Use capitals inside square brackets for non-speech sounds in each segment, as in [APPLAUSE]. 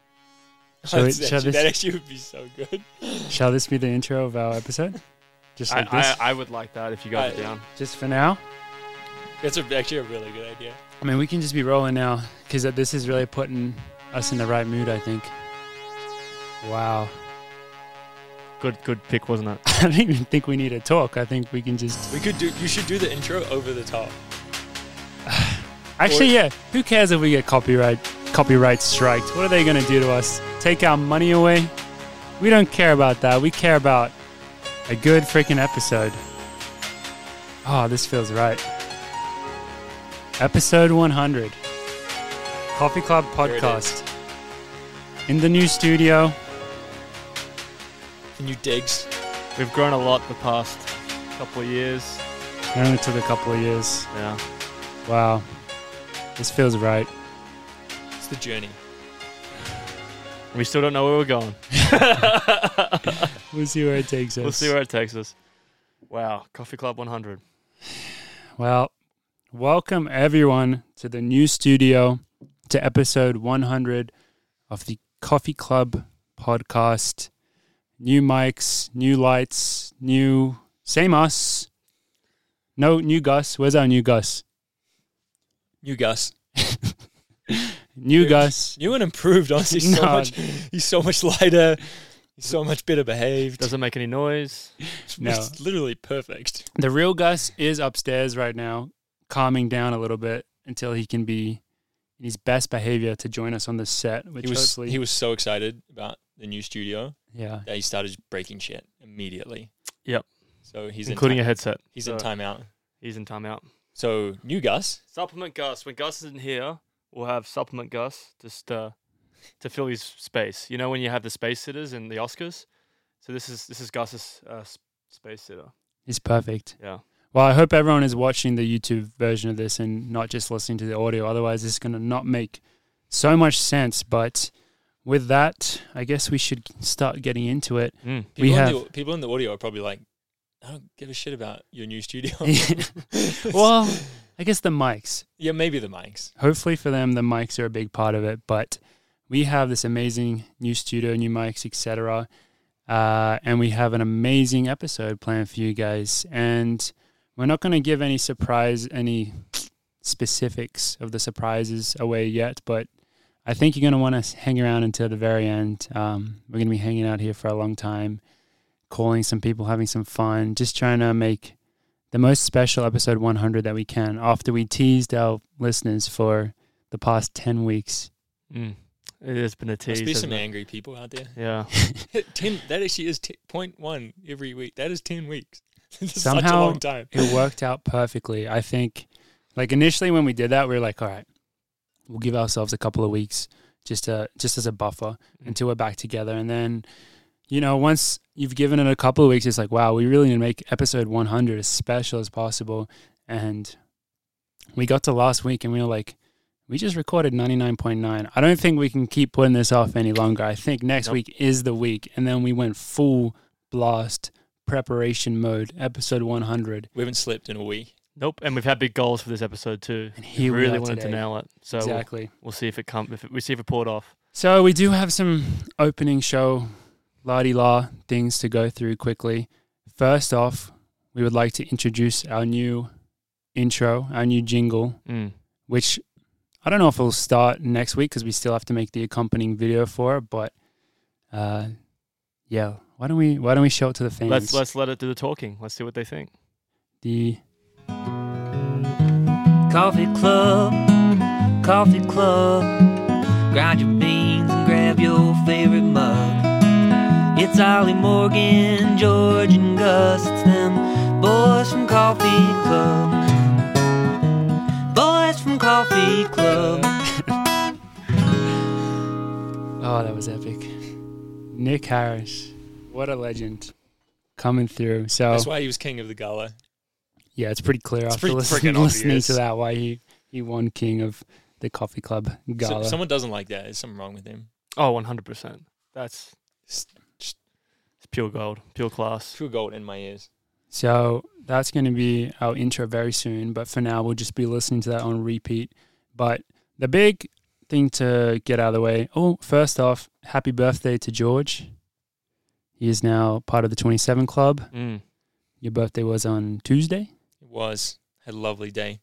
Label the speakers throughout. Speaker 1: [LAUGHS]
Speaker 2: Shall, we,
Speaker 1: That
Speaker 2: shall,
Speaker 1: actually- that
Speaker 2: this,
Speaker 1: actually would be so good.
Speaker 2: shall this be the intro of our episode? Just like
Speaker 3: I,
Speaker 2: this?
Speaker 3: I, I would like that if you got it
Speaker 1: I-
Speaker 3: down.
Speaker 2: just for now?
Speaker 1: That's a, actually a really good idea.
Speaker 2: I mean, we can just be rolling now because this is really putting us in the right mood, I think. Wow.
Speaker 3: Good, good pick, wasn't it?
Speaker 2: [LAUGHS] I don't even think we need to talk. I think we can just.
Speaker 1: We could do. You should do the intro over the top.
Speaker 2: Actually, yeah. Who cares if we get copyright copyright striked? What are they going to do to us? Take our money away? We don't care about that. We care about a good freaking episode. Oh, this feels right. Episode 100. Coffee Club
Speaker 1: it is.
Speaker 2: Podcast. In the new studio.
Speaker 1: Can you digs?
Speaker 3: We've grown a lot the past couple of years.
Speaker 2: It only took a couple of years.
Speaker 3: Yeah.
Speaker 2: Wow. This feels right.
Speaker 1: It's the journey.
Speaker 3: We still don't know where we're going.
Speaker 2: [LAUGHS] We'll see where it takes us.
Speaker 3: We'll see where it takes us. Wow, Coffee Club 100.
Speaker 2: Well, welcome everyone to the new studio to episode 100 of the Coffee Club podcast. New mics, new lights, new same us. No new Gus. Where's our
Speaker 1: [LAUGHS]
Speaker 2: new Gus?
Speaker 1: New Gus. [LAUGHS]
Speaker 2: New
Speaker 1: Dude,
Speaker 2: Gus.
Speaker 1: New and improved. Honestly, so
Speaker 2: [LAUGHS] No.
Speaker 1: much. He's so much lighter. He's so much better behaved.
Speaker 3: Doesn't make any
Speaker 1: [LAUGHS]
Speaker 3: noise.
Speaker 2: No.
Speaker 1: It's literally perfect.
Speaker 2: The real Gus is upstairs right now, calming down a little bit until he can be in his best behavior to join us on the set. Which
Speaker 1: He was.
Speaker 2: hopefully,
Speaker 1: He was so excited about the new studio
Speaker 2: yeah,
Speaker 1: that he started breaking shit immediately.
Speaker 3: Yep.
Speaker 1: So he's
Speaker 3: including a
Speaker 1: in time,
Speaker 3: headset.
Speaker 1: he's
Speaker 3: so
Speaker 1: in timeout.
Speaker 3: He's in timeout.
Speaker 1: So new Gus.
Speaker 3: Supplement Gus. When Gus isn't here, we'll have Supplement Gus just uh, to fill his space. You know when you have the space sitters in the Oscars? So this is this is Gus's uh, s- space sitter.
Speaker 2: he's perfect.
Speaker 3: Yeah.
Speaker 2: Well, I hope everyone is watching the YouTube version of this and not just listening to the audio. Otherwise, this is going to not make so much sense. But with that, I guess we should start getting into it.
Speaker 3: Mm.
Speaker 2: We
Speaker 1: People in the, people in the audio are probably like, I don't give a shit about your new
Speaker 2: [LAUGHS]
Speaker 1: studio. [LAUGHS]
Speaker 2: well, I guess the mics.
Speaker 1: yeah, maybe the mics.
Speaker 2: Hopefully for them, the mics are a big part of it. But we have this amazing new studio, new mics, etc. Uh, and we have an amazing episode planned for you guys. And we're not going to give any surprise, any specifics of the surprises away yet. But I think you're going to want to hang around until the very end. Um, we're going to be hanging out here for a long time, calling some people, having some fun, just trying to make the most special episode 100 that we can after we teased our listeners for the past 10 weeks.
Speaker 3: Mm. It has been a tease.
Speaker 1: Must be some
Speaker 3: hasn't it?
Speaker 1: angry people out there. [LAUGHS]
Speaker 3: Yeah.
Speaker 1: ten. That actually is t- point one every week. That is ten weeks. [LAUGHS] This is such a
Speaker 2: Somehow-
Speaker 1: long time.
Speaker 2: It worked out perfectly. I think, like, initially when we did that, we were like, all right, we'll give ourselves a couple of weeks just to, just as a buffer until we're back together. And then, you know, once you've given it a couple of weeks, it's like, wow, we really need to make episode 100 as special as possible. And we got to last week and we were like, we just recorded 99.9. I don't think we can keep putting this off any longer. I think next
Speaker 3: Nope.
Speaker 2: week is the week. And then we went full blast preparation mode, episode 100.
Speaker 1: We haven't slept in a week.
Speaker 3: Nope, and we've had big goals for this episode too.
Speaker 2: And here
Speaker 3: really
Speaker 2: we are
Speaker 3: wanted
Speaker 2: today.
Speaker 3: to nail it, so we'll-
Speaker 2: Exactly.
Speaker 3: we'll, see if it come if it, we see if it poured off.
Speaker 2: So we do have some opening show la di la things to go through quickly. First off, we would like to introduce our new intro, our new jingle,
Speaker 3: Mm.
Speaker 2: which I don't know if it'll start next week because we still have to make the accompanying video for it. But uh, yeah, why don't we why don't we show it to the fans?
Speaker 3: Let's let's let it do the talking. Let's see what they think.
Speaker 2: the
Speaker 4: Coffee Club, Coffee Club. Grind your beans and grab your favorite mug. It's Ollie Morgan, George, and Gus. It's them boys from Coffee Club. Boys from Coffee Club.
Speaker 2: oh that was epic. Nick Harris, what a legend, coming through. So
Speaker 1: That's why he was king of the gala.
Speaker 2: Yeah, it's pretty clear after
Speaker 1: pretty
Speaker 2: listen,
Speaker 1: friggin'
Speaker 2: listening
Speaker 1: obvious.
Speaker 2: to that why he, he won King of the Coffee Club
Speaker 1: So-
Speaker 2: Gala.
Speaker 1: someone doesn't like that. There's something wrong with him.
Speaker 3: Oh, Oh, one hundred percent. That's
Speaker 1: It's
Speaker 3: it's pure gold, pure class.
Speaker 1: pure gold in my ears.
Speaker 2: so that's going to be our intro very soon. But for now, we'll just be listening to that on repeat. But the big thing to get out of the way. Oh, first off, happy birthday to George. He is now part of the 27 Club.
Speaker 3: Mm.
Speaker 2: Your birthday was on Tuesday.
Speaker 1: It was. Had a lovely day. Thank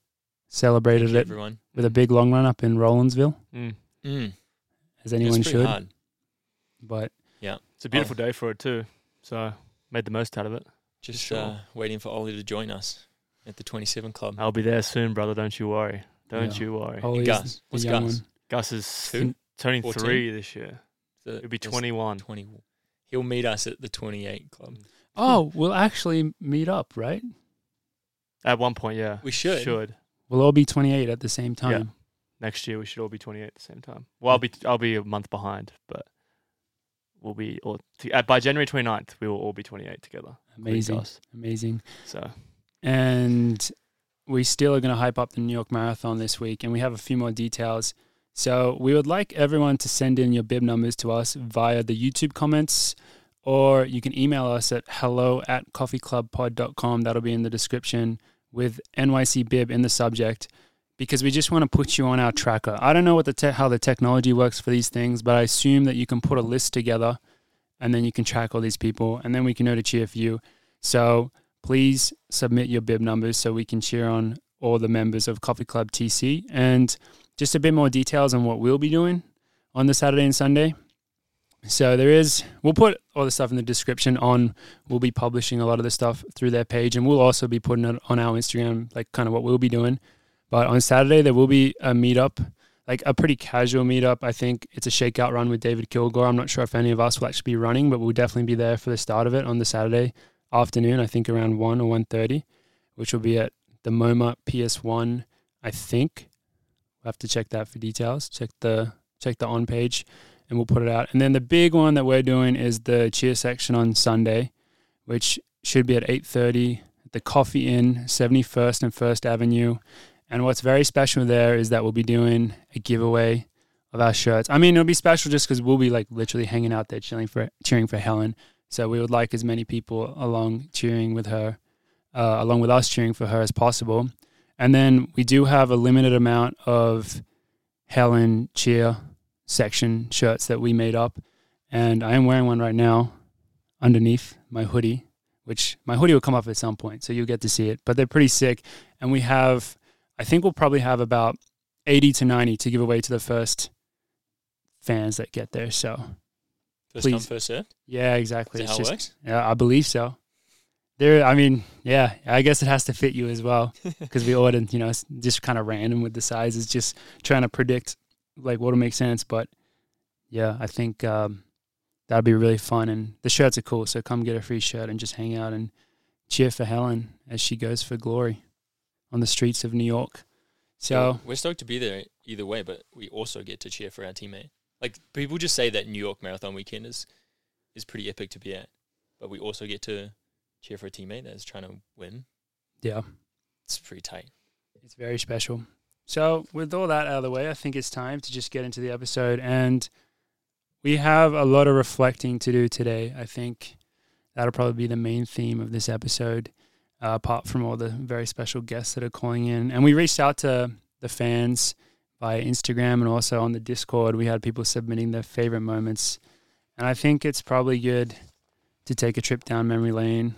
Speaker 2: Celebrated
Speaker 1: you,
Speaker 2: it
Speaker 1: everyone.
Speaker 2: with a big long run up in Rollinsville,
Speaker 3: Mm.
Speaker 1: Mm.
Speaker 2: as
Speaker 1: It was
Speaker 2: anyone
Speaker 1: pretty
Speaker 2: should.
Speaker 1: hard.
Speaker 2: But
Speaker 3: It's a
Speaker 2: Oh.
Speaker 3: beautiful day for it too. So made the most out of it.
Speaker 1: Just
Speaker 3: sure.
Speaker 1: uh, waiting for Ollie to join us at the 27 Club.
Speaker 3: I'll be there soon, brother. Don't you worry. Don't
Speaker 2: Yeah.
Speaker 3: you worry.
Speaker 2: Holly's
Speaker 1: Gus.
Speaker 2: the
Speaker 1: What's
Speaker 2: young
Speaker 1: Gus?
Speaker 2: one.
Speaker 3: Gus is
Speaker 1: Two?
Speaker 3: turning
Speaker 1: 14?
Speaker 3: three this year.
Speaker 1: The-
Speaker 3: It'll be
Speaker 1: it's
Speaker 3: 21.
Speaker 1: 20. He'll meet us at the 28 Club.
Speaker 2: Oh, we'll actually meet up, right?
Speaker 3: At one point, yeah.
Speaker 1: We should.
Speaker 3: Should.
Speaker 2: We'll all be 28 at the same time.
Speaker 3: Next year, we should all be 28 at the same time. Well, I'll be I'll be a month behind, but we'll be all t- uh, by January 29th, we will all be 28 together. including
Speaker 2: Amazing.
Speaker 3: Gus.
Speaker 2: Amazing.
Speaker 3: So
Speaker 2: And we still are going to hype up the New York Marathon this week, and we have a few more details. So we would like everyone to send in your bib numbers to us via the YouTube comments, or you can email us at hello at coffeeclubpod.com. That'll be in the description with NYC bib in the subject. Because we just want to put you on our tracker. I don't know what the te- how the technology works for these things, but I assume that you can put a list together, and then you can track all these people, and then we can know to cheer for you. So please submit your bib numbers so we can cheer on all the members of Coffee Club TC. And just a bit more details on what we'll be doing on the Saturday and Sunday. So there is, we'll put all the stuff in the description on. We'll be publishing a lot of the stuff through their page and we'll also be putting it on our Instagram, like kind of what we'll be doing. But on Saturday, there will be a meetup, like a pretty casual meetup. I think it's a shakeout run with David Kilgore. I'm not sure if any of us will actually be running, but we'll definitely be there for the start of it on the Saturday afternoon, I think around 1 or 1.30, which will be at the MoMA PS1, I think. We'll have to check that for details. Check the check the on page and we'll put it out. And then the big one that we're doing is the cheer section on Sunday, which should be at 8.30 at the Coffee Inn, 71st and 1st Avenue. And what's very special there is that we'll be doing a giveaway of our shirts. I mean, it'll be special just because we'll be like literally hanging out there chilling for cheering for Helen. So we would like as many people along cheering with her, uh, along with us cheering for her as possible. And then we do have a limited amount of Helen cheer section shirts that we made up. And I am wearing one right now underneath my hoodie, which my hoodie will come up at some point. So you'll get to see it. But they're pretty sick. And we have, I think we'll probably have about 80 to 90 to give away to the first fans that get there. So
Speaker 1: First come,
Speaker 2: Please.
Speaker 1: first served.
Speaker 2: yeah, exactly.
Speaker 1: Is that
Speaker 2: It's
Speaker 1: how it
Speaker 2: just-
Speaker 1: works?
Speaker 2: yeah, I believe so. There, I mean, yeah, I guess it has to fit you as well because we ordered, you know, it's just kind of random with the sizes, just trying to predict like what'll make sense. But yeah, I think um, that'd be really fun, and the shirts are cool. So come get a free shirt and just hang out and cheer for Helen as she goes for glory on the streets of New York. So
Speaker 1: We're stoked to be there either way, but we also get to cheer for our teammate. Like people just say that New York Marathon weekend is is pretty epic to be at, but we also get to cheer for a teammate that's trying to win.
Speaker 2: yeah,
Speaker 1: It's pretty tight.
Speaker 2: It's very special. So, with all that out of the way, I think it's time to just get into the episode. And we have a lot of reflecting to do today. I think that'll probably be the main theme of this episode, uh, apart from all the very special guests that are calling in. And we reached out to the fans via Instagram and also on the Discord. We had people submitting their favorite moments. And I think it's probably good to take a trip down memory lane.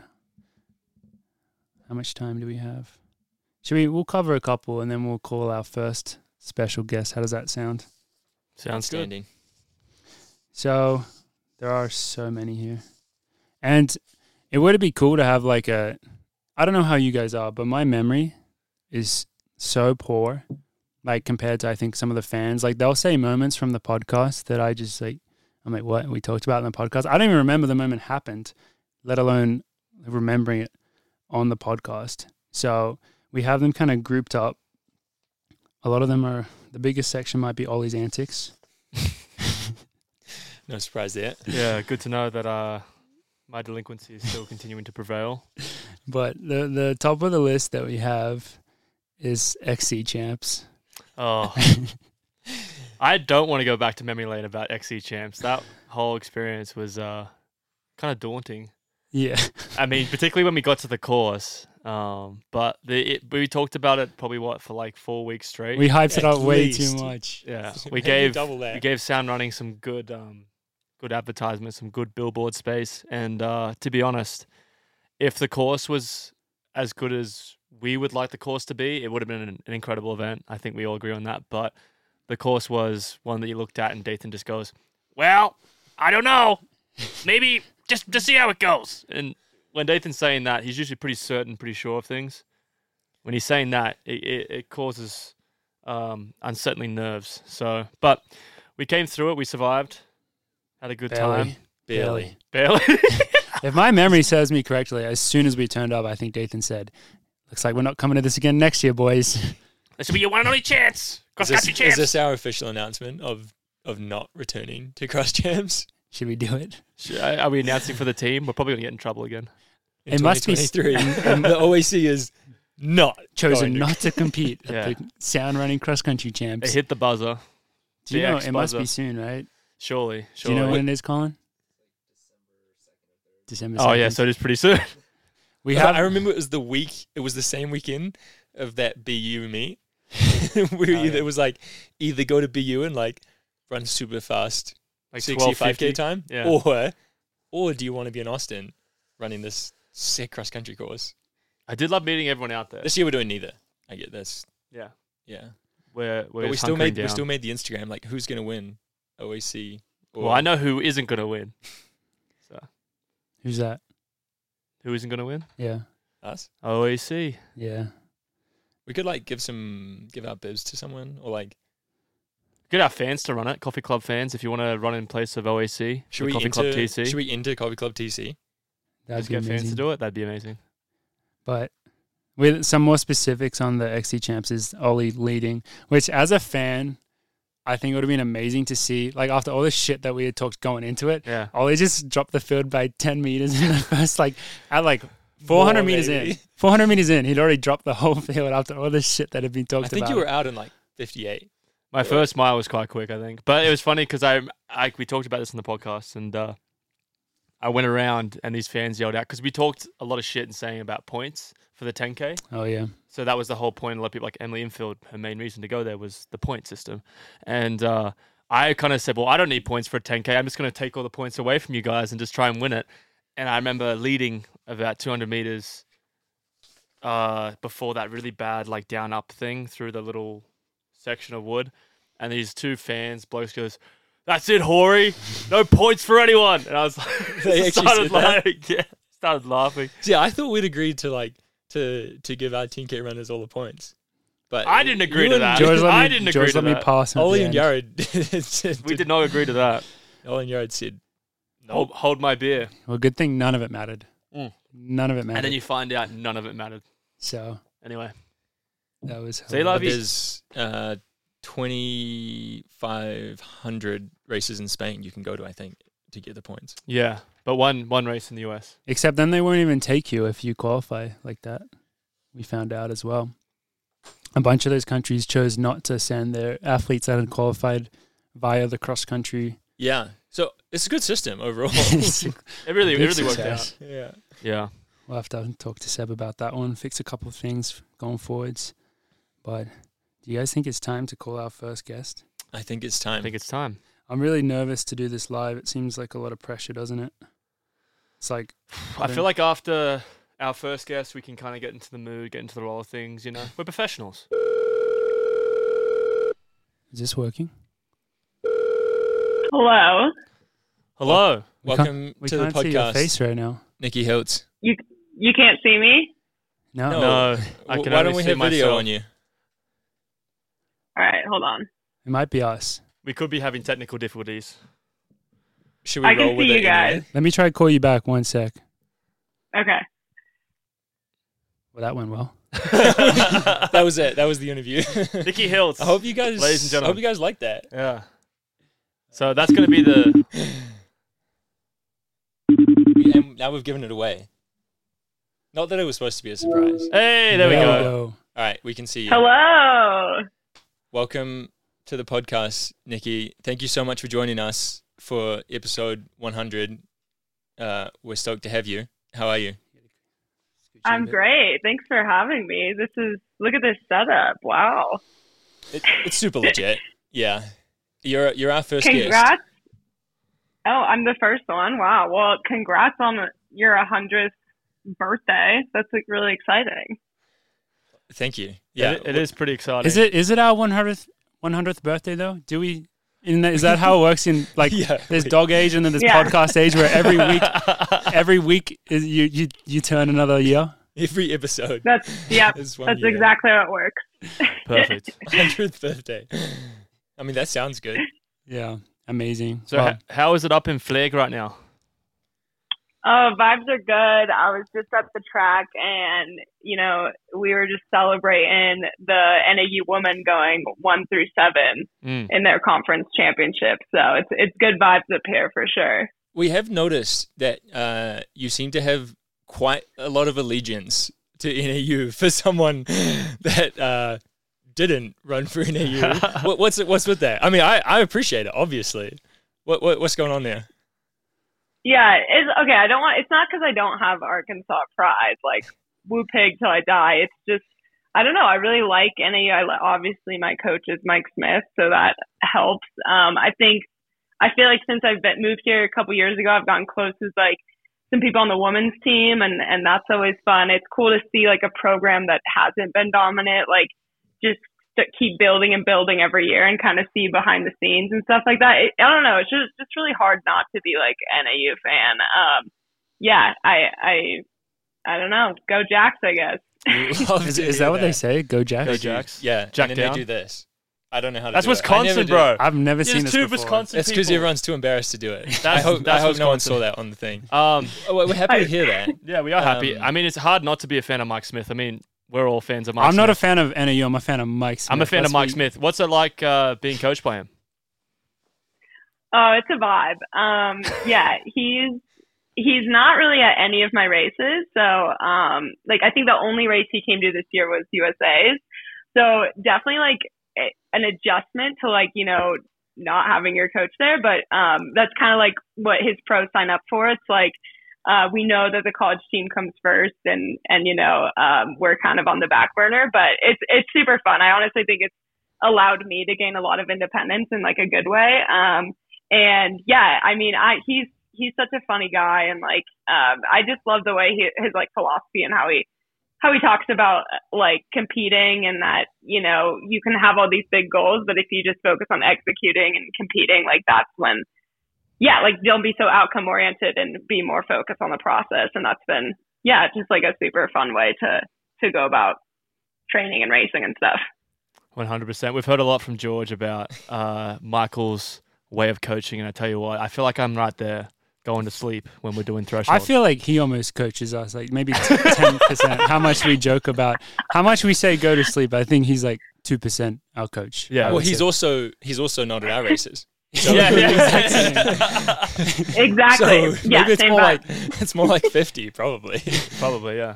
Speaker 2: How much time do we have? Should we? We'll cover a couple, and then we'll call our first special guest. How does that sound?
Speaker 3: sounds good.
Speaker 1: Outstanding.
Speaker 2: So there are so many here, and it would be cool to have like a. I don't know how you guys are, but my memory is so poor, like compared to I think some of the fans. Like they'll say moments from the podcast that I just like. I'm like, what we talked about in the podcast? I don't even remember the moment happened, let alone remembering it on the podcast. So we have them kind of grouped up. A lot of them are the biggest section might be Ollie's antics.
Speaker 1: No surprise there.
Speaker 3: Yeah, good to know that uh, my delinquency is
Speaker 1: [LAUGHS]
Speaker 3: still continuing to prevail.
Speaker 2: But the the top of the list that we have is XC champs.
Speaker 3: Oh, [LAUGHS] I don't want to go E back to memory lane about XE champs. That whole experience was uh, kind of daunting.
Speaker 2: Yeah.
Speaker 3: I mean, particularly when we got to the course. Um, but the, it, we talked about it probably what for like four weeks straight.
Speaker 2: We hyped it
Speaker 1: At
Speaker 2: up way
Speaker 1: least.
Speaker 2: too much. [LAUGHS]
Speaker 3: yeah, we
Speaker 1: How do you
Speaker 3: gave
Speaker 1: double that.
Speaker 3: we gave Sound Running some good um, good advertisement, some good billboard space, and uh, to be honest, if the course was as good as we would like the course to be, it would have been an, an incredible event. I think we all agree on that. But the course was one that you looked at, and Dathan just goes, "Well, I don't know, maybe just to see how it goes." And when Dathan's saying that, he's usually pretty certain, pretty sure of things. When he's saying that, it, it, it causes um, unsettling nerves. So, but we came through it. We survived. Had a good time.
Speaker 2: Barely.
Speaker 1: Barely. [LAUGHS]
Speaker 3: Barely.
Speaker 2: If my memory serves me correctly, as soon as we turned up, I think Dathan said, "Looks like we're not coming to this again next year,
Speaker 1: [LAUGHS]
Speaker 2: boys."
Speaker 3: this will be your one and only chance.
Speaker 1: Is
Speaker 3: Cross
Speaker 1: this,
Speaker 3: country chance.
Speaker 1: is this our official announcement of of not returning to cross champs?
Speaker 2: Should we do it?
Speaker 3: Should- are are we announcing for the team? We're probably gonna get in trouble again.
Speaker 1: in
Speaker 2: It must be s- [LAUGHS]
Speaker 1: 2023?
Speaker 3: [LAUGHS]
Speaker 1: and the OAC is not
Speaker 2: Chosen
Speaker 1: going to- [LAUGHS]
Speaker 2: not to compete at
Speaker 3: Yeah.
Speaker 2: the Sound Running Cross Country
Speaker 3: It
Speaker 2: Champs.
Speaker 3: hit the buzzer.
Speaker 2: do you
Speaker 3: the
Speaker 2: know
Speaker 3: X
Speaker 2: it must
Speaker 3: buzzer.
Speaker 2: be soon, right?
Speaker 3: Surely.
Speaker 2: Do you
Speaker 3: Surely.
Speaker 2: know when it is, Colin? December.
Speaker 3: oh yeah,
Speaker 2: 2nd.
Speaker 3: so it is pretty soon.
Speaker 1: [LAUGHS]
Speaker 2: we
Speaker 1: I
Speaker 2: have.
Speaker 1: remember it was the week. It was the same weekend of that BU meet. [LAUGHS] Where
Speaker 2: Oh,
Speaker 1: either
Speaker 2: yeah.
Speaker 1: it was like either go to BU and like run super fast,
Speaker 3: Like
Speaker 1: 65 k
Speaker 3: 12:50.
Speaker 1: time,
Speaker 3: Yeah.
Speaker 1: or or do you want to be in Austin running this sick cross country course?
Speaker 3: I did love meeting everyone out there.
Speaker 1: This year we're doing neither. I get this.
Speaker 3: Yeah.
Speaker 1: Yeah,
Speaker 3: We're we're
Speaker 1: but we
Speaker 3: just
Speaker 1: still
Speaker 3: hunkering
Speaker 1: made we
Speaker 3: down.
Speaker 1: still made the Instagram. Like, who's gonna win? OAC. Or,
Speaker 3: Well, I know who isn't gonna
Speaker 1: [LAUGHS]
Speaker 3: win. So
Speaker 2: Who's that?
Speaker 3: who isn't gonna win?
Speaker 2: Yeah.
Speaker 1: us.
Speaker 3: OAC.
Speaker 2: Yeah.
Speaker 1: We could like give some give our bibs to someone, or like
Speaker 3: Get our fans to run it. Coffee Club fans, if you want to run in place of OAC,
Speaker 1: should
Speaker 3: the
Speaker 1: we
Speaker 3: Coffee
Speaker 1: enter,
Speaker 3: Club TC.
Speaker 1: Should we enter Coffee Club TC?
Speaker 2: That'd
Speaker 3: just
Speaker 2: be
Speaker 3: get fans to
Speaker 2: amazing.
Speaker 3: do it? That'd be amazing.
Speaker 2: But with some more specifics on the XC champs is Ollie leading, which as a fan, I think it would have been amazing to see. Like after all the shit that we had talked going into it,
Speaker 3: Yeah.
Speaker 2: Ollie just dropped the field by ten meters [LAUGHS] in the first like at like four hundred
Speaker 1: More,
Speaker 2: meters
Speaker 1: maybe.
Speaker 2: in. [LAUGHS] Four hundred meters in, he'd already dropped the whole [LAUGHS] field after all the shit that had been talked
Speaker 1: I think
Speaker 2: about.
Speaker 1: you were out in like 58.
Speaker 3: My first mile was quite quick, I think. But it was funny because I, I, we talked about this in the podcast, and uh, I went around and these fans yelled out because we talked a lot of shit and saying about points for the 10k.
Speaker 2: oh yeah,
Speaker 3: So that was the whole point. A lot of people like Emily Infield, her main reason to go there was the point system. And uh, I kind of said, well, I don't need points for a 10K. I'm just going to take all the points away from you guys and just try and win it. And I remember leading about 200 meters uh, before that really bad, like down up thing through the little section of wood. And these two fans, blokes goes, that's it, Hori. No points for anyone. And I was [LAUGHS] like,
Speaker 1: [LAUGHS] They actually
Speaker 3: started,
Speaker 1: said that?
Speaker 3: like [LAUGHS] yeah, started laughing.
Speaker 1: Yeah, I thought we'd agreed to like to to give our 10k runners all the points, but
Speaker 3: I didn't agree
Speaker 1: you
Speaker 3: to
Speaker 1: and
Speaker 3: that.
Speaker 2: George let
Speaker 3: I
Speaker 2: me,
Speaker 3: didn't
Speaker 2: George
Speaker 3: agree to
Speaker 2: let me
Speaker 3: that.
Speaker 2: pass. him at
Speaker 1: Ollie
Speaker 2: the
Speaker 1: and
Speaker 2: end.
Speaker 1: Yared [LAUGHS] said,
Speaker 3: We did not agree to that.
Speaker 1: Ollie and Yared said,
Speaker 3: Hold, hold my beer.
Speaker 2: Well, good thing none of it mattered.
Speaker 3: Mm.
Speaker 2: None of it mattered.
Speaker 3: And then you find out none of it mattered.
Speaker 2: so
Speaker 3: Anyway,
Speaker 2: that was.
Speaker 3: See, love you.
Speaker 1: "There's uh 2,500 races in Spain you can go to, I think, to get the points."
Speaker 3: yeah, but one one race in the US.
Speaker 2: Except then they won't even take you if you qualify like that. We found out as well. A bunch of those countries chose not to send their athletes that had qualified via the cross country.
Speaker 1: Yeah, so it's a good system overall. [LAUGHS]
Speaker 2: we'll
Speaker 3: [LAUGHS] It really it
Speaker 2: Big
Speaker 3: really worked out.
Speaker 2: success.
Speaker 1: yeah,
Speaker 3: Yeah,
Speaker 2: have to talk to Seb about that one, fix a couple of things going forwards. But do you guys think it's time to call our first guest?
Speaker 1: I think it's
Speaker 3: I
Speaker 1: time.
Speaker 3: think it's time.
Speaker 2: I'm really nervous to do this live. It seems like a lot of pressure, doesn't it? It's like
Speaker 3: I feel like after our first guest, we can kind of get into the mood, get into the roll of things. You know, we're professionals.
Speaker 2: is this working?
Speaker 5: Hello.
Speaker 3: Hello.
Speaker 2: We
Speaker 1: Welcome
Speaker 2: We
Speaker 1: to the
Speaker 2: can't see your
Speaker 1: podcast,
Speaker 2: face right now.
Speaker 1: Nikki Hiltz.
Speaker 5: You can't see me?
Speaker 2: No.
Speaker 1: No. [LAUGHS]
Speaker 3: No, Uh, I
Speaker 1: W-
Speaker 3: can
Speaker 1: Why
Speaker 3: only
Speaker 1: don't we
Speaker 3: see
Speaker 1: have video
Speaker 3: myself.
Speaker 1: on you?
Speaker 5: All right, hold on.
Speaker 2: It might be us.
Speaker 3: We could be having technical difficulties.
Speaker 1: Should we
Speaker 5: I
Speaker 1: roll
Speaker 5: can
Speaker 1: with
Speaker 5: see
Speaker 1: it
Speaker 5: you guys.
Speaker 1: anyway?
Speaker 2: Let me try to call you back one sec.
Speaker 5: Okay.
Speaker 2: Well, that went well.
Speaker 1: [LAUGHS] that was it. That was the interview.
Speaker 3: [LAUGHS] Nikki Hills.
Speaker 1: I hope you guys,
Speaker 3: Ladies and gentlemen.
Speaker 1: I hope you guys like that.
Speaker 3: Yeah. So that's gonna be the
Speaker 1: We- And now we've given it away. Not that it was supposed to be a surprise.
Speaker 3: hey. There we
Speaker 2: There we
Speaker 3: go.
Speaker 2: go.
Speaker 1: All right, we can see you.
Speaker 5: Hello.
Speaker 1: Welcome to the podcast, Nikki. Thank you so much for joining us for episode 100. Uh, we're stoked to have you. How are you?
Speaker 5: I'm great. Thanks for having me. This is look at this setup. Wow.
Speaker 1: It, it's super legit. Yeah, you're you're our first guest.
Speaker 5: Congrats. Oh, I'm the first one. Wow. Well, congrats on your 100th birthday. That's like really
Speaker 3: [LAUGHS]
Speaker 5: exciting.
Speaker 1: Thank you.
Speaker 3: Yeah,
Speaker 1: Yeah,
Speaker 3: it is pretty exciting.
Speaker 2: Is it is it our 100th 100th birthday though? Do we? In the, is that how it
Speaker 1: [LAUGHS]
Speaker 2: works? In like,
Speaker 1: Yeah,
Speaker 2: there's
Speaker 1: wait.
Speaker 2: dog age and then there's
Speaker 5: Yeah.
Speaker 2: podcast age, where
Speaker 1: [LAUGHS]
Speaker 2: every week, every week is you you you turn another year.
Speaker 1: every episode.
Speaker 5: That's yeah.
Speaker 1: [LAUGHS] is one
Speaker 5: That's
Speaker 1: year.
Speaker 5: exactly how it works.
Speaker 1: [LAUGHS]
Speaker 3: Perfect.
Speaker 1: 100th birthday. I mean, that sounds good.
Speaker 2: Yeah, amazing.
Speaker 3: So,
Speaker 2: Wow.
Speaker 3: h- how is it up in Flag right now?
Speaker 5: Oh, vibes are good. I was just at the track and, you know, we were just celebrating the NAU women going one through seven
Speaker 3: Mm.
Speaker 5: in their conference championship. So it's, it's good vibes up here for sure.
Speaker 1: We have noticed that uh, you seem to have quite a lot of allegiance to NAU [LAUGHS] for someone that uh, didn't run
Speaker 3: [LAUGHS]
Speaker 1: for NAU. what, what's it, what's with that? I mean, I, I appreciate it, obviously. What, what what's going on there?
Speaker 5: Yeah, it's okay. I don't want. It's not because I don't have Arkansas pride, like woo pig till I die. It's just I don't know. I really like NAU. I li- obviously my coach is Mike Smith, so that helps. Um, I think I feel like since I've been, moved here a couple years ago, I've gotten close with like some people on the women's team, and and that's always fun. It's cool to see like a program that hasn't been dominant, like just st- keep building and building every year and kind of see behind the scenes and stuff like that. It, I don't know. It's just just really hard not to be like an NAU fan. Um, yeah, I I I don't know. Go Jacks, I guess.
Speaker 1: [LAUGHS]
Speaker 2: [LAUGHS]
Speaker 1: Love
Speaker 2: is,
Speaker 1: to
Speaker 2: is
Speaker 1: hear
Speaker 2: that what they say? Go Jacks.
Speaker 3: Go Jacks.
Speaker 1: Yeah,
Speaker 3: Jack
Speaker 1: and then
Speaker 3: down.
Speaker 1: they do this. I don't know how to.
Speaker 3: That's
Speaker 1: do it. I never
Speaker 3: Wisconsin,
Speaker 1: do
Speaker 3: bro.
Speaker 1: it.
Speaker 2: I've never seen
Speaker 3: There's
Speaker 2: this
Speaker 3: two
Speaker 2: before.
Speaker 3: Wisconsin
Speaker 1: It's because
Speaker 3: people.
Speaker 1: everyone's too embarrassed to
Speaker 3: [LAUGHS]
Speaker 1: do
Speaker 2: [LAUGHS]
Speaker 1: it. I
Speaker 3: That's-
Speaker 1: hope, I
Speaker 3: that's
Speaker 1: hope no one
Speaker 3: Wisconsin.
Speaker 1: saw that on the thing.
Speaker 3: Um,
Speaker 1: Oh, we're happy to hear
Speaker 2: [LAUGHS]
Speaker 1: that.
Speaker 3: yeah, we are happy.
Speaker 1: Um,
Speaker 3: I mean, it's hard not to be a fan of Mike Smith. I mean, we're all fans of Mike.
Speaker 2: I'm not a
Speaker 3: Smith.
Speaker 2: fan of NAU. I'm a fan of Mike Smith.
Speaker 3: I'm a fan
Speaker 2: That's
Speaker 3: of Mike
Speaker 2: what-
Speaker 3: Smith. What's it like uh, being coached by him?
Speaker 5: Oh, it's a vibe. Um, yeah, he's he's not really at any of my races. So, um, like I think the only race he came to this year was USA's. So definitely like a- an adjustment to like you know not having your coach there, but um, that's kind of like what his pros sign up for. It's like. Uh, we know that the college team comes first, and and you know um, we're kind of on the back burner, but it's it's super fun. I honestly think it's allowed me to gain a lot of independence in like a good way. Um, and yeah i mean i he's he's such a funny guy and like um i just love the way he, his like philosophy and how he how he talks about like competing and that you know you can have all these big goals but if you just focus on executing and competing like that's when yeah like don't be so outcome oriented and be more focused on the process and that's been yeah just like a super fun way to to go about training and racing and stuff
Speaker 3: 100%. We've heard a lot from George about uh, Michael's way of coaching, and I tell you what, I feel like I'm right there going to sleep when we're doing threshold.
Speaker 2: I feel like he almost coaches us, like maybe ten percent. how much we joke about, how much we say go to sleep. I think he's like two percent our coach.
Speaker 3: Yeah.
Speaker 2: I
Speaker 1: Well,
Speaker 2: would
Speaker 1: he's
Speaker 2: say.
Speaker 1: also he's also not at our races. [LAUGHS]
Speaker 3: Yeah, yeah,
Speaker 5: exactly
Speaker 1: So
Speaker 5: yeah
Speaker 1: maybe it's
Speaker 5: same
Speaker 1: more
Speaker 5: vibe.
Speaker 1: like it's more like fifty probably.
Speaker 3: probably, yeah.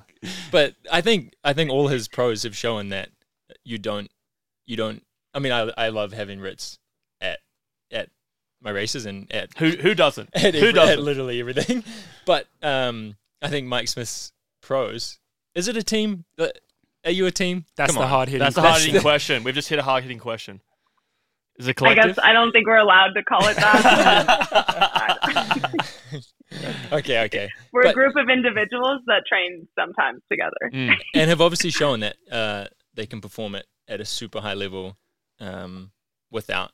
Speaker 1: But I think I think all his pros have shown that you don't you don't. I mean, I I love having Ritz at at my races and at
Speaker 3: Who who doesn't?
Speaker 1: [LAUGHS] at, every-
Speaker 3: who
Speaker 1: at
Speaker 3: doesn't?
Speaker 1: literally everything. [LAUGHS] But um, I think Mike Smith's pros. Is it a team? Uh, Are you a team?
Speaker 2: that's
Speaker 1: Come
Speaker 2: the
Speaker 1: on.
Speaker 2: hard hitting.
Speaker 3: That's a
Speaker 2: question.
Speaker 3: hard hitting [LAUGHS] question. We've just hit a hard hitting question. Is it
Speaker 5: I
Speaker 3: collective?
Speaker 5: guess I don't think we're allowed to call it that. [LAUGHS]
Speaker 1: okay, okay.
Speaker 5: we're
Speaker 1: But-
Speaker 5: a group of individuals that train sometimes together. [LAUGHS]
Speaker 3: Mm.
Speaker 1: and have obviously shown that uh, they can perform it at a super high level um, without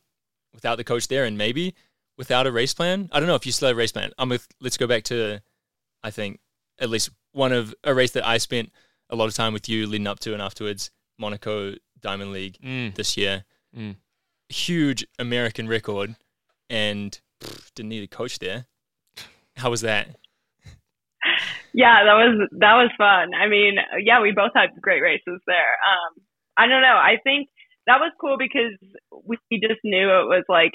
Speaker 1: without the coach there, and maybe without a race plan. I don't know if you still have a race plan. I'm with, let's go back to I think at least one of a race that I spent a lot of time with you leading up to and afterwards Monaco Diamond League
Speaker 3: Mm.
Speaker 1: this year.
Speaker 3: Mm.
Speaker 1: Huge American record, and pff, didn't need a coach there. How was that?
Speaker 5: Yeah, that was that was fun. I mean, yeah, we both had great races there. Um, I don't know. I think that was cool because we just knew it was like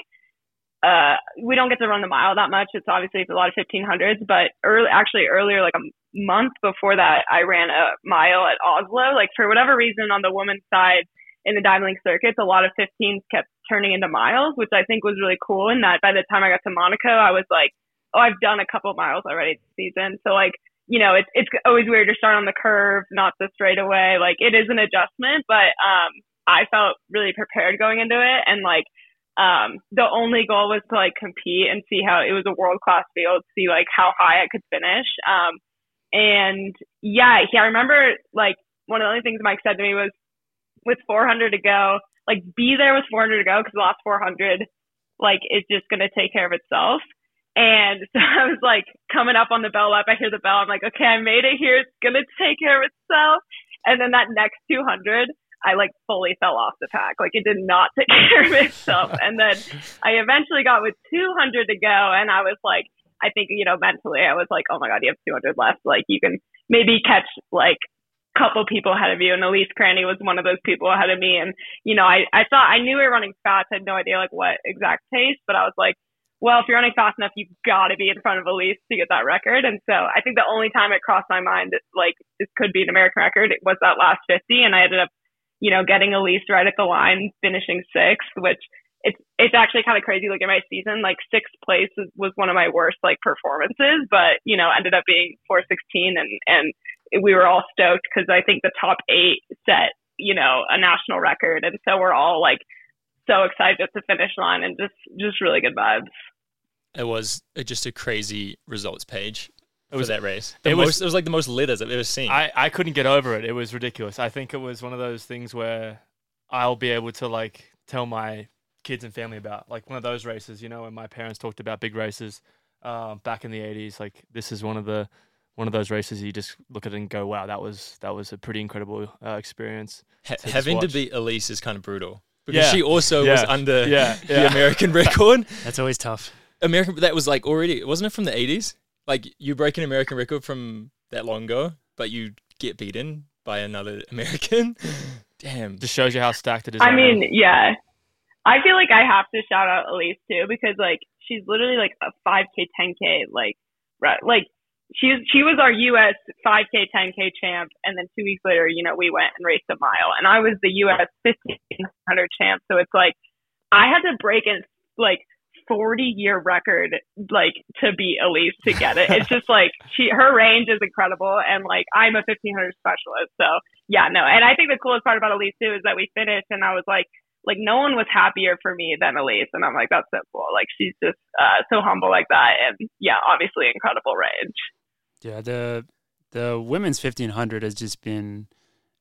Speaker 5: uh, we don't get to run the mile that much. It's obviously a lot of 1500s, but early, actually earlier, like a month before that, I ran a mile at Oslo. Like for whatever reason, on the women's side in the Diamond League circuits, a lot of 15s kept turning into miles, which I think was really cool. And that by the time I got to Monaco, I was like, oh, I've done a couple miles already this season. So like you know, it's it's always weird to start on the curve, not the straightaway. Like it is an adjustment, but um, I felt really prepared going into it, and like um, the only goal was to like compete and see how it was a world class field, see like how high I could finish. Um, and yeah, yeah, I remember like one of the only things Mike said to me was, with 400 to go, like be there with 400 to go because the last 400 like is just gonna take care of itself. And [LAUGHS] so I was like coming up on the bell lap. I hear the bell. I'm like, okay, I made it here. It's gonna take care of itself. And then that next 200, I like fully fell off the pack. Like it did not take [LAUGHS] care of itself. And then I eventually got with 200 to go, and I was like, I think you know mentally, I was like, oh my god, you have 200 left. Like you can maybe catch like a couple people ahead of you. And Elise Cranny was one of those people ahead of me. And you know, I I thought I knew we were running fast. I had no idea like what exact pace, but I was like. Well, if you're running fast enough, you've got to be in front of Elise to get that record. And so I think the only time it crossed my mind, like this could be an American record, it was that last 50, and I ended up you know, getting Elise right at the line, finishing sixth, which it's it's actually kind of crazy. Look at my season, like sixth place was, was one of my worst like performances, but you know, ended up being 416, and and we were all stoked because I think the top eight set you know a national record, and so we're all like so excited at the finish line and just just really good vibes.
Speaker 1: It was uh, just a crazy results page. It
Speaker 3: was-
Speaker 1: was that race. The
Speaker 3: it was-
Speaker 1: most, it was like the most letters I've ever seen.
Speaker 3: I, I couldn't get over it. It was ridiculous. I think it was one of those things where I'll be able to like tell my kids and family about like one of those races, you know, when my parents talked about big races um, back in the eighties. Like this is one of the one of those races you just look at it and go, wow, that was that was a pretty incredible uh, experience.
Speaker 1: Ha-
Speaker 3: just
Speaker 1: having to
Speaker 3: watch.
Speaker 1: beat Elise is kind of brutal because
Speaker 3: Yeah.
Speaker 1: she also was
Speaker 3: Yeah.
Speaker 1: under
Speaker 3: Yeah,
Speaker 1: the
Speaker 3: yeah.
Speaker 1: American [LAUGHS] record.
Speaker 2: That's always tough.
Speaker 1: American that was like already wasn't it from the eighties? Like you break an American record from that long ago, but you get beaten by another [LAUGHS] American. Damn.
Speaker 3: Just shows you how stacked it is.
Speaker 5: I
Speaker 3: right
Speaker 5: mean,
Speaker 3: now.
Speaker 5: yeah. I feel like I have to shout out Elise too because like she's literally like a 5k 10k like re- like she she was our US 5k 10k champ and then 2 weeks later you know we went and raced a mile and I was the US 1500 champ so it's like I had to break in like 40 year record like to beat Elise to get it. It's just like she her range is incredible and like I'm a 1500 specialist so yeah, no. And I think the coolest part about Elise too is that we finished and I was like, like no one was happier for me than Elise. And I'm like, that's so cool. Like she's just uh, so humble like that. And yeah, obviously incredible range.
Speaker 2: Yeah, the the women's fifteen hundred has just been,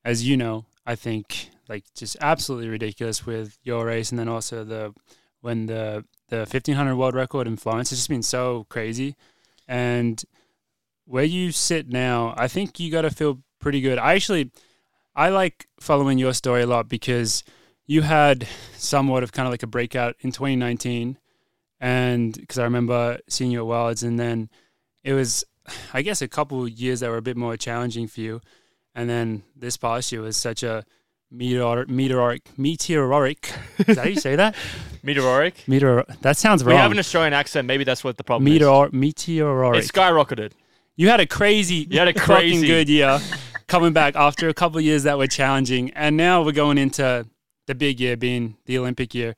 Speaker 2: as you know, I think like just absolutely ridiculous with your race, and then also the when the the fifteen hundred world record in Florence has just been so crazy, and where you sit now, I think you got to feel pretty good. I actually, I like following your story a lot because you had somewhat of kind of like a breakout in 2019, and because I remember seeing you at Wilds, and then it was I guess a couple of years that were a bit more challenging for you, and then this past year was such a meteoric, meteoric, meteoric. Is that how you say that?
Speaker 3: [LAUGHS] meteoric.
Speaker 2: Meteor. That sounds
Speaker 3: We have
Speaker 2: wrong.
Speaker 3: an Australian accent. Maybe that's what the problem
Speaker 2: Meteor,
Speaker 3: is.
Speaker 2: meteoric.
Speaker 3: It skyrocketed.
Speaker 2: you had a
Speaker 5: [LAUGHS]
Speaker 2: crazy, [LAUGHS]
Speaker 3: You had a
Speaker 2: fucking
Speaker 3: crazy-
Speaker 2: good year coming back after a couple of years that were challenging, and now we're going into the big year, being the Olympic year.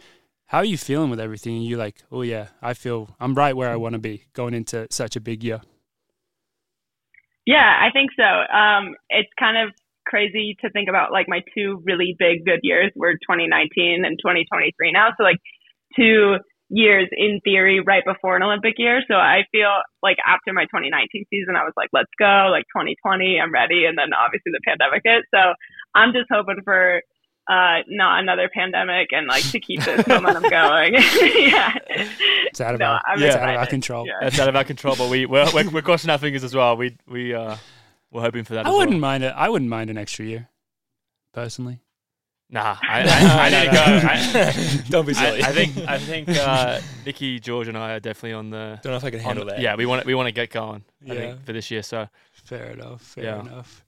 Speaker 2: How are you feeling with everything? you like, oh yeah, I feel I'm right where I want to be going into such a big year.
Speaker 5: Yeah, I think so. Um, it's kind of crazy to think about like my two really big good years were 2019 and 2023 now. So like two years in theory right before an Olympic year. So I feel like after my 2019 season, I was like, let's go, like 2020, I'm ready. And then obviously the pandemic hit. So I'm just hoping for uh, not another pandemic and like to keep this momentum going. [LAUGHS] yeah.
Speaker 2: It's out of
Speaker 5: No,
Speaker 2: our,
Speaker 5: I'm
Speaker 2: it's out of our
Speaker 5: excited.
Speaker 2: control.
Speaker 5: Yeah.
Speaker 3: That's
Speaker 5: [LAUGHS]
Speaker 3: out of our control, but we we're, we're, we're crossing our fingers as well. We we uh we're hoping for that.
Speaker 2: I
Speaker 3: as well.
Speaker 2: wouldn't mind it. I wouldn't mind an extra year, personally. [LAUGHS]
Speaker 3: Nah, I, I, I need to go. I,
Speaker 1: Don't be silly.
Speaker 3: I, I think I
Speaker 2: [LAUGHS]
Speaker 3: think uh, Nikki, George, and I are definitely on the.
Speaker 1: don't know if I can
Speaker 3: on
Speaker 1: handle
Speaker 3: the-
Speaker 1: that.
Speaker 3: Yeah, we want we want to get going. I
Speaker 2: Yeah.
Speaker 3: think for this year. So
Speaker 2: Fair enough. Fair
Speaker 3: Yeah.
Speaker 2: enough.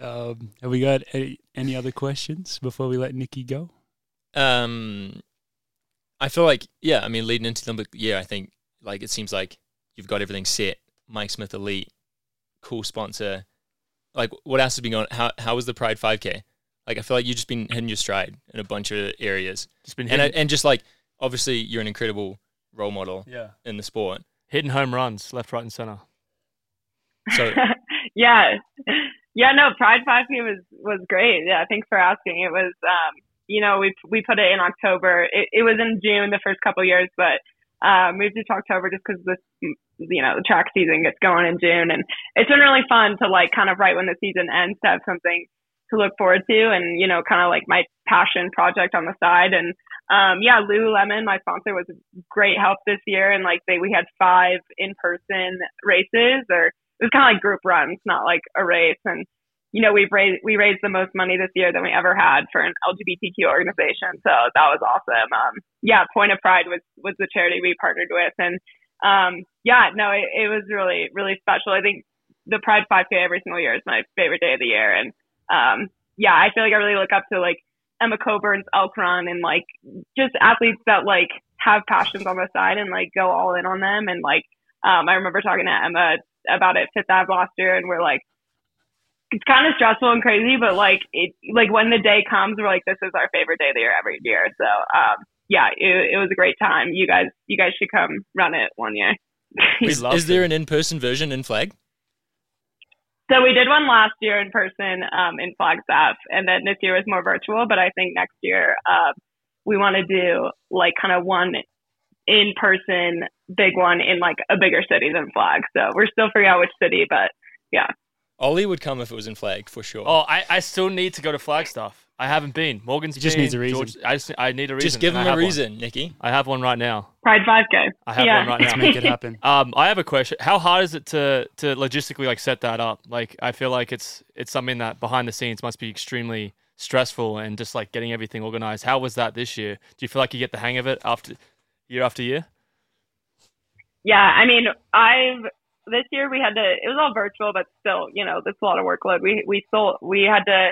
Speaker 2: Um, have we got any, any other questions before we let Nikki go?
Speaker 1: Um, I feel like yeah. I mean, leading into the Olympic year, I think like it seems like you've got everything set. Mike Smith Elite, cool sponsor. Like, what else has been going? How how was the Pride 5K? Like, I feel like you've just been hitting your stride in a bunch of areas,
Speaker 3: just been
Speaker 1: and I,
Speaker 3: hitting,
Speaker 1: and just like obviously you're an incredible role model
Speaker 3: yeah
Speaker 1: in the sport.
Speaker 3: hitting home runs left, right, and center.
Speaker 1: So
Speaker 5: yeah, yeah. No, Pride 5K was was great. Yeah, thanks for asking. It was, um, you know, we we put it in October. It, it was in June the first couple years, but uh, moved it to October just because this, you know, the track season gets going in June, and it's been really fun to like kind of right when the season ends to have something to look forward to, and you know, kind of like my passion project on the side, and um, yeah, Lululemon, my sponsor, was great help this year, and like they we had five in person races, or it was kind of like group runs, not like a race, and you know we've raised we raised the most money this year than we ever had for an LGBTQ organization, so that was awesome. Um, yeah, Point of Pride was was the charity we partnered with, and um, yeah, no, it, it was really really special. I think the Pride 5K every single year is my favorite day of the year, and um, yeah, I feel like I really look up to like Emma Coburn's elk run and like just athletes that like have passions on the side and like go all in on them. And like, um, I remember talking to Emma about it Fifth Ave last year and we're like, it's kind of stressful and crazy, but like it, like when the day comes, we're like, this is our favorite day of the year every year. So, um, yeah, it, it was a great time. You guys, you guys should come run it one year.
Speaker 1: is,
Speaker 2: loved
Speaker 1: is there an in-person version in flag?
Speaker 5: So we did one last year in person um, in Flagstaff, and then this year was more virtual. But I think next year um, we want to do like kind of one in person, big one in like a bigger city than Flag. So we're still figuring out which city, but yeah,
Speaker 1: Ollie would come if it was in flag for sure.
Speaker 3: Oh, I, I still need to go to Flagstaff. I haven't been. Morgan's
Speaker 2: He just
Speaker 3: been,
Speaker 2: needs a reason.
Speaker 3: George- I, just, I need a reason.
Speaker 1: Just give
Speaker 3: and
Speaker 1: him
Speaker 3: I
Speaker 1: a
Speaker 3: have one.
Speaker 1: reason, Nikki.
Speaker 3: I have one right now.
Speaker 5: Pride 5K.
Speaker 3: I have
Speaker 5: Yeah.
Speaker 3: one right now.
Speaker 2: Let's make it happen.
Speaker 3: [LAUGHS] Um, I have a question. How hard is it to to logistically like set that up? Like, I feel like it's it's something that behind the scenes must be extremely stressful and just like getting everything organized. How was that this year? Do you feel like you get the hang of it after year after year?
Speaker 5: [LAUGHS] Yeah, I mean, I've this year we had to. It was all virtual, but still, you know, that's a lot of workload. We we still we had to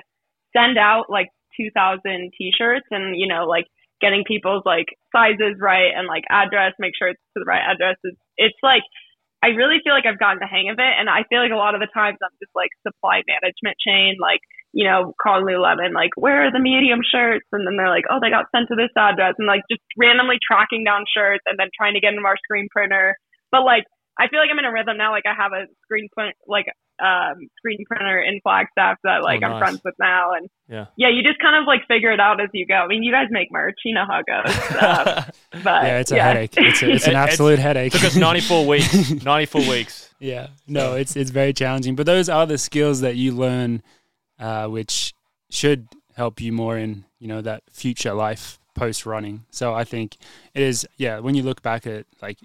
Speaker 5: send out like two thousand t-shirts, and you know, like getting people's like sizes right and like address, make sure it's to the right address. It's, it's like I really feel like I've gotten the hang of it, and I feel like a lot of the times I'm just like supply management chain, like you know, calling Lululemon, like where are the medium shirts, and then they're like, oh, they got sent to this address, and like just randomly tracking down shirts and then trying to get them to our screen printer. But like, I feel like I'm in a rhythm now. Like I have a screen print, like um, screen printer in Flagstaff that like
Speaker 3: Oh,
Speaker 5: I'm
Speaker 3: nice.
Speaker 5: friends with now, and
Speaker 3: Yeah.
Speaker 5: yeah, you just kind of like figure it out as you go. I mean, you guys make merch, you know how it goes. Um,
Speaker 2: [LAUGHS]
Speaker 5: but
Speaker 2: Yeah, it's a headache. It's, a, it's
Speaker 3: [LAUGHS] It- it's-
Speaker 2: an absolute headache. [LAUGHS]
Speaker 3: Took us ninety four weeks. Ninety four weeks.
Speaker 2: Yeah, no, it's it's very challenging. But those are the skills that you learn, uh, which should help you more in you know that future life post running. So I think it is. Yeah, when you look back at it, like,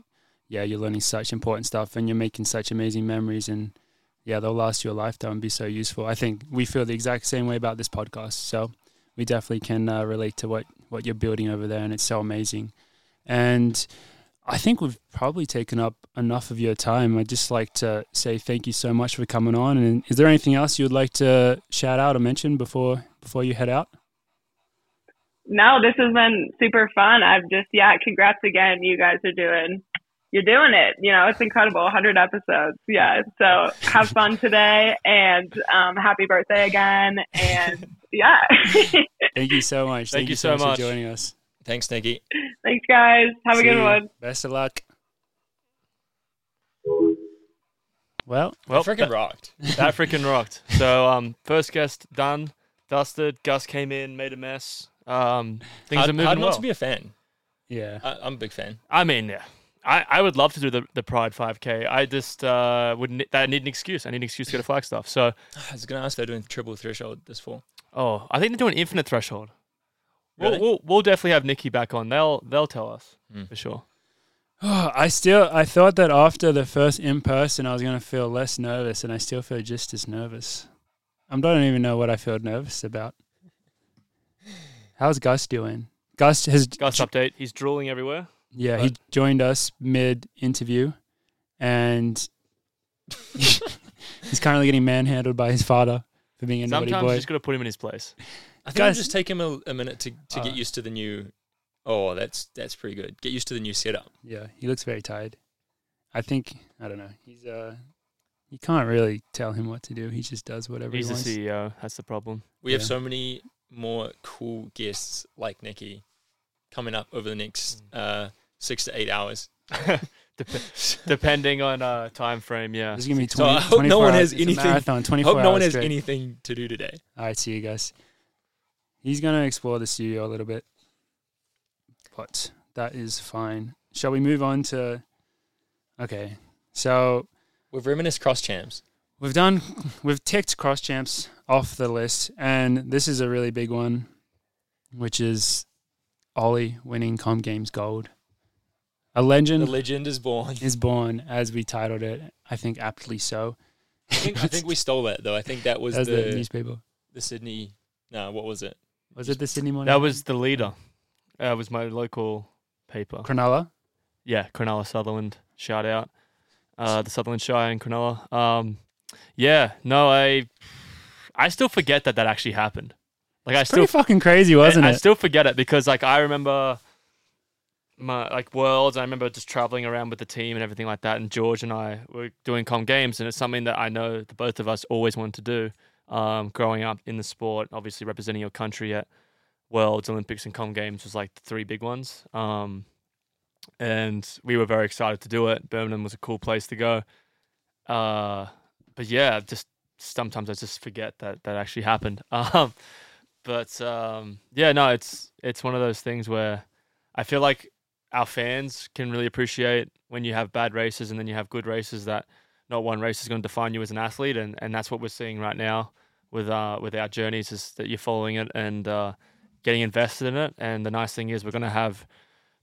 Speaker 2: yeah, you're learning such important stuff and you're making such amazing memories, and yeah, they'll last you a lifetime and be so useful. I think we feel the exact same way about this podcast. So we definitely can uh, relate to what what you're building over there, and it's so amazing. And I think we've probably taken up enough of your time. I'd just like to say thank you so much for coming on. And is there anything else you would like to shout out or mention before before you head out?
Speaker 5: [LAUGHS] no, this has been super fun. I've just yeah, congrats again. You guys are doing you're doing it. You know, it's incredible. 100 episodes. Yeah. So have fun today and um, happy birthday again. And yeah, [LAUGHS]
Speaker 2: Thank you so much.
Speaker 3: Thank you so much.
Speaker 2: for joining us.
Speaker 1: Thanks, Nikki.
Speaker 5: thanks guys. Have a
Speaker 2: See
Speaker 5: good
Speaker 2: you.
Speaker 5: one.
Speaker 2: Best of luck. Well,
Speaker 3: Well,
Speaker 1: Freaking
Speaker 3: that-
Speaker 1: rocked.
Speaker 3: That freaking rocked. So, um, first guest done, dusted. Gus came in, made a mess. Um, things
Speaker 1: Hard,
Speaker 3: are moving
Speaker 1: hard
Speaker 3: well.
Speaker 1: not to be a fan.
Speaker 2: yeah.
Speaker 1: I, I'm a big fan.
Speaker 3: I mean, yeah, I, I would love to do the, the Pride 5K. I just uh, would ne- I need an excuse. I need an excuse to go to Flagstaff. So,
Speaker 1: [SIGHS] I was gonna ask if they're doing triple threshold this fall.
Speaker 3: oh, I think they're doing infinite threshold.
Speaker 1: Really?
Speaker 3: We'll, we'll we'll definitely have Nikki back on. They'll they'll tell us
Speaker 1: Mm.
Speaker 3: for sure.
Speaker 2: [SIGHS] I still I thought that after the first in person I was going to feel less nervous and I still feel just as nervous. I don't even know what I feel nervous about. How's Gus doing? Gus has
Speaker 3: Gus update. He's drooling everywhere.
Speaker 2: Yeah, he joined us mid interview, and [LAUGHS] he's currently getting manhandled by his father for being a naughty
Speaker 3: Sometimes you
Speaker 2: boy.
Speaker 3: just got to put him in his place.
Speaker 1: [SIGHS] I think
Speaker 2: Guys-
Speaker 1: it'll just take him a, a minute to, to
Speaker 2: Uh.
Speaker 1: get used to the new. Oh, that's that's pretty good. Get used to the new setup.
Speaker 2: Yeah, he looks very tired. I think I don't know. He's uh, you can't really tell him what to do. He just does whatever
Speaker 3: He's
Speaker 2: he
Speaker 3: the
Speaker 2: wants.
Speaker 3: CEO. That's the problem.
Speaker 1: We have
Speaker 2: Yeah.
Speaker 1: so many more cool
Speaker 2: Mm. [LAUGHS]
Speaker 1: guests like Nikki coming up over the next uh, six to eight hours. [LAUGHS]
Speaker 3: Dep- depending on uh, time frame. Yeah.
Speaker 2: This is gonna be
Speaker 1: So
Speaker 2: 20,
Speaker 1: I hope no
Speaker 2: 24
Speaker 1: one
Speaker 2: hours.
Speaker 1: has
Speaker 2: It's a
Speaker 1: anything.
Speaker 2: Marathon,
Speaker 1: I
Speaker 2: twenty four
Speaker 1: hope
Speaker 2: hours.
Speaker 1: no one has
Speaker 2: straight.
Speaker 1: anything to do today.
Speaker 2: All right, see you guys. He's gonna explore the studio a little bit, but that is fine. Shall we move on to? Okay, so
Speaker 1: We've reminisced cross champs.
Speaker 2: we've done, we've ticked cross champs off the list, and this is a really big one, which is Ollie winning Com Games Gold. A
Speaker 1: The
Speaker 2: legend
Speaker 1: legend is born.
Speaker 2: is born, as we titled it. I think aptly so.
Speaker 1: I think, I think we stole that though. I think that was
Speaker 2: as the,
Speaker 1: the
Speaker 2: newspaper.
Speaker 1: the Sydney. No, what was it?
Speaker 2: Was it the Sydney Morning?
Speaker 3: That was the leader. That was my local paper.
Speaker 2: Cronulla.
Speaker 3: yeah, Cronulla Sutherland. Shout out. Uh, the Sutherland Shire and Cronulla. Um, yeah, no, I I still forget that that actually happened. Like I still
Speaker 2: Pretty fucking crazy, wasn't
Speaker 3: I,
Speaker 2: it?
Speaker 3: I still forget it because like I remember my like worlds. I remember just traveling around with the team and everything like that. And George and I were doing com games, and it's something that I know the both of us always wanted to do. Um, growing up in the sport, obviously representing your country at worlds, Olympics, and com games was like the three big ones. Um, and we were very excited to do it. Birmingham was a cool place to go. Uh, but yeah, just sometimes I just forget that that actually happened. [LAUGHS] Um, but um, yeah, no, it's it's one of those things where I feel like our fans can really appreciate when you have bad races and then you have good races that not one race is going to define you as an athlete, and, and that's what we're seeing right now with uh with our journeys is that you're following it and uh, getting invested in it. And the nice thing is we're going to have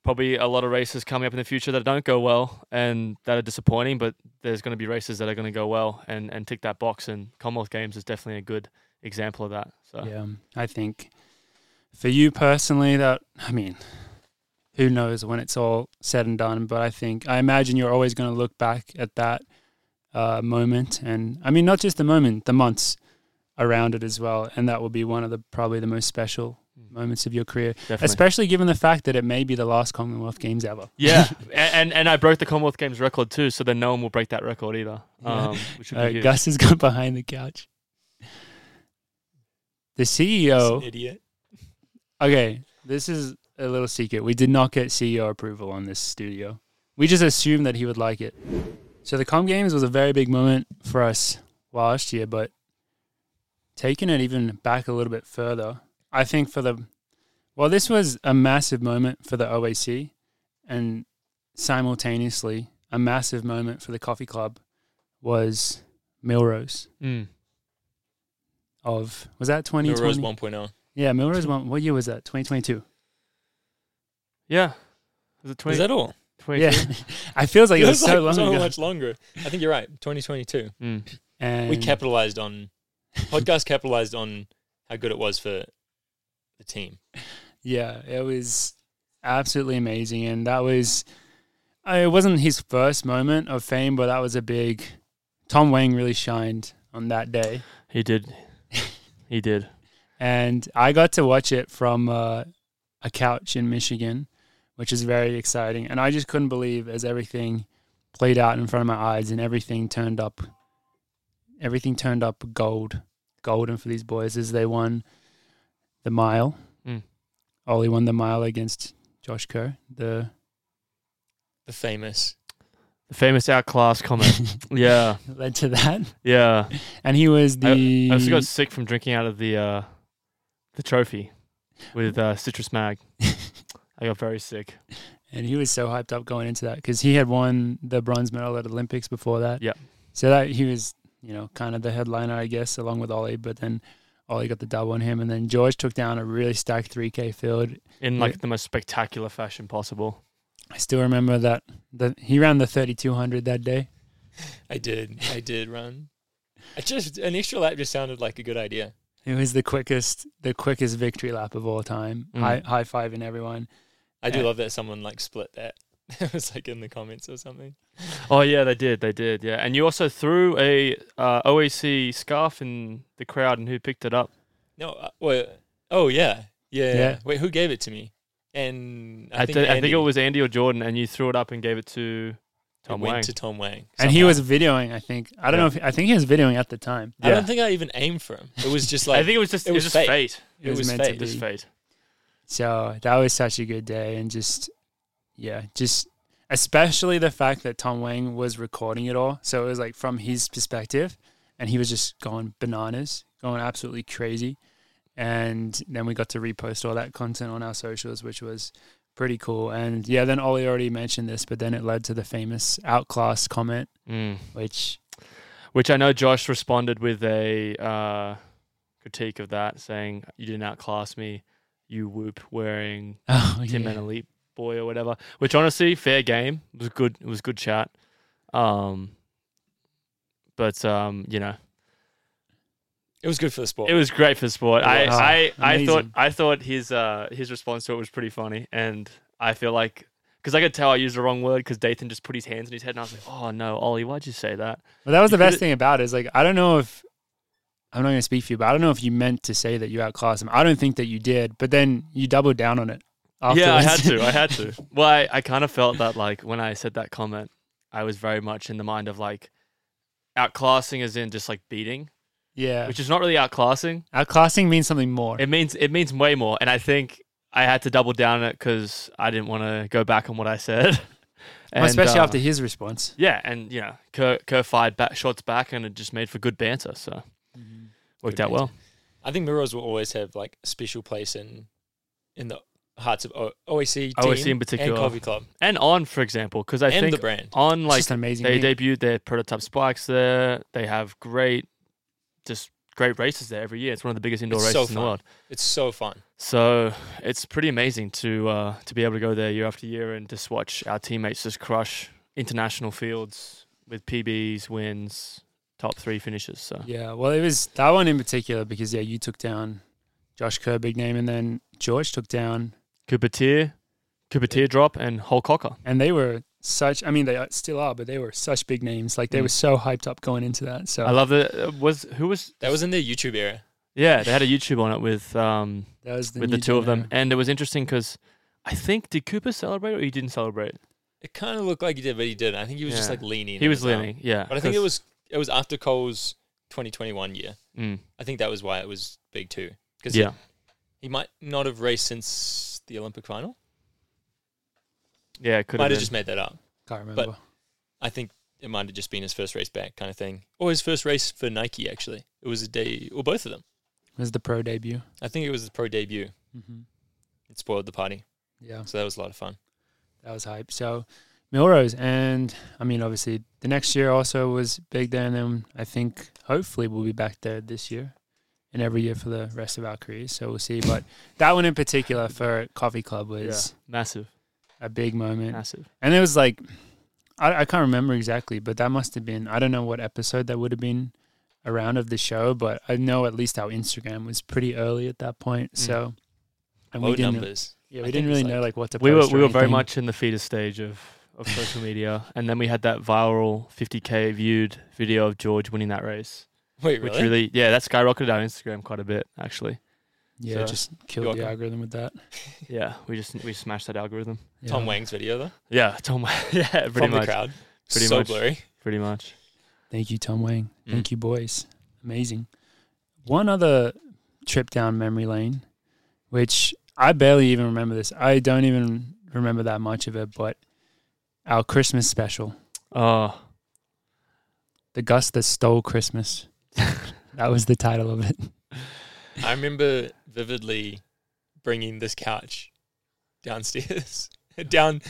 Speaker 3: probably a lot of races coming up in the future that don't go well and that are disappointing, but there's going to be races that are going to go well and and tick that box. And Commonwealth Games is definitely a good example of that. So.
Speaker 2: Yeah, I think for you personally, that I mean, who knows when it's all said and done? But I think I imagine you're always going to look back at that uh, moment, and I mean, not just the moment, the months around it as well, and that will be one of the probably the most special moments of your career,
Speaker 3: Mm. Definitely.
Speaker 2: especially given the fact that it may be the last Commonwealth Games ever.
Speaker 3: [LAUGHS]
Speaker 2: [LAUGHS]
Speaker 3: Yeah, A- and and I broke the Commonwealth Games record too, so then no one will break that record
Speaker 2: [LAUGHS]
Speaker 3: either. Um, which would
Speaker 2: All
Speaker 3: be
Speaker 2: right,
Speaker 3: huge.
Speaker 2: Uh, Gus has gone [LAUGHS] behind the couch. The E CEO.
Speaker 1: This idiot.
Speaker 2: Okay, this is a little secret. We did not get CEO approval on this studio. We just assumed that he would like it. So the Com Games was a very big moment for us last year, but taking it even back a little bit further, I think for the well, this was a massive moment for the OAC and simultaneously a massive moment for the coffee club was Milrose
Speaker 3: Mm.
Speaker 2: of was that twenty
Speaker 1: Melrose
Speaker 2: twenty?
Speaker 1: 1.0.
Speaker 2: Yeah, Milrose one what year was that? Twenty twenty two.
Speaker 3: Yeah, was it
Speaker 1: Is
Speaker 3: twenty?
Speaker 1: that all?
Speaker 2: Yeah, [LAUGHS] I feels like
Speaker 1: [LAUGHS]
Speaker 2: it was
Speaker 1: Feels
Speaker 2: so long
Speaker 1: so
Speaker 2: ago.
Speaker 1: much longer. I think you're right. 2022.
Speaker 3: [LAUGHS] Mm.
Speaker 2: And
Speaker 1: we capitalized on podcast capitalized on how good it was for the team.
Speaker 2: Yeah, it was absolutely amazing, and that was. uh, It wasn't his first moment of fame, but that was a big. Tom Wang really shined on that day,
Speaker 3: He did. He did.
Speaker 2: and I got to watch it from uh, a couch in Michigan, which is very exciting. And I just couldn't believe as everything played out in front of my eyes, and everything turned up. Everything turned up gold, golden for these boys as they won the mile.
Speaker 3: Mm.
Speaker 2: Ollie won the mile against Josh Kerr, the
Speaker 1: The famous.
Speaker 3: The famous outclass comment.
Speaker 2: [LAUGHS]
Speaker 3: yeah,
Speaker 2: led to that.
Speaker 3: yeah.
Speaker 2: And he was the
Speaker 3: I also got sick from drinking out of the uh, the trophy with uh, citrus
Speaker 2: [LAUGHS]
Speaker 3: mag. I got very sick.
Speaker 2: and he was so hyped up going into that because he had won the bronze medal at Olympics before that.
Speaker 3: Yep.
Speaker 2: So that he was, you know, kind of the headliner, I guess, along with Ollie. But then Ollie got the double on him, and then George took down a really stacked three k field.
Speaker 3: In
Speaker 2: Yeah.
Speaker 3: like the most spectacular fashion possible.
Speaker 2: I still remember that that he ran the thirty two hundred that day.
Speaker 1: I did. I did run. I just an extra lap just sounded like a good idea.
Speaker 2: It was the quickest, the quickest victory lap of all time.
Speaker 3: Mm.
Speaker 2: High high fiving everyone.
Speaker 1: I do
Speaker 2: Yeah.
Speaker 1: love that someone like split that. [LAUGHS] it was like in the comments or something.
Speaker 3: Oh yeah, they did. They did. Yeah, and you also threw a uh, OAC scarf in the crowd, and who picked it up?
Speaker 1: No, uh, well, oh yeah, yeah,
Speaker 2: Yeah.
Speaker 1: Wait, who gave it to me? And I,
Speaker 3: I,
Speaker 1: think
Speaker 3: thi- I
Speaker 1: Andy.
Speaker 3: think it was Andy or Jordan, and you threw it up and gave it to
Speaker 1: It
Speaker 3: Tom
Speaker 1: went
Speaker 3: Wang.
Speaker 1: to Tom Wang.
Speaker 2: And he
Speaker 1: somehow.
Speaker 2: was videoing. I think I don't know. if I think he was videoing at the time.
Speaker 1: I
Speaker 3: Yeah.
Speaker 1: don't think I even aimed for him. It was just
Speaker 3: [LAUGHS]
Speaker 1: like
Speaker 3: I think it was just
Speaker 1: it
Speaker 3: it was,
Speaker 1: was
Speaker 3: just fate.
Speaker 2: It was meant
Speaker 1: fate.
Speaker 2: to
Speaker 3: It was
Speaker 2: be.
Speaker 3: fate.
Speaker 2: So that was such a good day, and just yeah, just especially the fact that Tom Wang was recording it all. So it was like from his perspective, and he was just going bananas, going absolutely crazy. And then we got to repost all that content on our socials, which was pretty cool. And yeah, then Ollie already mentioned this, but then it led to the famous outclass comment,
Speaker 3: Mm.
Speaker 2: which
Speaker 3: Which I know Josh responded with a uh, critique of that, saying, You didn't outclass me, you whoop wearing
Speaker 2: [LAUGHS] oh,
Speaker 3: Tim and Elite Boy or whatever. Which honestly, fair game. It was good. It was good chat. Um, but um, you know,
Speaker 1: It was good for the sport.
Speaker 3: it was great for sport. I
Speaker 2: Wow.
Speaker 3: I, I
Speaker 2: Amazing.
Speaker 3: thought I thought his uh his response to it was pretty funny, and I feel like because I could tell I used the wrong word because Dathan just put his hands in his head, and I was like, oh no, Ollie, why'd you say that?
Speaker 2: Well, that was
Speaker 3: You
Speaker 2: the
Speaker 3: could-
Speaker 2: best thing about it is like I don't know if I'm not going to speak for you, but I don't know if you meant to say that you outclassed him. I don't think that you did, but then you doubled down on it.
Speaker 3: Yeah, I had
Speaker 2: afterwards.
Speaker 3: to. I had to. Well, I, I kind of felt that like when I said that comment, I was very much in the mind of like outclassing as in just like beating,
Speaker 2: yeah,
Speaker 3: which is not really outclassing.
Speaker 2: [LAUGHS] outclassing means something more.
Speaker 3: It means it means way more, and I think I had to double down on it because I didn't want to go back on what I said. [LAUGHS]
Speaker 2: Well, especially
Speaker 3: uh,
Speaker 2: after his response.
Speaker 3: yeah, and yeah, Kerr, Kerr fired back, shots back, and it just made for good banter. So worked
Speaker 1: Mm-hmm. Good
Speaker 3: out well.
Speaker 1: I think Mirrors will always have like a special place in in the hearts of o- OAC,
Speaker 3: OAC
Speaker 1: team
Speaker 3: in particular.
Speaker 1: and Coffee Club
Speaker 3: And on, for example, because I
Speaker 1: and
Speaker 3: think
Speaker 1: the brand.
Speaker 3: on
Speaker 2: It's
Speaker 3: like
Speaker 2: just an amazing.
Speaker 3: they
Speaker 2: thing.
Speaker 3: debuted their prototype spikes there. They have great, just great races there every year. It's one of the biggest indoor
Speaker 1: It's so
Speaker 3: races in the
Speaker 1: fun.
Speaker 3: world.
Speaker 1: It's so fun.
Speaker 3: So it's pretty amazing to uh, to be able to go there year after year and just watch our teammates just crush international fields with PBs, wins, top three finishes. So
Speaker 2: Yeah, well, it was that one in particular because yeah, you took down Josh Kerr, big name, and then George took down,
Speaker 3: Cupertier, Cupertier drop, and Hulk Hocker.
Speaker 2: and they were such. I mean, they are- still are, but they were such big names. Like they
Speaker 3: Mm.
Speaker 2: were so hyped up going into that. So
Speaker 3: I love that. Was who was
Speaker 1: That was in the YouTube era.
Speaker 3: yeah? They had a YouTube on it with um
Speaker 2: that was the
Speaker 3: with the
Speaker 2: new
Speaker 3: two of them,
Speaker 2: dynamic.
Speaker 3: and it was interesting because I think did Cooper celebrate or he didn't celebrate?
Speaker 1: It kind of looked like he did, but he didn't. I think he was just
Speaker 3: Yeah.
Speaker 1: like leaning.
Speaker 3: He
Speaker 1: on
Speaker 3: was
Speaker 1: his arm.
Speaker 3: leaning, yeah.
Speaker 1: But I think it
Speaker 3: 'cause-
Speaker 1: was it was after Cole's 2021 year.
Speaker 3: Mm,
Speaker 1: I think that was why it was big too. Because
Speaker 3: yeah,
Speaker 1: he, might not have raced since the Olympic final.
Speaker 3: yeah, it could
Speaker 1: might
Speaker 3: have
Speaker 1: have
Speaker 3: been.
Speaker 1: just made that up.
Speaker 2: Can't remember.
Speaker 1: I think it might have just been his first race back kind of thing, or his first race for Nike. Actually, it was a day or both of them.
Speaker 2: It was the pro debut.
Speaker 1: I think it was the pro debut.
Speaker 2: hmm
Speaker 1: It spoiled the party,
Speaker 2: Yeah.
Speaker 1: so that was a lot of fun.
Speaker 2: That was hype. So Milrose, and I mean, obviously, the next year also was big there, and then I think hopefully we'll be back there this year and every year for the rest of our careers. So we'll see. But that one in particular for Coffee Club was
Speaker 3: massive,
Speaker 2: a big moment,
Speaker 3: massive.
Speaker 2: and it was like I, I can't remember exactly, but that must have been I don't know what episode that would have been around of the show, but I know at least our Instagram was pretty early at that point.
Speaker 3: Mm.
Speaker 2: So and
Speaker 1: Low
Speaker 2: we didn't
Speaker 1: numbers. I
Speaker 2: yeah we
Speaker 1: think
Speaker 2: didn't
Speaker 1: it
Speaker 2: really
Speaker 1: was
Speaker 2: know
Speaker 1: like-
Speaker 2: like what to
Speaker 3: We were
Speaker 2: post or
Speaker 3: we were very
Speaker 2: anything.
Speaker 3: much in the feeder stage of of social media, and then we had that viral 50k viewed video of George winning that race,
Speaker 1: Wait, really?
Speaker 3: which really yeah, that skyrocketed our Instagram quite a bit actually.
Speaker 2: yeah
Speaker 3: So-
Speaker 2: just killed the
Speaker 1: welcome.
Speaker 2: algorithm with that.
Speaker 3: Yeah, we just we smashed that algorithm.
Speaker 1: Tom
Speaker 2: Yeah.
Speaker 1: Wang's video though.
Speaker 3: Yeah, Tom. [LAUGHS] Yeah, pretty
Speaker 1: From
Speaker 3: much.
Speaker 1: the crowd.
Speaker 3: Pretty
Speaker 1: so
Speaker 3: much.
Speaker 1: blurry.
Speaker 3: Pretty much.
Speaker 2: Thank you, Tom Wang.
Speaker 1: Mm.
Speaker 2: Thank you, boys. Amazing. One other trip down memory lane, which I barely even remember this. I don't even remember that much of it, but our Christmas special,
Speaker 3: Oh,
Speaker 2: The Gus That
Speaker 1: [LAUGHS]
Speaker 2: Stole Christmas. that was the title of it.
Speaker 1: I remember vividly bringing this couch downstairs, [LAUGHS] down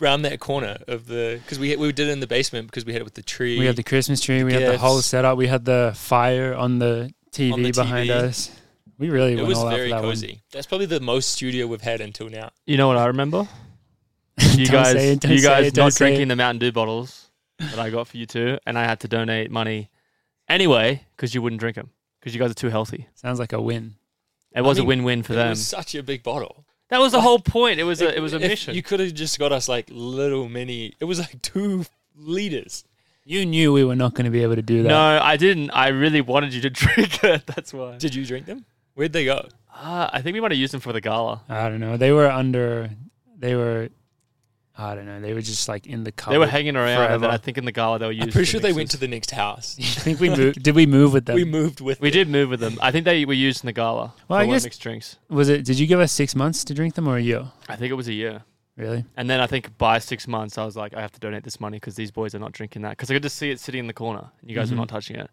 Speaker 1: round that corner of the because we we did it in the basement because we had it with the tree.
Speaker 2: We had the Christmas tree, we had the whole
Speaker 1: gifts.
Speaker 2: setup, we had the fire on the TV
Speaker 1: On the
Speaker 2: behind
Speaker 1: TV.
Speaker 2: us. We really
Speaker 1: it
Speaker 2: went
Speaker 1: was
Speaker 2: all out for
Speaker 1: very
Speaker 2: that
Speaker 1: cozy. That's probably the most studio we've had until now.
Speaker 3: you know what I remember?
Speaker 2: one.
Speaker 3: you
Speaker 2: Don't
Speaker 3: guys,
Speaker 2: say it, don't
Speaker 3: you
Speaker 2: say
Speaker 3: guys
Speaker 2: it, don't
Speaker 3: not
Speaker 2: say it.
Speaker 3: drinking the Mountain Dew bottles that I got for you too, and I had to donate money anyway because you wouldn't drink them because you guys are too healthy.
Speaker 2: Sounds like a win.
Speaker 3: It was
Speaker 1: mean,
Speaker 3: a win-win for
Speaker 1: it
Speaker 3: them.
Speaker 1: was such a big bottle.
Speaker 3: that was the whole point. It was a
Speaker 1: If-
Speaker 3: it was a
Speaker 1: if
Speaker 3: mission.
Speaker 1: You could have just got us like little mini. It was like two liters.
Speaker 2: [LAUGHS] You knew we were not going to be able to do that.
Speaker 3: no, I didn't. I really wanted you to [LAUGHS] drink it. That's why.
Speaker 1: Did you drink them? Where'd they go?
Speaker 3: Ah, I think we might have used them for the gala.
Speaker 2: I don't know. They were under. They were. I don't know. They were just like in the cupboard.
Speaker 3: They were hanging around, and then
Speaker 2: forever.
Speaker 3: I think in the gala they were used.
Speaker 1: I'm pretty
Speaker 3: for
Speaker 1: sure they went to
Speaker 3: mixes.
Speaker 1: the next house.
Speaker 2: [LAUGHS] I think we moved. Did we move with them?
Speaker 1: we moved with.
Speaker 3: We
Speaker 1: it.
Speaker 3: did move with them. I think they were used in the gala.
Speaker 2: Well, I
Speaker 3: for one
Speaker 2: guess-
Speaker 3: mixed drinks.
Speaker 2: was it? Did you give us six months to drink them or a year?
Speaker 3: I think it was a year.
Speaker 2: Really?
Speaker 3: And then I think by six months, I was like, I have to donate this money because these boys are not drinking that. Because I could just see it sitting in the corner. And you guys
Speaker 2: Mhm.
Speaker 3: were not touching it.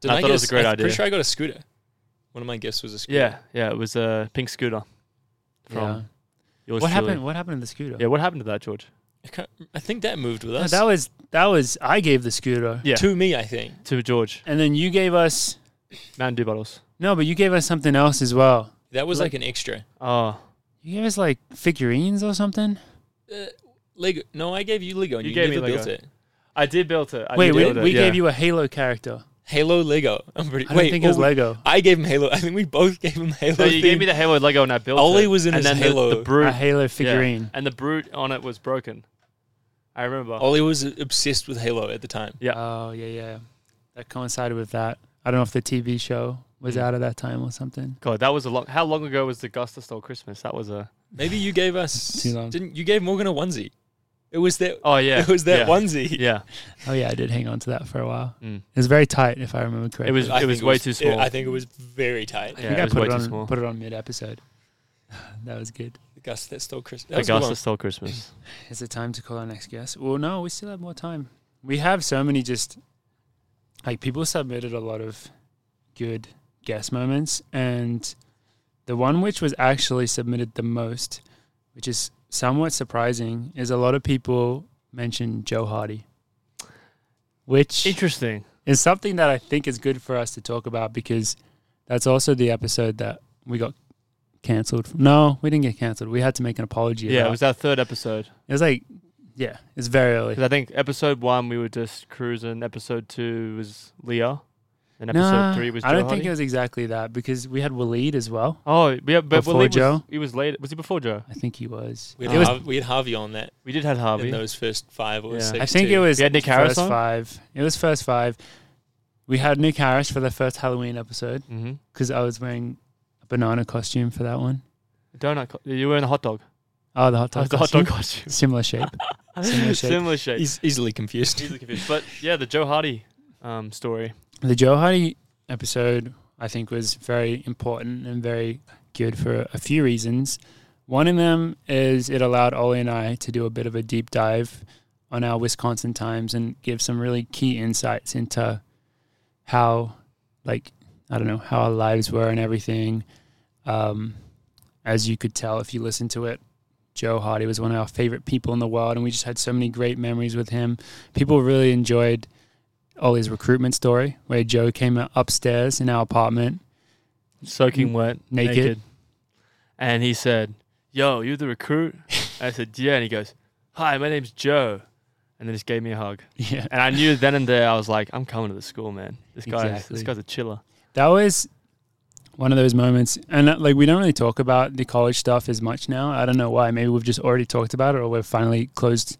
Speaker 1: Did
Speaker 3: I
Speaker 1: I,
Speaker 3: thought it
Speaker 1: get
Speaker 3: was a great
Speaker 1: I'm
Speaker 3: idea.
Speaker 1: Pretty sure I got a scooter. One of my gifts was a scooter.
Speaker 3: Yeah, yeah. It was a pink scooter from
Speaker 2: Yeah.
Speaker 3: yours.
Speaker 2: What
Speaker 3: truly.
Speaker 2: happened? What happened to the scooter?
Speaker 3: Yeah, what happened to that, George?
Speaker 1: I, can't, I think that moved with
Speaker 2: No,
Speaker 1: us.
Speaker 2: that was that was I gave the scooter,
Speaker 3: Yeah,
Speaker 1: to me, I think.
Speaker 3: to George.
Speaker 2: and then you gave us
Speaker 3: Mountain Dew bottles.
Speaker 2: no, but you gave us something else as well.
Speaker 1: That was
Speaker 3: Like-
Speaker 1: like an extra.
Speaker 3: Oh,
Speaker 2: You gave us like figurines or something.
Speaker 1: Uh, Lego. No, I gave you Lego. And
Speaker 3: You
Speaker 1: you,
Speaker 3: gave me
Speaker 1: never built
Speaker 3: Lego.
Speaker 1: it.
Speaker 3: I did build it. I
Speaker 2: Wait,
Speaker 3: did
Speaker 2: we,
Speaker 3: build it,
Speaker 2: we
Speaker 3: yeah.
Speaker 2: gave you a Halo character.
Speaker 1: Halo Lego. I'm pretty.
Speaker 2: I don't
Speaker 1: wait,
Speaker 2: think it was
Speaker 1: oh,
Speaker 2: Lego.
Speaker 1: I gave him Halo. I think we both gave him [LAUGHS] Halo.
Speaker 3: No, you gave
Speaker 1: themed-
Speaker 3: me the Halo Lego and I built it.
Speaker 1: Ollie was in
Speaker 3: and
Speaker 1: his
Speaker 3: then the- The,
Speaker 1: Halo.
Speaker 2: A
Speaker 3: brute,
Speaker 2: Halo
Speaker 3: yeah,
Speaker 2: figurine.
Speaker 3: and the brute on it was broken. I remember.
Speaker 1: Ollie was obsessed with Halo at the time.
Speaker 3: Yeah.
Speaker 2: Oh yeah, yeah. That coincided with that. I don't know if the TV show was
Speaker 3: Mm.
Speaker 2: out at that time or something.
Speaker 3: God, that was a long. How long ago was the Gusta Stole Christmas? That was a.
Speaker 1: Maybe you gave us.
Speaker 2: [SIGHS] Too long.
Speaker 1: Didn't you gave Morgan a onesie? It was that.
Speaker 3: Oh yeah,
Speaker 1: [LAUGHS] It was that
Speaker 3: yeah.
Speaker 1: onesie.
Speaker 3: Yeah,
Speaker 2: Oh yeah, I did hang on to that for a while.
Speaker 3: Mm.
Speaker 2: It was very tight, if I remember correctly.
Speaker 3: it was.
Speaker 1: I
Speaker 3: It was
Speaker 1: think
Speaker 3: way too small.
Speaker 1: I think it was very tight.
Speaker 2: I
Speaker 3: yeah,
Speaker 2: think
Speaker 3: it
Speaker 2: I
Speaker 3: was
Speaker 2: put
Speaker 3: way
Speaker 2: it
Speaker 3: too
Speaker 2: on
Speaker 3: small.
Speaker 2: put it on mid episode. [SIGHS] that was good.
Speaker 1: Gus, that stole Chris. That
Speaker 3: the
Speaker 1: was a good
Speaker 3: Gusta
Speaker 1: one.
Speaker 3: Stole Christmas.
Speaker 2: [LAUGHS] Is it time to call our next guest? Well, no, we still have more time. We have so many just like people submitted a lot of good guest moments, and the one which was actually submitted the most, which is somewhat surprising, is a lot of people mentioned Joe Hardy, which
Speaker 3: Interesting.
Speaker 2: is something that I think is good for us to talk about because that's also the episode that we got cancelled. from. No, we didn't get cancelled. We had to make an apology.
Speaker 3: Yeah,
Speaker 2: about.
Speaker 3: it was our third episode.
Speaker 2: It was like, yeah, it's very early.
Speaker 3: Because I think episode one we were just cruising. Episode two was Leah, and episode
Speaker 2: Nah,
Speaker 3: three was. Joe
Speaker 2: I don't
Speaker 3: Hardy.
Speaker 2: think it was exactly that because we had Waleed as well.
Speaker 3: Oh yeah, but
Speaker 2: Before
Speaker 3: well, he was,
Speaker 2: Joe?
Speaker 3: he was late. Was he before Joe?
Speaker 2: I think he was.
Speaker 1: We
Speaker 2: It
Speaker 1: had,
Speaker 2: was-
Speaker 1: Harvey, we had Harvey on that
Speaker 3: We did have
Speaker 1: in
Speaker 3: Harvey.
Speaker 1: those first five or
Speaker 3: Yeah.
Speaker 1: six.
Speaker 2: I think it
Speaker 1: too.
Speaker 2: was
Speaker 3: You had Nick Harris
Speaker 2: first
Speaker 3: on?
Speaker 2: five. It was first five. We had Nick Harris for the first Halloween episode
Speaker 3: hmm
Speaker 2: because I was wearing a banana costume for that one.
Speaker 3: Donut. Co- you were in a hot dog.
Speaker 2: Oh, the hot
Speaker 3: That was
Speaker 2: dog.
Speaker 3: the hot
Speaker 2: costume.
Speaker 3: dog costume. [LAUGHS]
Speaker 2: Similar shape. Similar shape.
Speaker 3: Similar shape.
Speaker 1: He's easily confused.
Speaker 3: Easily confused. But yeah, the Joe Hardy um, story.
Speaker 2: the Joe Hardy episode, I think, was very important and very good for a few reasons. One of them is it allowed Ollie and I to do a bit of a deep dive on our Wisconsin times and give some really key insights into how, like, I don't know, how our lives were and everything. Um, as you could tell if you listened to it, Joe Hardy was one of our favorite people in the world, and we just had so many great memories with him. People really enjoyed Ollie's recruitment story, where Joe came upstairs in our apartment.
Speaker 3: soaking
Speaker 2: N-
Speaker 3: wet,
Speaker 2: naked.
Speaker 3: And he said, Yo, you the
Speaker 2: [LAUGHS]
Speaker 3: recruit? I said, Yeah. And he goes, Hi, my name's Joe. And then just gave me a hug.
Speaker 2: Yeah,
Speaker 3: And I knew then and there, I was like, I'm coming to the school, man. This guy's,
Speaker 2: Exactly.
Speaker 3: this guy's a chiller.
Speaker 2: that was one of those moments, and uh, like we don't really talk about the college stuff as much now. I don't know why. Maybe we've just already talked about it, or we've finally closed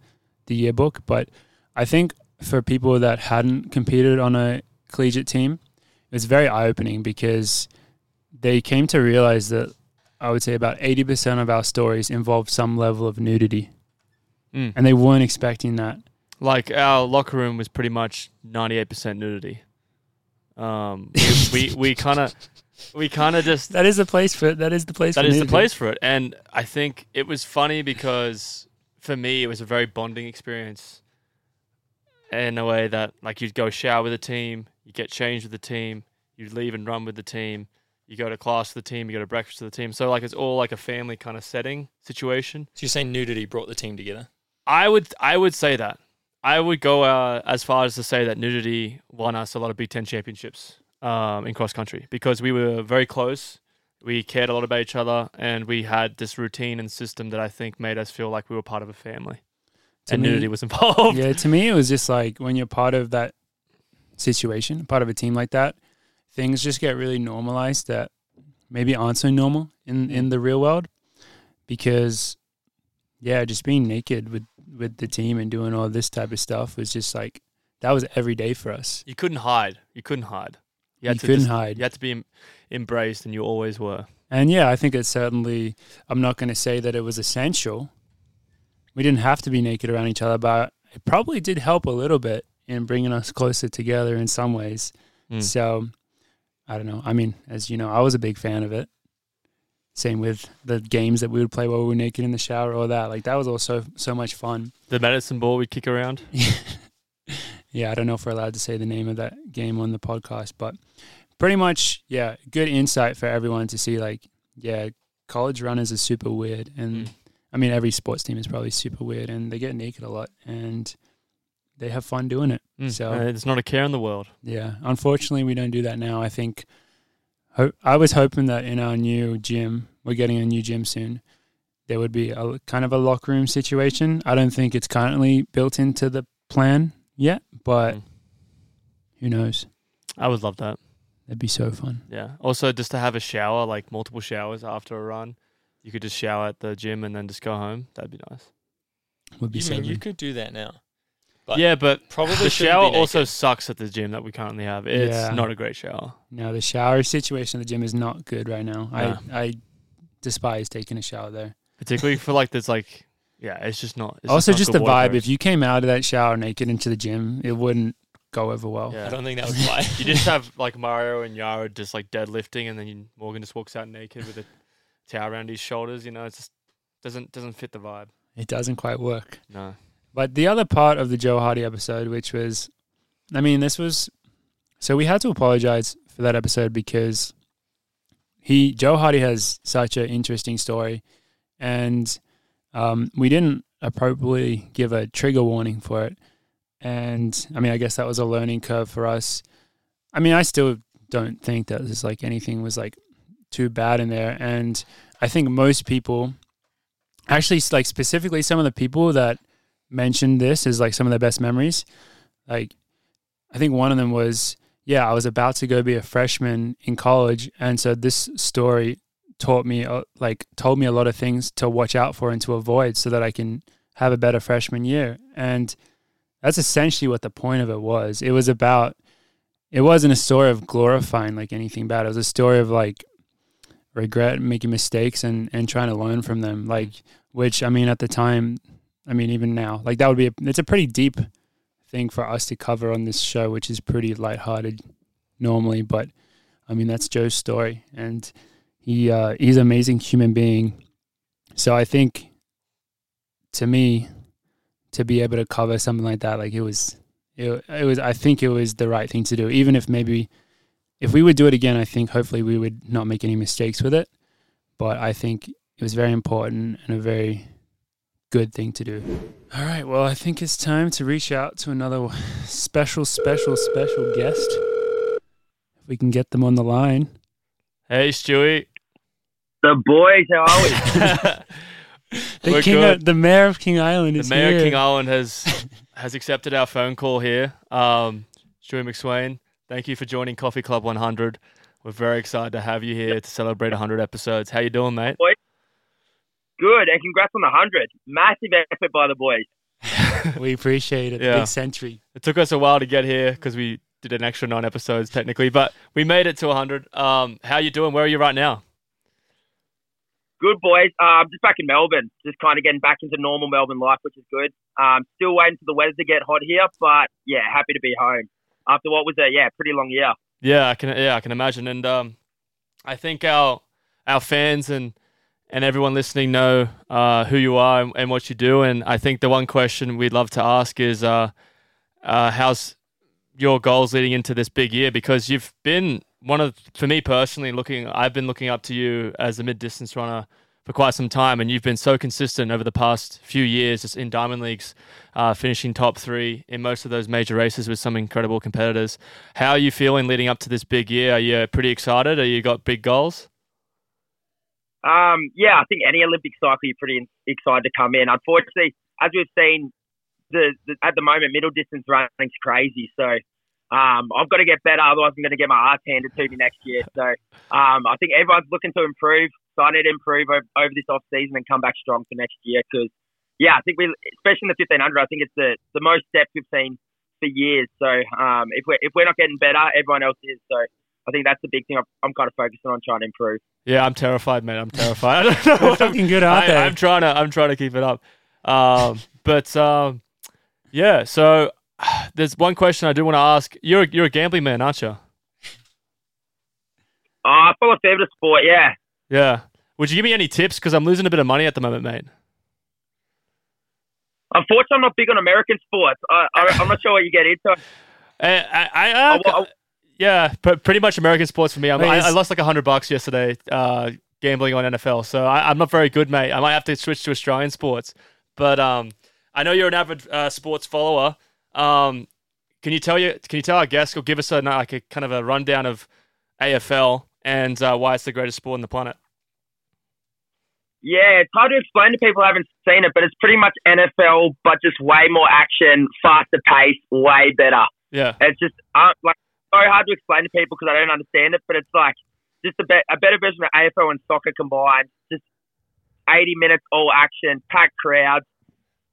Speaker 2: the yearbook. But I think for people that hadn't competed on a collegiate team, it was very eye opening because they came to realize that I would say about eighty percent of our stories involved some level of nudity,
Speaker 3: Mm.
Speaker 2: and they weren't expecting that.
Speaker 3: Like, our locker room was pretty much 98% nudity. Um, we, we, we kind of, we kind of just
Speaker 2: That is the place for. That is the [LAUGHS] place.
Speaker 3: That
Speaker 2: for
Speaker 3: is the
Speaker 2: nudity.
Speaker 3: place for it. And I think it was funny because for me, it was a very bonding experience in a way that, like, you'd go shower with the team, you get changed with the team, you leave and run with the team, you go to class with the team, you go to breakfast with the team. So, like, it's all like a family kind of setting situation.
Speaker 1: So you're saying nudity brought the team together?
Speaker 3: I would, I would say that. I would go uh, as far as to say that nudity won us a lot of Big Ten championships um, in cross country because we were very close. We cared a lot about each other, and we had this routine and system that I think made us feel like we were part of a family.
Speaker 2: To
Speaker 3: and
Speaker 2: me-
Speaker 3: nudity was [LAUGHS] involved.
Speaker 2: Yeah, to me, it was just like when you're part of that situation, part of a team like that, things just get really normalized that maybe aren't so normal in in the real world because yeah, just being naked with with the team and doing all this type of stuff was just like that was every day for us.
Speaker 3: You couldn't hide. You couldn't hide.
Speaker 2: You,
Speaker 3: had to
Speaker 2: couldn't
Speaker 3: just-
Speaker 2: hide.
Speaker 3: You had to be em- embraced, and you always were.
Speaker 2: And yeah, I think it's certainly, I'm not going to say that it was essential. We didn't have to be naked around each other, but it probably did help a little bit in bringing us closer together in some ways.
Speaker 3: Mm.
Speaker 2: So I don't know. I mean, as you know, I was a big fan of it. Same with the games that we would play while we were naked in the shower or that. Like that was all so so much fun.
Speaker 3: The medicine ball we kick around.
Speaker 2: [LAUGHS] yeah, I don't know if we're allowed to say the name of that game on the podcast, but pretty much, yeah, good insight for everyone to see. Like, yeah, college runners are super weird, and
Speaker 3: Mm.
Speaker 2: I mean, every sports team is probably super weird, and they get naked a lot, and they have fun doing it. So-
Speaker 3: Uh, there's not a care in the world.
Speaker 2: Yeah, unfortunately, we don't do that now. I think ho- I was hoping that in our new gym, we're getting a new gym soon. There would be a kind of a locker room situation. I don't think it's currently built into the plan yet, but
Speaker 3: Mm.
Speaker 2: who knows?
Speaker 3: I would love that.
Speaker 2: That'd be so fun.
Speaker 3: Yeah. Also, just to have a shower, like multiple showers after a run, you could just shower at the gym and then just go home. That'd be nice.
Speaker 2: Would be
Speaker 1: You
Speaker 2: so
Speaker 1: mean you
Speaker 2: good.
Speaker 1: could do that now? But
Speaker 3: yeah, but
Speaker 1: Probably
Speaker 3: the
Speaker 1: shouldn't
Speaker 3: shower
Speaker 1: be
Speaker 3: also
Speaker 1: naked.
Speaker 3: sucks at the gym that we currently have. It's
Speaker 2: Yeah.
Speaker 3: not a great shower.
Speaker 2: No, the shower situation at the gym is not good right now.
Speaker 3: Nah.
Speaker 2: I I despise taking a shower there.
Speaker 3: particularly for like there's like yeah it's just not it's
Speaker 2: also,
Speaker 3: not
Speaker 2: just
Speaker 3: good
Speaker 2: the
Speaker 3: water
Speaker 2: vibe.
Speaker 3: for us.
Speaker 2: If you came out of that shower naked into the gym, it wouldn't go over well.
Speaker 3: yeah.
Speaker 1: Oh, I don't think that would fly.
Speaker 3: you just
Speaker 1: [LAUGHS]
Speaker 3: have like mario and yara just like deadlifting and then you, morgan just walks out naked with a towel around his shoulders you know it just doesn't doesn't fit the vibe
Speaker 2: It doesn't quite work.
Speaker 3: no
Speaker 2: But the other part of the Joe Hardy episode, which was, I mean, this was, so we had to apologize for that episode because he, Joe Hardy has such an interesting story. And um, we didn't appropriately give a trigger warning for it. And I mean, I guess that was a learning curve for us. I mean, I still don't think that there's like anything was like too bad in there. And I think most people, actually, like specifically some of the people that mentioned this as like some of their best memories. Like, I think one of them was, yeah, I was about to go be a freshman in college, and so this story taught me, uh, like, told me a lot of things to watch out for and to avoid, so that I can have a better freshman year. And that's essentially what the point of it was. It was about. It wasn't a story of glorifying like anything bad. It was a story of like regret, making mistakes, and and trying to learn from them. Like, which I mean, at the time, I mean, even now, like that would be a, it's a pretty deep thing for us to cover on this show, which is pretty lighthearted normally. But I mean, that's Joe's story, and he uh, he's an amazing human being. So I think, to me, to be able to cover something like that, like it was, it, it was. I think it was the right thing to do, even if maybe if we would do it again, I think hopefully we would not make any mistakes with it. But I think it was very important and a very good thing to do. All right, well, I think it's time to reach out to another special, special, special guest. If we can get them on the line.
Speaker 3: hey stewie
Speaker 6: The boys
Speaker 3: [LAUGHS]
Speaker 6: are always
Speaker 3: the
Speaker 2: The
Speaker 3: We're
Speaker 2: king,
Speaker 3: good.
Speaker 2: of, the mayor of King Island is
Speaker 3: mayor
Speaker 2: here.
Speaker 3: of king island has has accepted our phone call here um stewie mcswain thank you for joining coffee club 100 we're very excited to have you here to celebrate 100 episodes how you doing mate
Speaker 6: good, and congrats on the hundred. Massive effort by the boys.
Speaker 2: we appreciate it. The
Speaker 3: Yeah.
Speaker 2: big century.
Speaker 3: It took us a while to get here because we did an extra nine episodes technically, but we made it to 100. Um, how you doing? Where are you right now?
Speaker 6: Good boys. Uh, I'm just back in Melbourne, just kind of getting back into normal Melbourne life, which is good. Um, still waiting for the weather to get hot here, but yeah, happy to be home after what was a yeah pretty long year.
Speaker 3: Yeah, I can. Yeah, I can imagine. And um, I think our our fans and and everyone listening know uh, who you are and, and what you do. And I think the one question we'd love to ask is, uh, uh, how's your goals leading into this big year? Because you've been one of, for me personally, looking. I've been looking up to you as a mid distance runner for quite some time, and you've been so consistent over the past few years, just in diamond leagues, uh, finishing top three in most of those major races with some incredible competitors. How are you feeling leading up to this big year? Are you pretty excited? Are you got big goals?
Speaker 6: Um, yeah, I think any Olympic cycle you're pretty in- excited to come in. Unfortunately, as we've seen, the, the at the moment middle distance running's crazy. So um, I've got to get better, otherwise I'm going to get my ass handed to me next year. So um, I think everyone's looking to improve. So I need to improve over, over this off season and come back strong for next year. Because yeah, I think we, especially in the 1500, I think it's the the most steps we've seen for years. So um, if we're if we're not getting better, everyone else is. So I think that's the big thing I'm, I'm kind of focusing on trying to improve.
Speaker 3: Yeah, I'm terrified, mate. I'm terrified. [LAUGHS] I don't know.
Speaker 2: We're
Speaker 3: what I'm-
Speaker 2: fucking good, aren't
Speaker 3: I,
Speaker 2: they?
Speaker 3: I'm trying to. I'm trying to keep it up. Um, [LAUGHS] but um, yeah. So [SIGHS] there's one question I do want to ask. You're a- you're a gambling man, aren't you?
Speaker 6: Oh, I follow a fair bit of sport, yeah.
Speaker 3: Yeah. Would you give me any tips? Because I'm losing a bit of money at the moment, mate.
Speaker 6: Unfortunately, I'm not big on American sports. I, I, I'm not sure what you
Speaker 3: [LAUGHS]
Speaker 6: get into. Oh,
Speaker 3: Uh, I, I, uh,
Speaker 6: I- I-
Speaker 3: yeah, pr- pretty much American sports for me. I'm,
Speaker 2: Wait,
Speaker 3: I,
Speaker 2: is-
Speaker 3: I lost like hundred bucks yesterday uh, gambling on NFL, so I, I'm not very good, mate. I might have to switch to Australian sports. But um, I know you're an avid uh, sports follower. Um, can you tell you? Can you tell our guests or give us a like a kind of a rundown of AFL and uh, why it's the greatest sport on the planet?
Speaker 6: Yeah, it's hard to explain to people who haven't seen it, but it's pretty much NFL, but just way more action, faster pace, way better.
Speaker 3: Yeah,
Speaker 6: It's just uh, like so hard to explain to people because I don't understand it, but it's like just a, be- a better version of AFL and soccer combined. Just 80 minutes all action, packed crowds,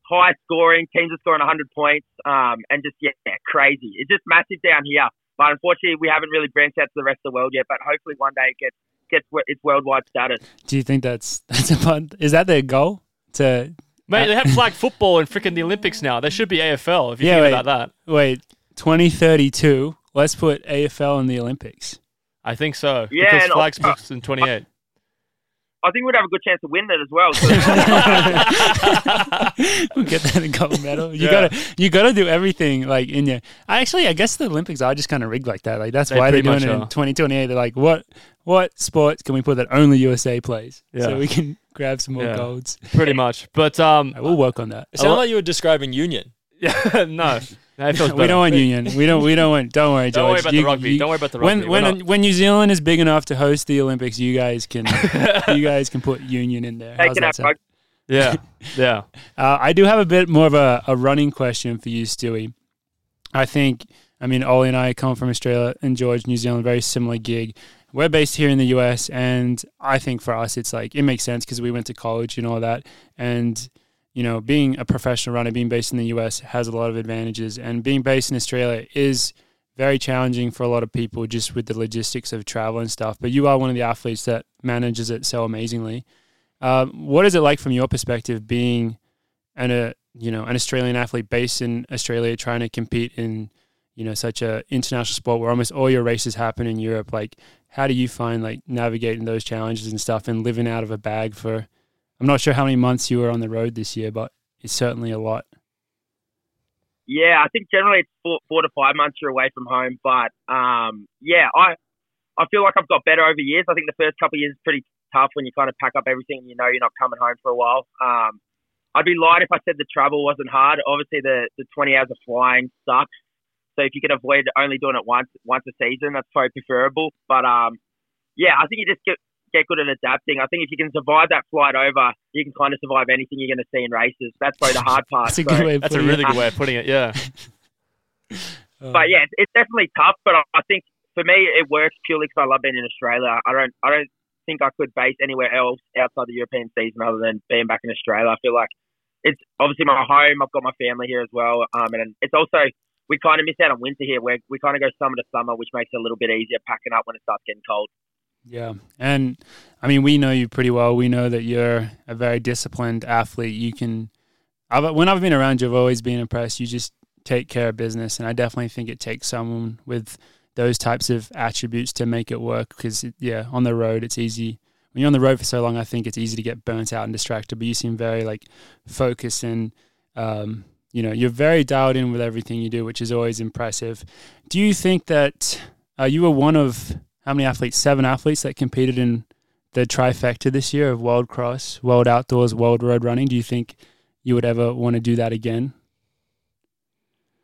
Speaker 6: high scoring, teams are scoring 100 points, um, and just, yeah, yeah, crazy. It's just massive down here. But unfortunately, we haven't really branched out to the rest of the world yet, but hopefully one day it gets, gets wo- its worldwide status.
Speaker 2: Do you think that's [LAUGHS] that's a pun? Is that their goal? To
Speaker 3: mate. They have flag football in freaking the Olympics now. They should be AFL if you
Speaker 2: Yeah,
Speaker 3: think
Speaker 2: wait.
Speaker 3: about that.
Speaker 2: wait, twenty thirty two. Let's put AFL in the Olympics. [LAUGHS]
Speaker 3: I think so.
Speaker 6: Yeah,
Speaker 3: because
Speaker 6: and
Speaker 3: flag
Speaker 6: also-
Speaker 3: sports in 28.
Speaker 6: I think we'd have a good chance to win that as well. So
Speaker 2: we'll get that [LAUGHS] a gold medal. You
Speaker 3: Yeah.
Speaker 2: gotta you gotta do everything like in your I actually I guess the Olympics are just kinda rigged like that. Like that's
Speaker 3: They
Speaker 2: why they're
Speaker 3: pretty much
Speaker 2: doing it in
Speaker 3: are.
Speaker 2: twenty twenty eight. They're like, what what sports can we put that only USA plays?
Speaker 3: Yeah.
Speaker 2: So we can [LAUGHS] grab [LAUGHS] some more
Speaker 3: Yeah.
Speaker 2: golds.
Speaker 3: [LAUGHS] Pretty much. But um,
Speaker 2: [LAUGHS] I will work on that.
Speaker 1: It sounded
Speaker 3: lo-
Speaker 1: like you were describing union.
Speaker 3: [LAUGHS] Yeah, no. That feels
Speaker 2: [LAUGHS] We don't want union. We don't we don't want don't worry,
Speaker 3: [LAUGHS]
Speaker 2: George.
Speaker 3: Don't worry about the
Speaker 2: You-
Speaker 3: rugby.
Speaker 2: you-
Speaker 3: don't worry about the rugby.
Speaker 2: when when when New Zealand is big enough to host the Olympics, you guys
Speaker 3: [LAUGHS]
Speaker 2: can you guys can put union in there.
Speaker 6: they
Speaker 2: How's
Speaker 6: can
Speaker 2: that
Speaker 6: have
Speaker 2: sound?
Speaker 6: rugby.
Speaker 2: [LAUGHS]
Speaker 3: yeah, yeah,
Speaker 2: Uh, I do have a bit more of a, a running question for you, Stewie. I think, I mean, Ollie and I come from Australia and George, New Zealand, very similar gig. We're based here in the US, and I think for us, it's like, it makes sense because we went to college and all that. And, you know, being a professional runner, being based in the US has a lot of advantages. And being based in Australia is very challenging for a lot of people just with the logistics of travel and stuff. But you are one of the athletes that manages it so amazingly. Um, what is it like from your perspective being and a you know an Australian athlete based in Australia trying to compete in you know such a international sport where almost all your races happen in Europe like how do you find like navigating those challenges and stuff and living out of a bag for I'm not sure how many months you were on the road this year but it's certainly a lot
Speaker 6: Yeah, I think generally it's four, four to five months you're away from home, but um, yeah, I I feel like I've got better over years. I think the first couple of years is pretty tough when you kind of pack up everything and you know you're not coming home for a while. Um, I'd be lying if I said the travel wasn't hard. Obviously, the the 20 hours of flying sucks. So if you can avoid only doing it once once a season, that's probably preferable. But um, yeah, I think you just get get good at adapting. I think if you can survive that flight over, you can kind of survive anything you're going to see in races. That's probably the hard part.
Speaker 2: [LAUGHS] that's a
Speaker 6: So-
Speaker 2: good way of
Speaker 3: that's a
Speaker 2: putting
Speaker 3: really
Speaker 2: it.
Speaker 3: good way of putting it.
Speaker 2: [LAUGHS]
Speaker 3: Yeah,
Speaker 6: but yeah, it's, it's definitely tough. But I, I think for me, it works purely because I love being in Australia. I don't, I don't think I could base anywhere else outside the European season other than being back in Australia. I feel like it's obviously my home. I've got my family here as well, um, and it's also we kind of miss out on winter here. Where we kind of go summer to summer, which makes it a little bit easier packing up when it starts getting cold.
Speaker 2: Yeah. And I mean, we know you pretty well. We know that you're a very disciplined athlete. You can, I've, when I've been around you, I've always been impressed. You just take care of business. And I definitely think it takes someone with those types of attributes to make it work. Because, yeah, on the road, it's easy. When you're on the road for so long, I think it's easy to get burnt out and distracted. But you seem very like focused and, um, you know, you're very dialed in with everything you do, which is always impressive. Do you think that uh, you were one of how many athletes? Seven athletes that competed in the trifecta this year of World Cross, World Outdoors, World Road Running. Do you think you would ever want to do that again?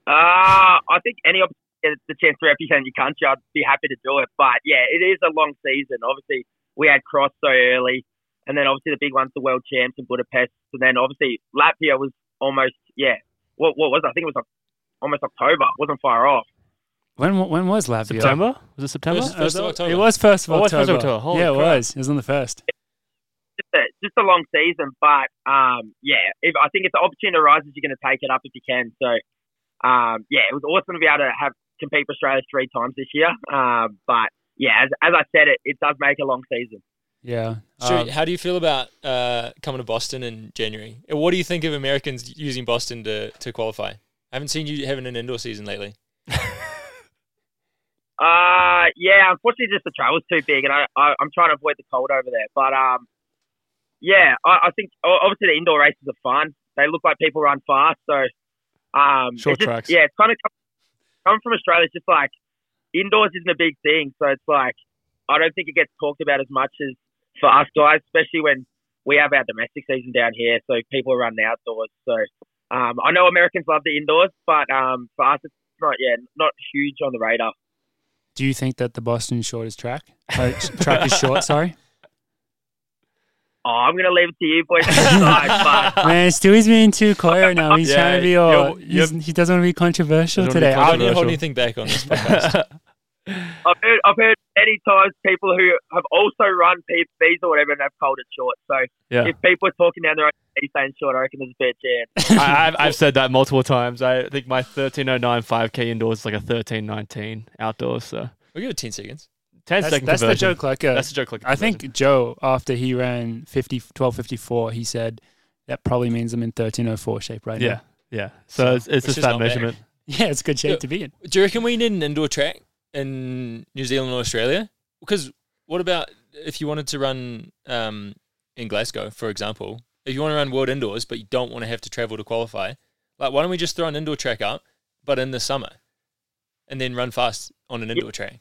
Speaker 6: Uh, I think any opportunity to get the chance to represent your country, I'd be happy to do it. But yeah, it is a long season. Obviously, we had cross so early, and then obviously the big one's the world champs in Budapest, and then obviously Latvia was almost yeah. What what was it? I think it was like almost October. It wasn't far off.
Speaker 2: When wa- when was Latvia?
Speaker 3: September was it September?
Speaker 1: First- first of October.
Speaker 2: It was first of
Speaker 3: Oh, it was
Speaker 2: October.
Speaker 3: first of October. Holy
Speaker 2: yeah, it
Speaker 3: crap.
Speaker 2: was. It was on the first.
Speaker 6: Just a, just a long season, but um, yeah, if, I think if the opportunity arises, you're going to take it up if you can. So um, yeah, it was awesome to be able to have compete for Australia three times this year. Um, but yeah, as, as I said, it, it does make a long season.
Speaker 2: Yeah.
Speaker 1: Stewie,
Speaker 2: Um,
Speaker 1: how do you feel about uh, coming to Boston in January? And what do you think of Americans using Boston to, to qualify? I haven't seen you having an indoor season lately.
Speaker 6: Uh, yeah, unfortunately, just the travel's too big, and I, I I'm trying to avoid the cold over there. But um, yeah, I, I think o- obviously the indoor races are fun. They look like people run fast, so um,
Speaker 3: Short
Speaker 6: it's just-
Speaker 3: tracks.
Speaker 6: Yeah, it's kind of coming from Australia. It's just like indoors isn't a big thing, so it's like I don't think it gets talked about as much as for us guys, especially when we have our domestic season down here. So people run the outdoors. So um, I know Americans love the indoors, but um, for us, it's not yeah, not huge on the radar.
Speaker 2: Do you think that the Boston short is track? Uh, track is short, sorry.
Speaker 6: Oh, I'm gonna leave it to you
Speaker 1: [LAUGHS]
Speaker 6: boys to decide, but
Speaker 2: Man, Stewie's being too coy now. He's
Speaker 3: Yeah,
Speaker 2: trying to be all.
Speaker 3: you're-
Speaker 2: he's- he doesn't want to be controversial
Speaker 3: Doesn't wanna
Speaker 2: today.
Speaker 3: be
Speaker 1: I
Speaker 2: I-
Speaker 1: don't need to hold
Speaker 3: Controversial.
Speaker 1: anything back on this podcast.
Speaker 3: [LAUGHS] That's
Speaker 6: I've heard, I've heard many times people who have also run PBs or whatever and have called it short. So
Speaker 3: Yeah.
Speaker 6: if people are talking down their own feet saying short, I reckon there's a fair
Speaker 3: [LAUGHS]
Speaker 6: chance.
Speaker 3: I, I've, I've said that multiple times. I think my 1309 5K indoors is like a 1319 outdoors. So
Speaker 1: We'll give it 10 seconds.
Speaker 3: 10
Speaker 2: that's
Speaker 3: second
Speaker 2: that's the
Speaker 3: conversion.
Speaker 2: joke, like a,
Speaker 3: That's the joke. Like
Speaker 2: I think Joe, after he ran 50, 1254, he said that probably means I'm in 1304 shape right
Speaker 3: Yeah.
Speaker 2: now.
Speaker 3: Yeah. So it's, it's
Speaker 1: Which
Speaker 3: just
Speaker 1: is
Speaker 3: that
Speaker 1: not bad.
Speaker 3: measurement.
Speaker 2: [LAUGHS] Yeah, it's good shape
Speaker 1: Yeah.
Speaker 2: to be in.
Speaker 1: Do you reckon we need an indoor track in New Zealand or Australia? Because what about if you wanted to run um, in Glasgow, for example? If you want to run world indoors, but you don't want to have to travel to qualify, like why don't we just throw an indoor track up, but in the summer, and then run fast on an indoor track?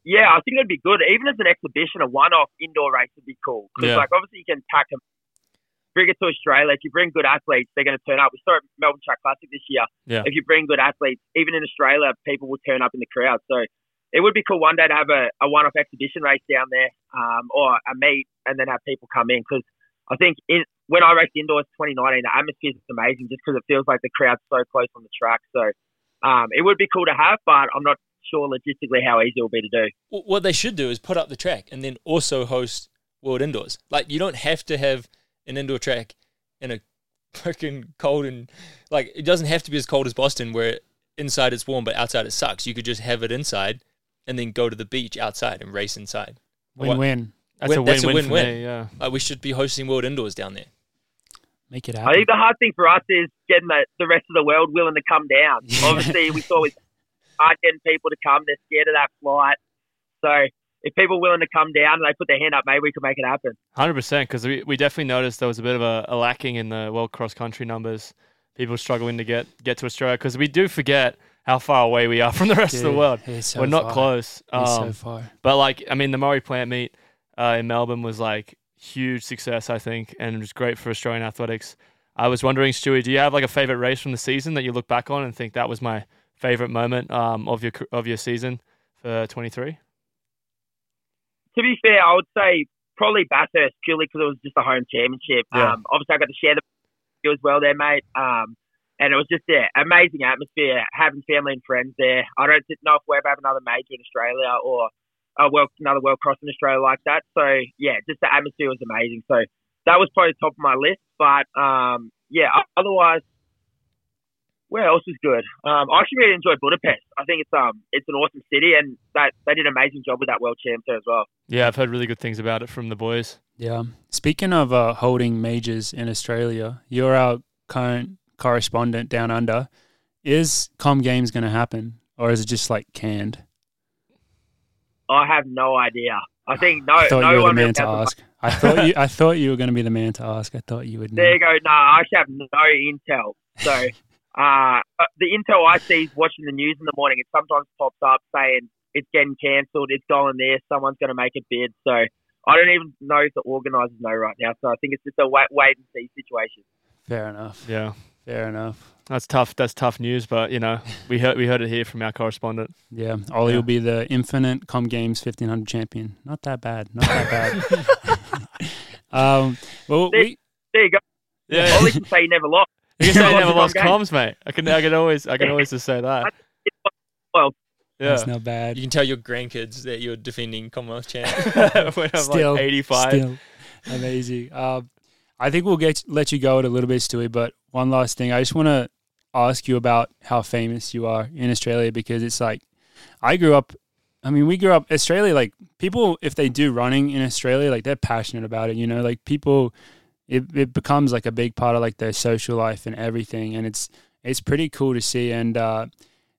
Speaker 6: Yeah, I think it'd be good. Even as an exhibition, a one-off indoor race would be cool. Because
Speaker 3: Yeah.
Speaker 6: like obviously you can pack them, bring it to Australia. If you bring good athletes, they're going to turn up. We saw it at Melbourne Track Classic this year.
Speaker 3: Yeah.
Speaker 6: If you bring good athletes, even in Australia, people will turn up in the crowd. So it would be cool one day to have a, a one-off exhibition race down there, um, or a meet, and then have people come in. Because I think in when I raced indoors 2019, the atmosphere is amazing just because it feels like the crowd's so close on the track. So um, it would be cool to have, but I'm not sure logistically how easy it will be to do.
Speaker 1: Wh- What they should do is put up the track and then also host world indoors. Like you don't have to have an indoor track in a [LAUGHS] freaking cold and like it doesn't have to be as cold as Boston where inside it's warm but outside it sucks. You could just have it inside and then go to the beach outside and race inside. What-
Speaker 2: Win win.
Speaker 3: That's a
Speaker 1: Win- that's a
Speaker 3: win win for
Speaker 1: win-win.
Speaker 3: me. Yeah.
Speaker 1: Like we should be hosting world indoors down there.
Speaker 2: Make it
Speaker 6: I
Speaker 2: happen.
Speaker 6: think the hard thing for us is getting the, the rest of the world willing to come down. Obviously, we saw it's hard getting people to come. They're scared of that flight. So if people are willing to come down and they put their hand up, maybe we can make it happen.
Speaker 3: Hundred percent, because we, we definitely noticed there was a bit of a, a lacking in the world cross country numbers. People struggling to get get to Australia because we do forget how far away we are [LAUGHS] from the rest of the
Speaker 2: Dude,
Speaker 3: world.
Speaker 2: he's so
Speaker 3: We're not
Speaker 2: far.
Speaker 3: close.
Speaker 2: He's so
Speaker 3: Um,
Speaker 2: far.
Speaker 3: but like, I mean, the Murray plant meet uh, in Melbourne was like huge success, I think, and it was great for Australian athletics. I was wondering, Stewie, do you have like a favorite race from the season that you look back on and think that was my favorite moment um, of your car- of your season for twenty three?
Speaker 6: To be fair, I would say probably Bathurst purely because it was just a home championship.
Speaker 3: Yeah.
Speaker 6: Um, obviously, I got to share the you as well there, mate. Um, and it was just yeah, amazing atmosphere, having family and friends there. I don't know if we ever have another major in Australia or a world, another world cross in Australia like that. So yeah, just the atmosphere was amazing. So that was probably top of my list. But um, yeah, o- otherwise, where else is good? Um, I actually really enjoyed Budapest. I think it's um, it's an awesome city, and that they did an amazing job with that world champ there as well.
Speaker 3: Yeah, I've heard really good things about it from the boys.
Speaker 2: Yeah. Speaking of uh, holding majors in Australia, you're our current correspondent down under. Is Com Games going to happen, or is it just like canned?
Speaker 6: I have no idea. I think no,
Speaker 2: I thought
Speaker 6: no
Speaker 2: you were the
Speaker 6: one
Speaker 2: man to
Speaker 6: has a- [LAUGHS]
Speaker 2: ask. I thought you. I thought you were going to be the man to ask. I thought you would. Know.
Speaker 6: There you go. No, I actually have no intel. So uh, uh, the intel I see is watching the news in the morning. It sometimes pops up saying it's getting cancelled, it's going there, someone's going to make a bid. So I don't even know if the organisers know right now. So I think it's just a wait, wait and see situation.
Speaker 2: Fair enough.
Speaker 3: Yeah.
Speaker 2: Fair enough.
Speaker 3: That's tough. That's tough news, but you know, we heard we heard it here from our correspondent.
Speaker 2: Yeah, Ollie
Speaker 3: Yeah.
Speaker 2: will be the infinite Com Games 1500 champion. Not that bad. Not that
Speaker 6: [LAUGHS]
Speaker 2: bad. [LAUGHS] um, well, we,
Speaker 6: There you go.
Speaker 3: Yeah.
Speaker 6: Ollie can say he never lost.
Speaker 3: [LAUGHS] You can say I
Speaker 6: Lost
Speaker 3: never
Speaker 6: one
Speaker 3: lost
Speaker 6: game.
Speaker 3: comms, [LAUGHS] mate. I can I can always I can always just say
Speaker 2: [LAUGHS]
Speaker 3: that.
Speaker 6: Well.
Speaker 3: yeah.
Speaker 2: that's not bad.
Speaker 1: You can tell your grandkids that you're defending Commonwealth
Speaker 3: [LAUGHS]
Speaker 1: champ.
Speaker 3: when I'm
Speaker 2: still
Speaker 3: like 85.
Speaker 2: Still [LAUGHS] amazing. Um, I think we'll get let you go in a little bit, Stewie. But one last thing, I just want to ask you about how famous you are in Australia because it's like I grew up. I mean, we grew up Australia. Like people, if they do running in Australia, like they're passionate about it. You know, like people, it it becomes like a big part of like their social life and everything, and it's it's pretty cool to see. And uh,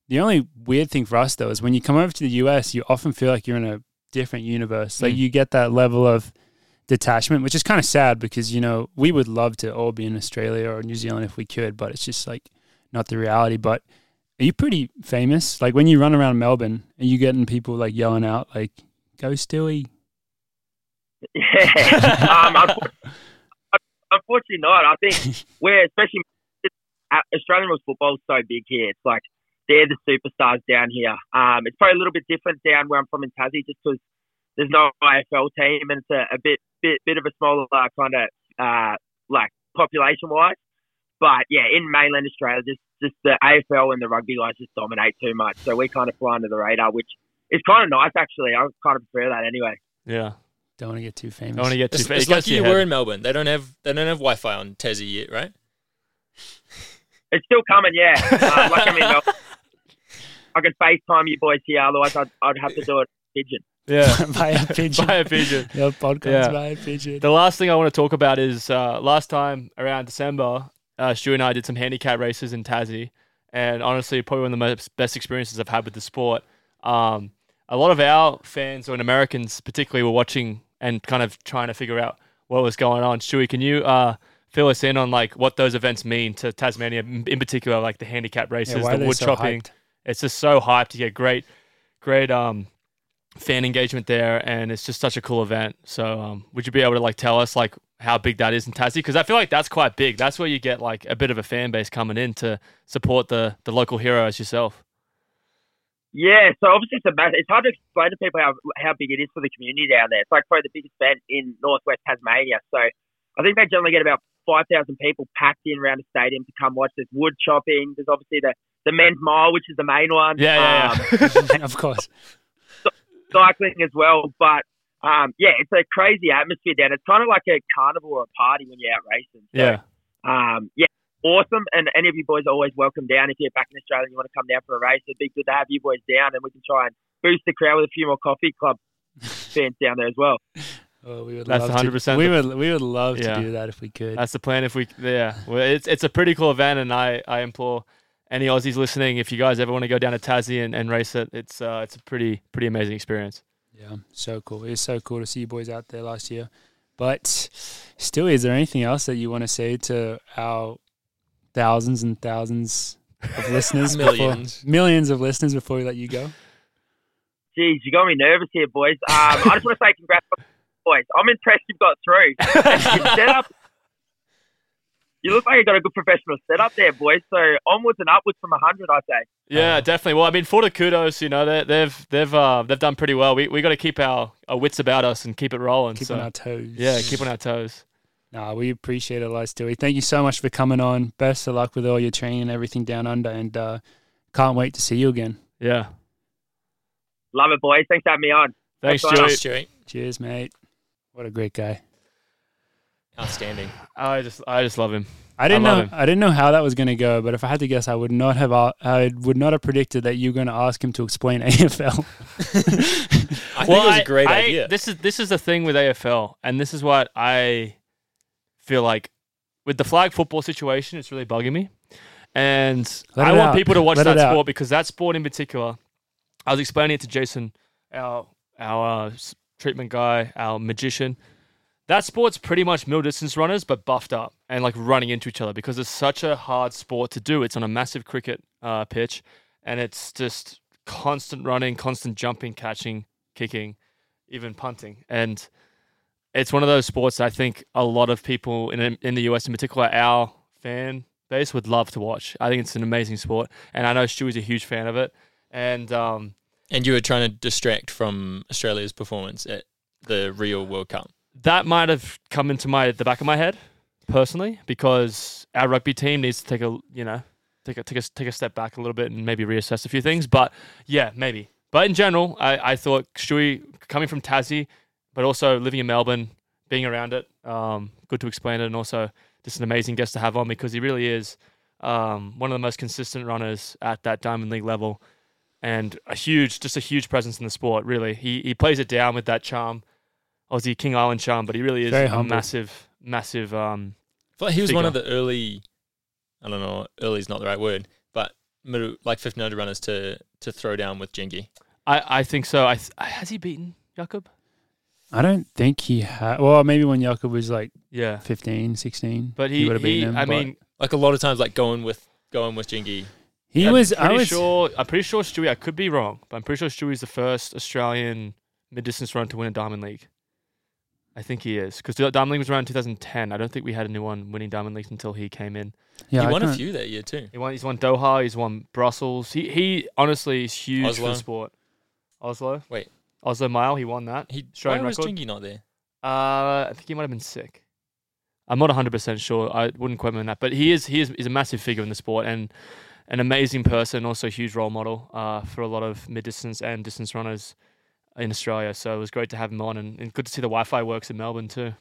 Speaker 2: the only weird thing for us though is when you come over to the US, you often feel like you're in a different universe. Like
Speaker 3: Mm.
Speaker 2: you get that level of detachment, which is kind of sad because, you know, we would love to all be in Australia or New Zealand if we could, but it's just like not the reality. But are you pretty famous? Like when you run around Melbourne, are you getting people like yelling out, like, go Stewie?
Speaker 6: Yeah. [LAUGHS] um, unfor- unfortunately not. I think we're especially uh, Australian rules football is so big here. It's like they're the superstars down here. Um, it's probably a little bit different down where I'm from in Tassie, just because there's no AFL team and it's a, a bit, bit bit of a smaller uh, kind of uh, like population wise. But yeah, in mainland Australia, just just the AFL and the rugby guys just dominate too much. So we kind of fly under the radar, which is kind of nice actually. I kind of prefer that anyway.
Speaker 3: Yeah.
Speaker 2: Don't want to get too famous.
Speaker 3: Don't want to get too
Speaker 1: It's,
Speaker 3: fa-
Speaker 1: it's
Speaker 3: it gets
Speaker 1: lucky
Speaker 3: to
Speaker 1: you
Speaker 3: your
Speaker 1: were
Speaker 3: head.
Speaker 1: in Melbourne. They don't have they don't have Wi-Fi on Tassie yet, right?
Speaker 6: It's still coming,
Speaker 3: [LAUGHS]
Speaker 6: yeah. Uh, like I mean, I'll- I could FaceTime you boys here. Otherwise, I'd, I'd have to do it pigeon.
Speaker 3: Yeah.
Speaker 2: Buy a pigeon.
Speaker 3: Buy a pigeon.
Speaker 2: [LAUGHS] Your podcast,
Speaker 3: Yeah.
Speaker 2: buy a pigeon.
Speaker 3: The last thing I want to talk about is uh, last time around December, uh, Stu and I did some handicap races in Tassie, and honestly, probably one of the most best experiences I've had with the sport. Um, a lot of our fans, or Americans particularly, were watching and kind of trying to figure out what was going on. Stewie, can you uh, fill us in on like what those events mean to Tasmania, in in particular, like the handicap races,
Speaker 2: why
Speaker 3: the
Speaker 2: are they
Speaker 3: wood
Speaker 2: so
Speaker 3: chopping?
Speaker 2: hyped?
Speaker 3: It's just so hyped. You get great, great um, fan engagement there, and it's just such a cool event. So, um, would you be able to like tell us like how big that is in Tassie? Because I feel like that's quite big. That's where you get like a bit of a fan base coming in to support the the local hero as yourself.
Speaker 6: Yeah, so obviously it's a massive. It's hard to explain to people how how big it is for the community down there. It's like probably the biggest event in northwest Tasmania. So I think they generally get about five thousand people packed in around the stadium to come watch. There's wood chopping. There's obviously the the men's mile, which is the main one. Um,
Speaker 3: Yeah, yeah, yeah.
Speaker 2: [LAUGHS] of course.
Speaker 6: cycling as well. But um, yeah, it's a crazy atmosphere down. there. It's kind of like a carnival or a party when you're out racing. So,
Speaker 3: yeah.
Speaker 6: Um, yeah, awesome. And any of you boys are always welcome down. If you're back in Australia and you want to come down for a race, it'd be good to have you boys down and we can try and boost the crowd with a few more coffee
Speaker 2: [LAUGHS]
Speaker 6: club fans down there as well.
Speaker 2: Oh, we would
Speaker 3: That's
Speaker 2: love
Speaker 3: 100%
Speaker 2: To, we would we would love
Speaker 3: Yeah.
Speaker 2: to do that if we could.
Speaker 3: That's the plan. If we, yeah, well, it's it's a pretty cool event, and I I implore any Aussies listening, if you guys ever want to go down to Tassie and, and race it, it's uh it's a pretty pretty amazing experience.
Speaker 2: yeah, so cool. It was so cool to see you boys out there last year. But still, is there anything else that you want to say to our thousands and thousands
Speaker 3: [LAUGHS]
Speaker 2: of listeners, before-
Speaker 1: Millions.
Speaker 2: millions of listeners before we let you go?
Speaker 6: Jeez, you got me nervous here, boys. Um, I just want to say congrats, on the boys. I'm impressed you've got through. Your
Speaker 2: [LAUGHS]
Speaker 6: setup, you look like you got a good professional setup there, boys. So onwards and upwards from 100, I say.
Speaker 3: Yeah,
Speaker 2: Um,
Speaker 3: definitely. Well, I mean, for the kudos, you know, they, they've they've uh, they've done pretty well. We we got to keep our, our wits about us and keep it rolling.
Speaker 2: Keep
Speaker 3: so.
Speaker 2: on our toes.
Speaker 3: yeah, keep on our toes.
Speaker 2: Nah, we appreciate it, lot, Stewie. Thank you so much for coming on. Best of luck with all your training and everything down under, and uh, can't wait to see you again.
Speaker 3: Yeah.
Speaker 6: Love it, boys. Thanks for having me on.
Speaker 3: Thanks,
Speaker 6: That's
Speaker 3: Stewie.
Speaker 6: awesome.
Speaker 1: Stewie,
Speaker 2: Cheers, mate. What a great guy.
Speaker 1: outstanding.
Speaker 3: I just I just love him.
Speaker 2: I didn't
Speaker 3: love
Speaker 2: know.
Speaker 3: him.
Speaker 2: I didn't know how that was going to go, but if I had to guess, I would not have. a- I would not have predicted that you were going to ask him to
Speaker 3: [LAUGHS]
Speaker 2: explain [LAUGHS] AFL.
Speaker 1: I think it was a great
Speaker 3: I-
Speaker 1: idea.
Speaker 3: This is this is the thing with AFL, and this is what I feel like with the flag football situation. It's really bugging me, and
Speaker 2: Let
Speaker 3: I
Speaker 2: it
Speaker 3: want
Speaker 2: out.
Speaker 3: people to watch
Speaker 2: Let it
Speaker 3: that
Speaker 2: out.
Speaker 3: sport because that sport in particular. I was explaining it to Jason, our our uh, s- treatment guy, our magician. That sport's pretty much middle distance runners, but buffed up and like running into each other because it's such a hard sport to do. It's on a massive cricket uh, pitch, and it's just constant running, constant jumping, catching, kicking, even punting. And it's one of those sports I think a lot of people in in the US in particular, our fan base would love to watch. I think it's an amazing sport, and I know Stu is a huge fan of it. And um,
Speaker 1: And you were trying to distract from Australia's performance at the Rio World Cup.
Speaker 3: that might have come into my the back of my head personally because our rugby team needs to take a you know take a take a take a step back a little bit and maybe reassess a few things. But yeah, maybe. But in general, I, I thought Stewie coming from Tassie, but also living in Melbourne, being around it, um, good to explain it, and also just an amazing guest to have on because he really is um, one of the most consistent runners at that Diamond League level, and a huge, just a huge presence in the sport. Really, he he plays it down with that charm, Aussie King Island charm, but he really is
Speaker 2: Very
Speaker 3: a
Speaker 2: humble.
Speaker 3: massive, massive. Um,
Speaker 1: I feel like he was one of the early, I don't know, early is not the right word, but middle, like 1500 runners to to throw down with Jengi.
Speaker 3: I I think so. I th- has he beaten Jakob?
Speaker 2: I don't think he had. Well, maybe when Jakob was like
Speaker 3: Yeah,
Speaker 2: 15, 16.
Speaker 3: but he,
Speaker 2: would have
Speaker 3: he
Speaker 2: beaten him.
Speaker 3: I
Speaker 2: but
Speaker 3: mean,
Speaker 1: Like a lot of times, like going with going with Jingy.
Speaker 2: he
Speaker 3: I'm
Speaker 2: was. I
Speaker 3: Pretty
Speaker 2: was.
Speaker 3: sure. I'm pretty sure Stewie. I could be wrong, but I'm pretty sure Stewie's the first Australian mid-distance runner to win a Diamond League. I think he is because Diamond League was around 2010. I don't think we had anyone winning Diamond Leagues until he came in.
Speaker 2: Yeah,
Speaker 1: he
Speaker 2: I
Speaker 1: won a
Speaker 2: can't-
Speaker 1: few that year too.
Speaker 3: He won. He's won Doha. He's won Brussels. He he honestly is huge for
Speaker 1: Oslo.
Speaker 3: the sport. Oslo.
Speaker 1: Wait.
Speaker 3: Oslo Mile. He won that.
Speaker 1: He
Speaker 3: Australian
Speaker 1: why was
Speaker 3: record?
Speaker 1: Jingy not there?
Speaker 3: Uh, I think he might have been sick. I'm not 100 percent sure. I wouldn't quote him on that, but he is he is is a massive figure in the sport and an amazing person, also a huge role model uh, for a lot of mid distance and distance runners in Australia. So it was great to have him on, and, and good to see the Wi-Fi works in Melbourne too.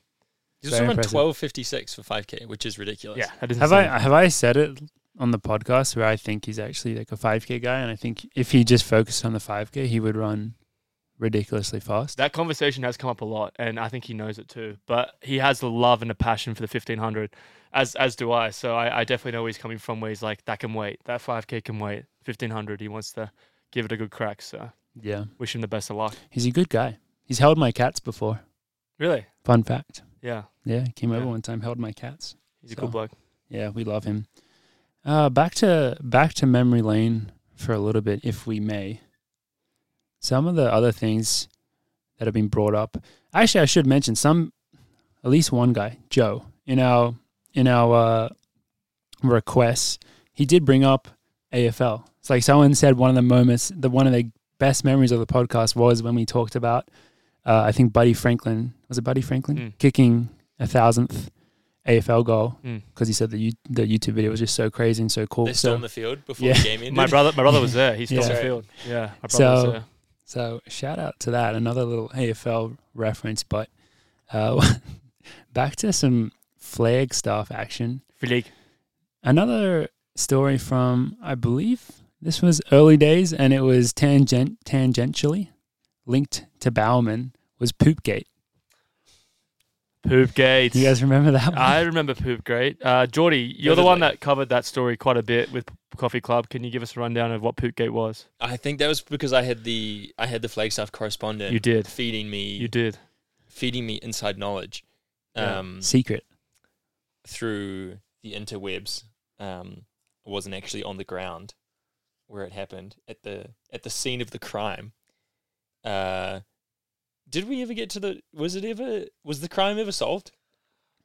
Speaker 1: He was
Speaker 2: Very
Speaker 1: around
Speaker 2: impressive.
Speaker 1: twelve fifty six for five k, which is ridiculous.
Speaker 3: Yeah, that is
Speaker 2: Have
Speaker 3: insane.
Speaker 2: I have I said it on the podcast where I think he's actually like a 5k guy, and I think if he just focused on the 5k, he would run ridiculously fast.
Speaker 3: That conversation has come up a lot, and I think he knows it too. But he has the love and the passion for the 1500, as as do I. So I, I definitely know where he's coming from. Where he's like, that can wait. That 5k can wait. 1500, he wants to give it a good crack. So
Speaker 2: yeah,
Speaker 3: wish him the best of luck.
Speaker 2: he's a good guy. He's held my cats before.
Speaker 3: Really?
Speaker 2: Fun fact.
Speaker 3: Yeah,
Speaker 2: Yeah, he came over
Speaker 3: Yeah.
Speaker 2: one time, held my cats.
Speaker 3: he's a
Speaker 2: So-
Speaker 3: good bloke.
Speaker 2: Yeah, we love him. Uh, back to back to memory lane for a little bit, if we may. Some of the other things that have been brought up. Actually, I should mention some, at least one guy, Joe, in our in our uh, requests, he did bring up AFL. It's like someone said one of the moments, the one of the best memories of the podcast was when we talked about, uh, I think Buddy Franklin was it Buddy Franklin
Speaker 3: Mm.
Speaker 2: kicking a thousandth AFL goal
Speaker 3: Mm.
Speaker 2: because he said the you, the YouTube video was just so crazy and so cool.
Speaker 1: They
Speaker 2: so
Speaker 1: stormed the field before
Speaker 2: Yeah.
Speaker 1: the game ended.
Speaker 3: My brother, my
Speaker 1: [LAUGHS]
Speaker 3: brother was there. He's still on the
Speaker 1: Yeah.
Speaker 3: field. Yeah, my brother was
Speaker 2: So-
Speaker 3: there.
Speaker 2: So shout out to that. Another little AFL reference, but uh, [LAUGHS] back to some flag stuff action.
Speaker 3: Philippe.
Speaker 2: Another story from I believe this was early days, and it was tangent tangentially linked to Bowman was Poopgate.
Speaker 3: Poop Gates.
Speaker 2: You guys remember that? one?
Speaker 3: I remember Poop Great. Uh, Geordie, you're the one that covered that story quite a bit with Coffee Club. Can you give us a rundown of what Poop Gate was?
Speaker 1: I think that was because I had the I had the Flagstaff correspondent.
Speaker 3: You did.
Speaker 1: feeding me
Speaker 3: You did.
Speaker 1: feeding me inside knowledge
Speaker 3: Yeah.
Speaker 1: um,
Speaker 2: secret.
Speaker 1: through the interwebs. Um, I wasn't actually on the ground where it happened at the at the scene of the crime. Uh, did we ever get to the? Was it ever? Was the crime ever solved?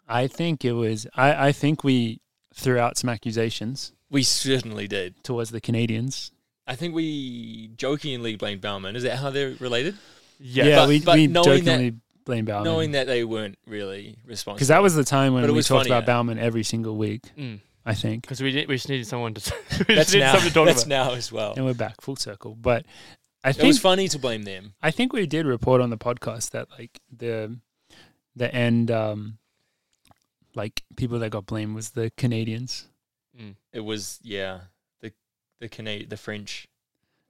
Speaker 2: I think it was. I, I think we threw out some accusations
Speaker 1: We certainly did.
Speaker 2: towards the Canadians.
Speaker 1: I think we jokingly blamed Bauman. Is that how they're related?
Speaker 3: Yeah.
Speaker 2: yeah
Speaker 1: but-
Speaker 2: we,
Speaker 1: but
Speaker 2: we
Speaker 1: knowing that-
Speaker 2: jokingly blame Bowman.
Speaker 1: Knowing that they weren't really responsible.
Speaker 2: Because that was the time when
Speaker 1: But it
Speaker 2: we
Speaker 1: was
Speaker 2: talked
Speaker 1: funny,
Speaker 2: about
Speaker 1: yeah.
Speaker 2: Bauman every single week,
Speaker 3: Mm.
Speaker 2: I think.
Speaker 3: Because we did, we just needed someone to [LAUGHS] we just
Speaker 1: that's
Speaker 3: needed
Speaker 1: now.
Speaker 3: something to talk
Speaker 1: That's
Speaker 3: about.
Speaker 1: now as well.
Speaker 2: And we're back full circle. But I
Speaker 1: It was
Speaker 2: think
Speaker 1: funny to blame them.
Speaker 2: I think we did report on the podcast that like the the end um like people that got blamed was the Canadians.
Speaker 1: It was yeah. The the Cana- the French.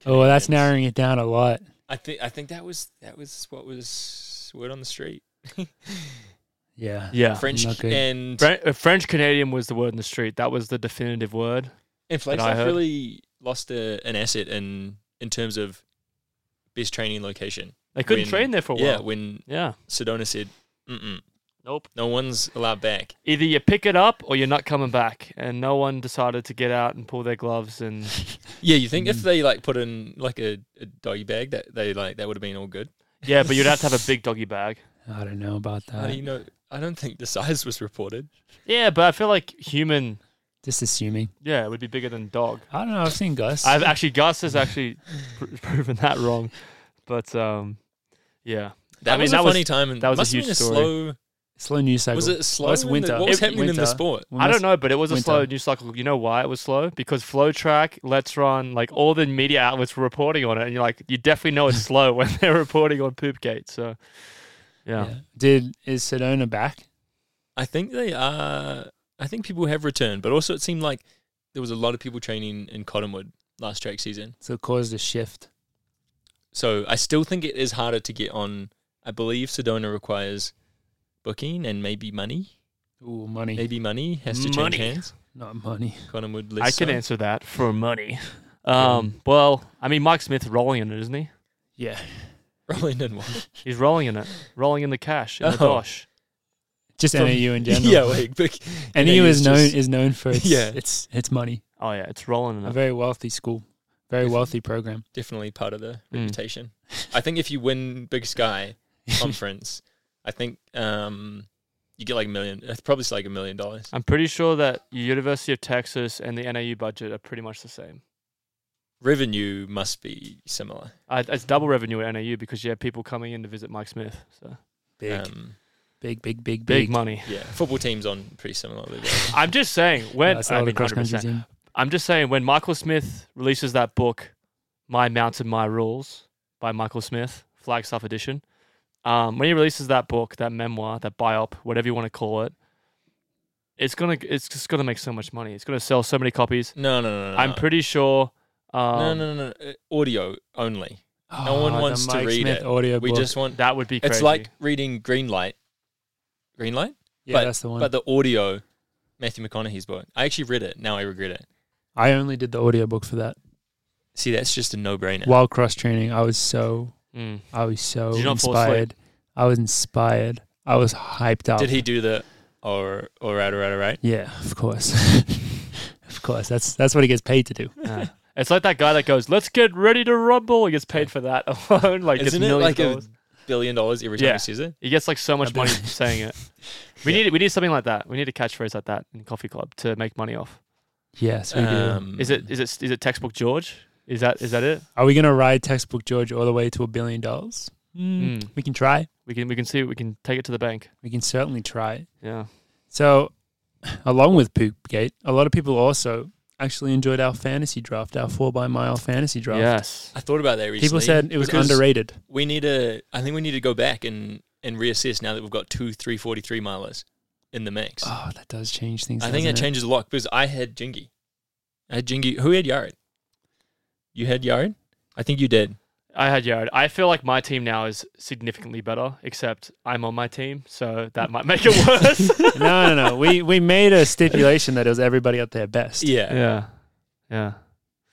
Speaker 2: Oh, well, that's
Speaker 1: Canadians.
Speaker 2: narrowing it down a lot.
Speaker 1: I think I think that was that was what was word on the street.
Speaker 2: [LAUGHS] Yeah.
Speaker 3: Yeah.
Speaker 1: French
Speaker 2: not good.
Speaker 1: and
Speaker 3: Fre- uh, French Canadian was the word in the street. That was the definitive word.
Speaker 1: and
Speaker 3: that I
Speaker 1: Flagstaff
Speaker 3: heard.
Speaker 1: really lost a, an asset in in terms of best training location.
Speaker 3: They couldn't
Speaker 1: When-
Speaker 3: train there for a while.
Speaker 1: Yeah, when
Speaker 3: yeah.
Speaker 1: Sedona said, "Mm-mm,
Speaker 3: Nope.
Speaker 1: no one's allowed back."
Speaker 3: Either you pick it up or you're not coming back. And no one decided to get out and pull their gloves and
Speaker 1: [LAUGHS] Yeah, you
Speaker 3: Mm.
Speaker 1: think if they like put in like a, a doggy bag that they like that would have been all good.
Speaker 3: Yeah, but you'd have to have a big doggy bag.
Speaker 2: I don't know about
Speaker 1: How
Speaker 2: that.
Speaker 1: do you know? [LAUGHS] I don't think the size was reported.
Speaker 3: Yeah, but I feel like human
Speaker 2: Just assuming.
Speaker 3: yeah, it would be bigger than dog.
Speaker 2: I don't know, I've seen Gus.
Speaker 3: I've actually Gus has actually pr- [LAUGHS] proven that wrong, but um, yeah,
Speaker 1: That
Speaker 3: I mean,
Speaker 1: was a
Speaker 3: that was-
Speaker 1: funny time. And
Speaker 3: that was a
Speaker 1: must have
Speaker 3: huge
Speaker 1: been
Speaker 3: story.
Speaker 1: slow.
Speaker 2: slow news cycle.
Speaker 1: Was it slow?
Speaker 2: was
Speaker 1: in the-
Speaker 2: winter.
Speaker 1: what was
Speaker 2: It-
Speaker 1: happening in
Speaker 2: winter.
Speaker 1: the sport?
Speaker 2: We
Speaker 3: I
Speaker 2: must-
Speaker 3: don't know, but it was a
Speaker 2: winter.
Speaker 3: slow news cycle. You know why it was slow? Because Flow Track, Let's Run, like all the media outlets were reporting on it, and you're like, you definitely know
Speaker 1: [LAUGHS]
Speaker 3: it's slow when they're reporting on Poopgate. So, yeah,
Speaker 2: Yeah. Did is Sedona back?
Speaker 1: I think they are. I think people have returned, but also it seemed like there was a lot of people training in Cottonwood last track season.
Speaker 2: So it caused
Speaker 3: [LAUGHS]
Speaker 2: a shift.
Speaker 1: So I still think it is harder to get on. I believe Sedona requires booking and maybe money.
Speaker 2: Ooh, money.
Speaker 1: Maybe money has to
Speaker 3: Money.
Speaker 1: change hands.
Speaker 2: Not money.
Speaker 1: Cottonwood less.
Speaker 3: I can
Speaker 1: so.
Speaker 3: answer that
Speaker 1: [LAUGHS]
Speaker 3: for money. Um, well, I mean, Mike Smith's rolling in it, isn't he?
Speaker 2: Yeah.
Speaker 1: Rolling in one.
Speaker 3: He's rolling in it, rolling in the cash in the
Speaker 1: Oh.
Speaker 3: dosh.
Speaker 2: Just
Speaker 1: From-
Speaker 2: NAU
Speaker 3: [LAUGHS]
Speaker 2: in general.
Speaker 1: yeah, wait, but
Speaker 2: NAU
Speaker 1: NAU
Speaker 2: is
Speaker 1: is
Speaker 2: known
Speaker 1: just-
Speaker 2: is known for its
Speaker 1: Yeah.
Speaker 2: its its money.
Speaker 3: Oh yeah, it's rolling in
Speaker 2: A
Speaker 3: it.
Speaker 2: very wealthy school, very wealthy program.
Speaker 1: definitely part of the
Speaker 3: Mm.
Speaker 1: reputation. I think if you win Big
Speaker 3: [LAUGHS]
Speaker 1: Sky Conference, I think um, you get like a million. It's probably like a million dollars.
Speaker 3: I'm pretty sure that University of Texas and the NAU budget are pretty much the same.
Speaker 1: Revenue must be similar.
Speaker 3: Uh, it's double revenue at NAU because you have people coming in to visit Mike Smith. So
Speaker 2: Big,
Speaker 1: Um,
Speaker 2: big, big, big,
Speaker 3: big,
Speaker 2: big.
Speaker 3: money.
Speaker 1: yeah, football teams on pretty similar.
Speaker 3: [LAUGHS] I'm just saying when
Speaker 2: That's a
Speaker 3: I
Speaker 2: lot
Speaker 3: mean,
Speaker 2: of cross country
Speaker 3: 100%.
Speaker 2: team.
Speaker 3: I'm just saying when Michael Smith releases that book, My Mountain, My Rules by Michael Smith, Flagstaff edition. Um, when he releases that book, that memoir, that biop, whatever you want to call it, it's gonna it's just gonna make so much money. It's gonna sell so many copies.
Speaker 1: No, no, no, no.
Speaker 3: I'm
Speaker 1: no.
Speaker 3: pretty sure. Um, Ah,
Speaker 1: no, no, no, no. uh, Audio only. No
Speaker 2: one
Speaker 1: one wants to read it.
Speaker 2: Audio
Speaker 1: We just want.
Speaker 3: That would be crazy.
Speaker 1: It's like reading Green Light. Green Light.
Speaker 2: yeah,
Speaker 1: but-
Speaker 2: that's the one.
Speaker 1: But the audio, Matthew McConaughey's book. I actually read it. Now I regret it.
Speaker 2: I only did the audiobook for that.
Speaker 1: See, that's just a no-brainer.
Speaker 2: While cross training, I was so
Speaker 3: Mm.
Speaker 2: I was so
Speaker 3: Did you not fall asleep?
Speaker 2: inspired. I was inspired. I was hyped up.
Speaker 1: Did he do the? Or, all right, all right, all right.
Speaker 2: Oh. Yeah, of course. [LAUGHS] of course. That's that's what he gets paid to do.
Speaker 3: Nah. [LAUGHS] It's like that guy that goes, "Let's get ready to rumble." He gets paid for that [LAUGHS] alone. Like, gets
Speaker 1: Isn't it
Speaker 3: millions
Speaker 1: like
Speaker 3: of
Speaker 1: a
Speaker 3: dollars.
Speaker 1: billion dollars every time
Speaker 3: Yeah.
Speaker 1: he says it?
Speaker 3: He gets like so much money for [LAUGHS]
Speaker 1: [LAUGHS]
Speaker 3: saying it. We need we need something like that. We need a catchphrase like that in Coffee Club to make money off.
Speaker 2: Yes, we do.
Speaker 1: Um,
Speaker 3: Is it is it is it textbook George? Is that is that it?
Speaker 2: Are we gonna ride textbook George all the way to a billion dollars?
Speaker 1: Hmm.
Speaker 2: Mm,
Speaker 3: Mm.
Speaker 2: We can try.
Speaker 3: We can we can see we can take it to the bank.
Speaker 2: We can certainly try.
Speaker 3: Yeah.
Speaker 2: So, [LAUGHS] along with Poopgate, a lot of people also actually enjoyed our fantasy draft, our four by mile fantasy draft.
Speaker 3: Yes.
Speaker 1: I thought about that recently.
Speaker 2: People said it was
Speaker 1: because
Speaker 2: underrated.
Speaker 1: We need to. I think we need to go back and and reassess now that we've got two three forty three milers in the mix.
Speaker 2: Oh, that does change things.
Speaker 1: I think that
Speaker 2: doesn't it?
Speaker 1: changes a lot because I had Jingy. I had Jingy. Who had Yared? You had Yared? I think you did.
Speaker 3: I had Jared. I feel like my team now is significantly better, except I'm on my team, so that might make it worse.
Speaker 2: [LAUGHS] no, no, no.
Speaker 1: [LAUGHS]
Speaker 2: We we made a stipulation that it was everybody at their best.
Speaker 1: Yeah.
Speaker 3: yeah. Yeah.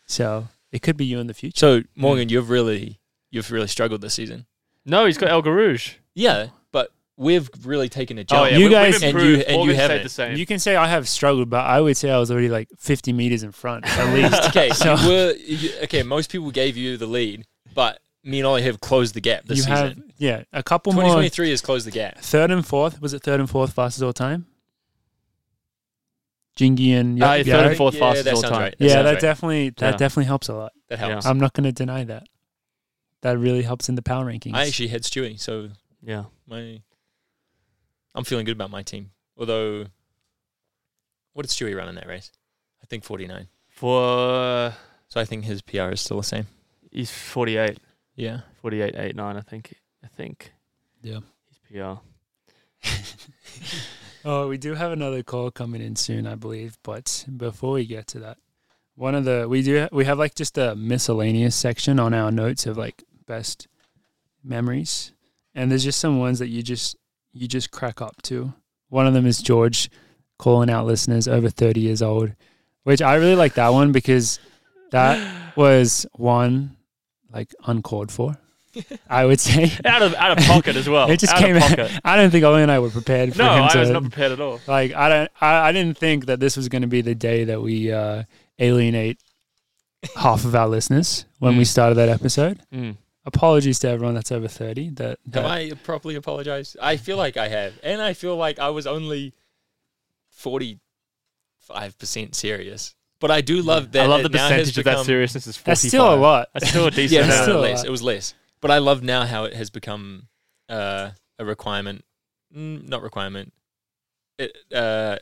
Speaker 2: So it could be you in the future.
Speaker 1: So
Speaker 2: Hmm.
Speaker 1: Morgan, you've really you've really struggled this season.
Speaker 3: [LAUGHS] No, he's got El Garouge.
Speaker 1: Yeah, but we've really taken a
Speaker 3: Oh,
Speaker 1: jump.
Speaker 2: yeah, You we- guys-
Speaker 1: and you- and you
Speaker 3: Morgan stayed
Speaker 1: haven't.
Speaker 3: the same.
Speaker 2: You can say I have struggled, but I would say I was already like 50 meters in front
Speaker 1: [LAUGHS]
Speaker 2: at least.
Speaker 1: okay,
Speaker 2: So-
Speaker 1: you were you, okay. Most people gave you the lead, but me and Ollie have closed the gap this
Speaker 2: you
Speaker 1: season.
Speaker 2: have yeah, a couple more.
Speaker 1: 2023 has closed the gap.
Speaker 2: Third and fourth was it? Third and fourth fastest all time. Jingy and
Speaker 3: Uh,
Speaker 2: Yar-
Speaker 3: third and
Speaker 2: Yarrick?
Speaker 3: fourth
Speaker 1: Yeah,
Speaker 3: fastest
Speaker 1: that
Speaker 3: all
Speaker 1: sounds
Speaker 3: time.
Speaker 1: right.
Speaker 2: yeah,
Speaker 1: sounds
Speaker 2: that
Speaker 1: right.
Speaker 2: definitely
Speaker 3: Yeah.
Speaker 2: that definitely helps a lot.
Speaker 1: That
Speaker 3: Yeah.
Speaker 1: helps.
Speaker 2: I'm not going to deny that. That really helps in the power rankings.
Speaker 1: I actually had Stewie, so
Speaker 3: Yeah.
Speaker 1: my I'm feeling good about my team. Although, what did Stewie run in that race? I think 49.
Speaker 3: For
Speaker 1: So I think his PR is still the same.
Speaker 3: he's 48,
Speaker 1: Yeah.
Speaker 3: 48, 8, 9, I think. I think.
Speaker 2: Yeah.
Speaker 3: He's PR.
Speaker 2: Oh, we do have another call coming in soon, I believe. But before we get to that, one of the we do we have like just a miscellaneous section on our notes of like best memories, and there's just some ones that you just you just crack up to. One of them is George calling out listeners over 30 years old, which I really like that one because
Speaker 3: [GASPS]
Speaker 2: that was one like uncalled for. I would say
Speaker 3: [LAUGHS] out of out of pocket as well.
Speaker 2: [LAUGHS] it just
Speaker 3: out
Speaker 2: came.
Speaker 3: of
Speaker 2: Out,
Speaker 3: pocket.
Speaker 2: I don't think Ollie and I were prepared for
Speaker 3: No,
Speaker 2: him
Speaker 3: I
Speaker 2: to
Speaker 3: was not prepared at all.
Speaker 2: like I don't, I, I didn't think that this was going to be the day that we uh, alienate half of our listeners when we
Speaker 3: Mm.
Speaker 2: started that episode.
Speaker 3: Mm.
Speaker 2: Apologies to everyone that's over thirty. That,
Speaker 1: Have
Speaker 2: that-
Speaker 1: I properly apologized? I feel like I have. And I feel like I was only 45% serious. But I do love
Speaker 3: I
Speaker 1: that.
Speaker 3: love
Speaker 1: it
Speaker 3: the
Speaker 1: now has
Speaker 3: percentage of that
Speaker 1: become-
Speaker 3: seriousness is 45.
Speaker 2: that's still a lot.
Speaker 3: That's still a decent
Speaker 1: [LAUGHS] Yeah, no,
Speaker 2: It's
Speaker 1: no,
Speaker 3: amount.
Speaker 1: no,
Speaker 2: still a
Speaker 1: less.
Speaker 2: lot.
Speaker 1: It was less. But I love now how it has become uh, a requirement, mm, not requirement. It uh,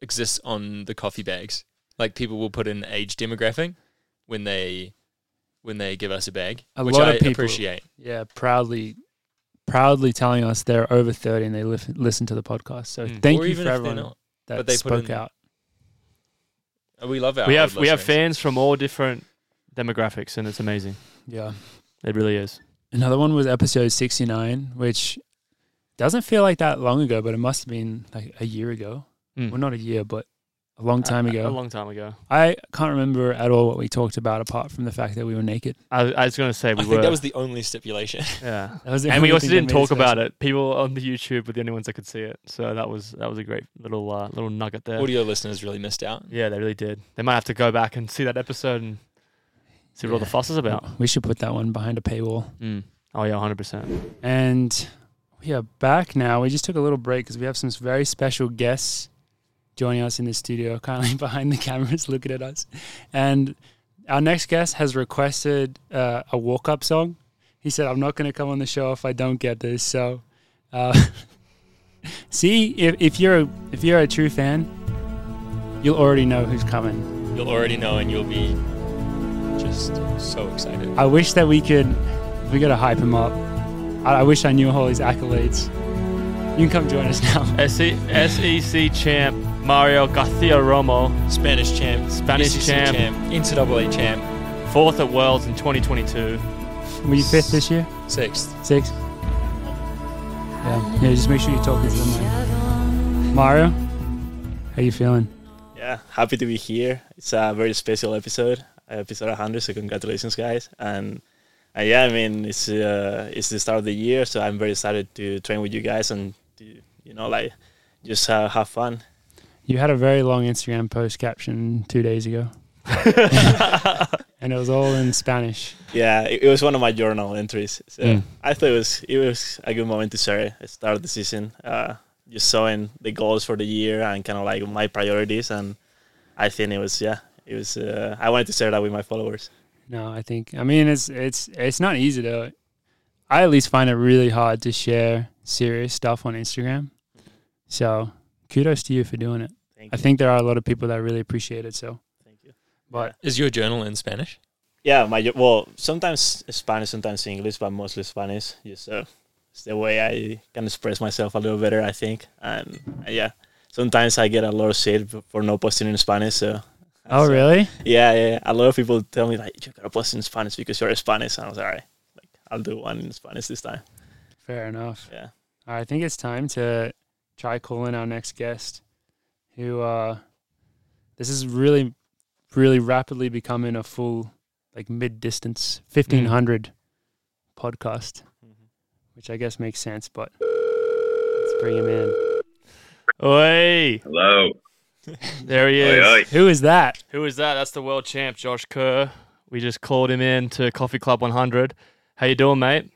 Speaker 1: exists on the coffee bags. Like people will put in age demographic when they when they give us a bag,
Speaker 2: A
Speaker 1: which
Speaker 2: lot
Speaker 1: I
Speaker 2: of people-
Speaker 1: appreciate.
Speaker 2: Yeah, proudly, proudly telling us they're over thirty and they lif- listen to the podcast. So
Speaker 3: Mm.
Speaker 2: thank
Speaker 1: Hmm. or
Speaker 2: you
Speaker 1: even
Speaker 2: for
Speaker 1: if they're
Speaker 2: everyone
Speaker 1: not,
Speaker 2: that
Speaker 1: but they put
Speaker 2: spoke
Speaker 1: in-
Speaker 2: out.
Speaker 1: Oh, we love our
Speaker 3: We
Speaker 1: old
Speaker 3: have we have
Speaker 1: listeners.
Speaker 3: fans from all different demographics, and it's amazing.
Speaker 2: Yeah.
Speaker 3: It really is.
Speaker 2: Another one was episode sixty nine, which doesn't feel like that long ago, but it must have been like a year ago.
Speaker 1: Hmm.
Speaker 3: Mm.
Speaker 2: Well, not a year, but a long time
Speaker 3: A, a
Speaker 2: ago.
Speaker 3: long time ago.
Speaker 2: I can't remember at all what we talked about apart from the fact that we were naked.
Speaker 3: I, I was going to say we
Speaker 1: I
Speaker 3: were.
Speaker 1: think that was the only stipulation. [LAUGHS]
Speaker 3: yeah.
Speaker 2: That was the
Speaker 3: And
Speaker 2: only
Speaker 3: we also
Speaker 2: thing that
Speaker 3: didn't
Speaker 2: made
Speaker 3: talk
Speaker 2: special.
Speaker 3: about it. People on the YouTube were the only ones that could see it. So that was that was a great little uh, little nugget there.
Speaker 1: Audio listeners really missed out.
Speaker 3: Yeah, they really did. They might have to go back and see that episode and see what all the
Speaker 2: Yeah.
Speaker 3: fuss is about.
Speaker 2: We should put that one behind a paywall.
Speaker 3: Mm. Oh yeah, hundred percent.
Speaker 2: And we are back now. We just took a little break because we have some very special guests joining us in the studio, [LAUGHS] kindly behind the cameras looking at us. And our next guest has requested uh, a walk up song. He said, I'm not going to come on the show if I don't get this. So, uh, [LAUGHS] see, if, if, you're a, if you're a true fan, you'll already know who's coming.
Speaker 1: You'll already know, and you'll be just so excited.
Speaker 2: I wish that we could. We gotta hype him up. I, I wish I knew all his accolades. You can come join us [LAUGHS] now.
Speaker 3: E, SEC champ Mario Garcia Romo,
Speaker 1: Spanish champ, E
Speaker 3: Spanish
Speaker 1: SEC
Speaker 3: champ.
Speaker 1: NCAA champ,
Speaker 3: fourth at Worlds in 2022.
Speaker 2: Were you fifth this year?
Speaker 1: sixth.
Speaker 2: Sixth? Yeah. Yeah. Just make sure you're talking to them. Mario, how you feeling?
Speaker 7: Yeah, happy to be here. It's a very special episode, episode 100. So congratulations, guys! And uh, yeah, I mean it's uh, it's the start of the year, so I'm very excited to train with you guys and to, you know like just uh, have fun.
Speaker 2: You had a very long Instagram post caption two days ago, and it was all in Spanish.
Speaker 7: yeah, it, it was one of my journal entries. So
Speaker 2: Mm.
Speaker 7: I thought it was it was a good moment to share it. Start the season, uh, just showing the goals for the year and kind of like my priorities. And I think it was yeah, it was. Uh, I wanted to share that with my followers.
Speaker 2: No, I think I mean it's it's it's not easy to. I at least find it really hard to share serious stuff on Instagram. So kudos to you for doing it.
Speaker 7: Thank
Speaker 2: I
Speaker 7: you.
Speaker 2: think there are a lot of people that really appreciate it. So,
Speaker 7: Thank you.
Speaker 2: but
Speaker 1: Is your journal in Spanish?
Speaker 7: Yeah, my jo- well, sometimes Spanish, sometimes English, but mostly Spanish. Yeah, so it's the way I can express myself a little better, I think. And uh, yeah, sometimes I get a lot of shit f- for not posting in Spanish. [LAUGHS] So
Speaker 2: oh
Speaker 7: so-
Speaker 2: really?
Speaker 7: Yeah, yeah, yeah. A lot of people tell me like you gotta post in Spanish because you're Spanish. And I was all right. Like I'll do one in Spanish this time.
Speaker 2: Fair enough.
Speaker 7: Yeah.
Speaker 2: All right, I think it's time to try calling our next guest, who uh, this is really, really rapidly becoming a full like mid distance fifteen hundred podcast,
Speaker 3: Mm-hmm.
Speaker 2: which I guess makes sense. But let's bring him in.
Speaker 3: Oi,
Speaker 5: [LAUGHS]
Speaker 8: Hello.
Speaker 3: there he
Speaker 8: Oi,
Speaker 3: is.
Speaker 8: oi.
Speaker 2: Who is that?
Speaker 3: Who is that? That's the world champ, Josh Kerr. We just called him in to Coffee Club 100. How you doing, mate?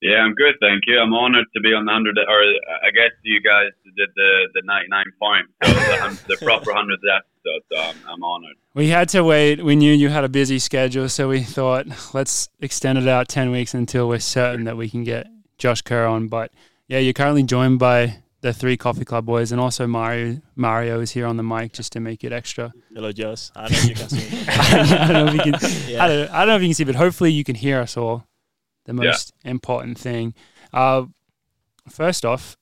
Speaker 8: Yeah, I'm good, thank you. I'm honored to be on the 100, or uh, I guess you guys did the, the 99 point, so the, hun- the proper 100th episode, so I'm, I'm honored.
Speaker 2: We had to wait. We knew you had a busy schedule, so we thought let's extend it out ten weeks until we're certain that we can get Josh Kerr on. But yeah, you're currently joined by the three Coffee Club boys, and also Mario. Mario is here on the mic just to make it extra.
Speaker 7: Hello, Josh. I don't know if you can see me.
Speaker 2: [LAUGHS] I don't know if you can. I,
Speaker 7: [LAUGHS] Yeah.
Speaker 2: don't, I don't know if you can see, but hopefully you can hear us all. The
Speaker 8: Yeah.
Speaker 2: most important thing. Uh, first off,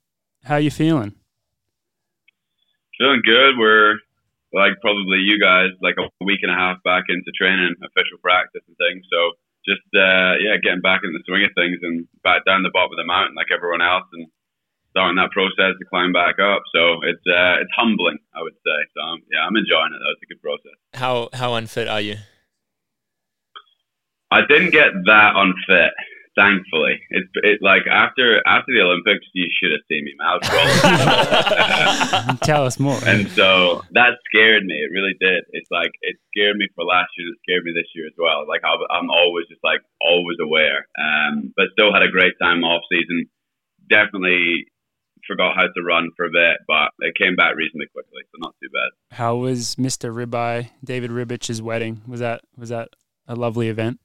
Speaker 2: how you
Speaker 7: [LAUGHS]
Speaker 2: feeling?
Speaker 8: Feeling good. We're, like probably you guys, like a week and a half back into training, official practice and things, so just, uh, yeah, getting back in the swing of things and back down the bottom of the mountain like everyone else and starting that process to climb back up, so it's, uh, it's humbling, I would say, so um, yeah, I'm enjoying it, though. It's a good process.
Speaker 1: How how unfit are you?
Speaker 8: I didn't get that unfit, thankfully. It's it, like after after the Olympics, you should have seen me. man. I was rolling.
Speaker 2: Tell us more.
Speaker 3: [LAUGHS]
Speaker 8: and so that scared me. It really did. It's like it scared me for last year. and It scared me this year as well. Like I, I'm always just like always aware, um, but still had a great time off season. Definitely forgot how to run for a bit, but it came back reasonably quickly, so not too bad.
Speaker 2: How was Mr. Ribeye David Ribich's wedding? Was that was that a lovely event?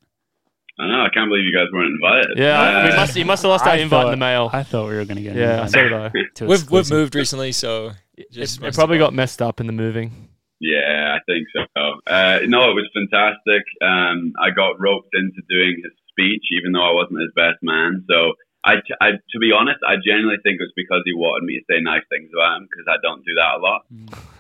Speaker 8: I know. I can't believe you guys weren't invited.
Speaker 3: Yeah, I- we
Speaker 8: Uh,
Speaker 3: must. You must have lost
Speaker 2: I
Speaker 3: that invite in
Speaker 2: thought-
Speaker 3: the mail.
Speaker 2: I thought we were going to get
Speaker 3: Oh. yeah, I saw that.
Speaker 2: to
Speaker 1: We've we've
Speaker 2: exclusive.
Speaker 1: moved recently, so Just
Speaker 3: It, it
Speaker 1: must
Speaker 3: probably
Speaker 1: have
Speaker 3: got messed up in the moving.
Speaker 8: Yeah, I think so. Uh, no, it was fantastic. Um, I got roped into doing his speech, even though I wasn't his best man. So, I, I, to be honest, I genuinely think it was because he wanted me to say nice things about him because I don't do that a lot.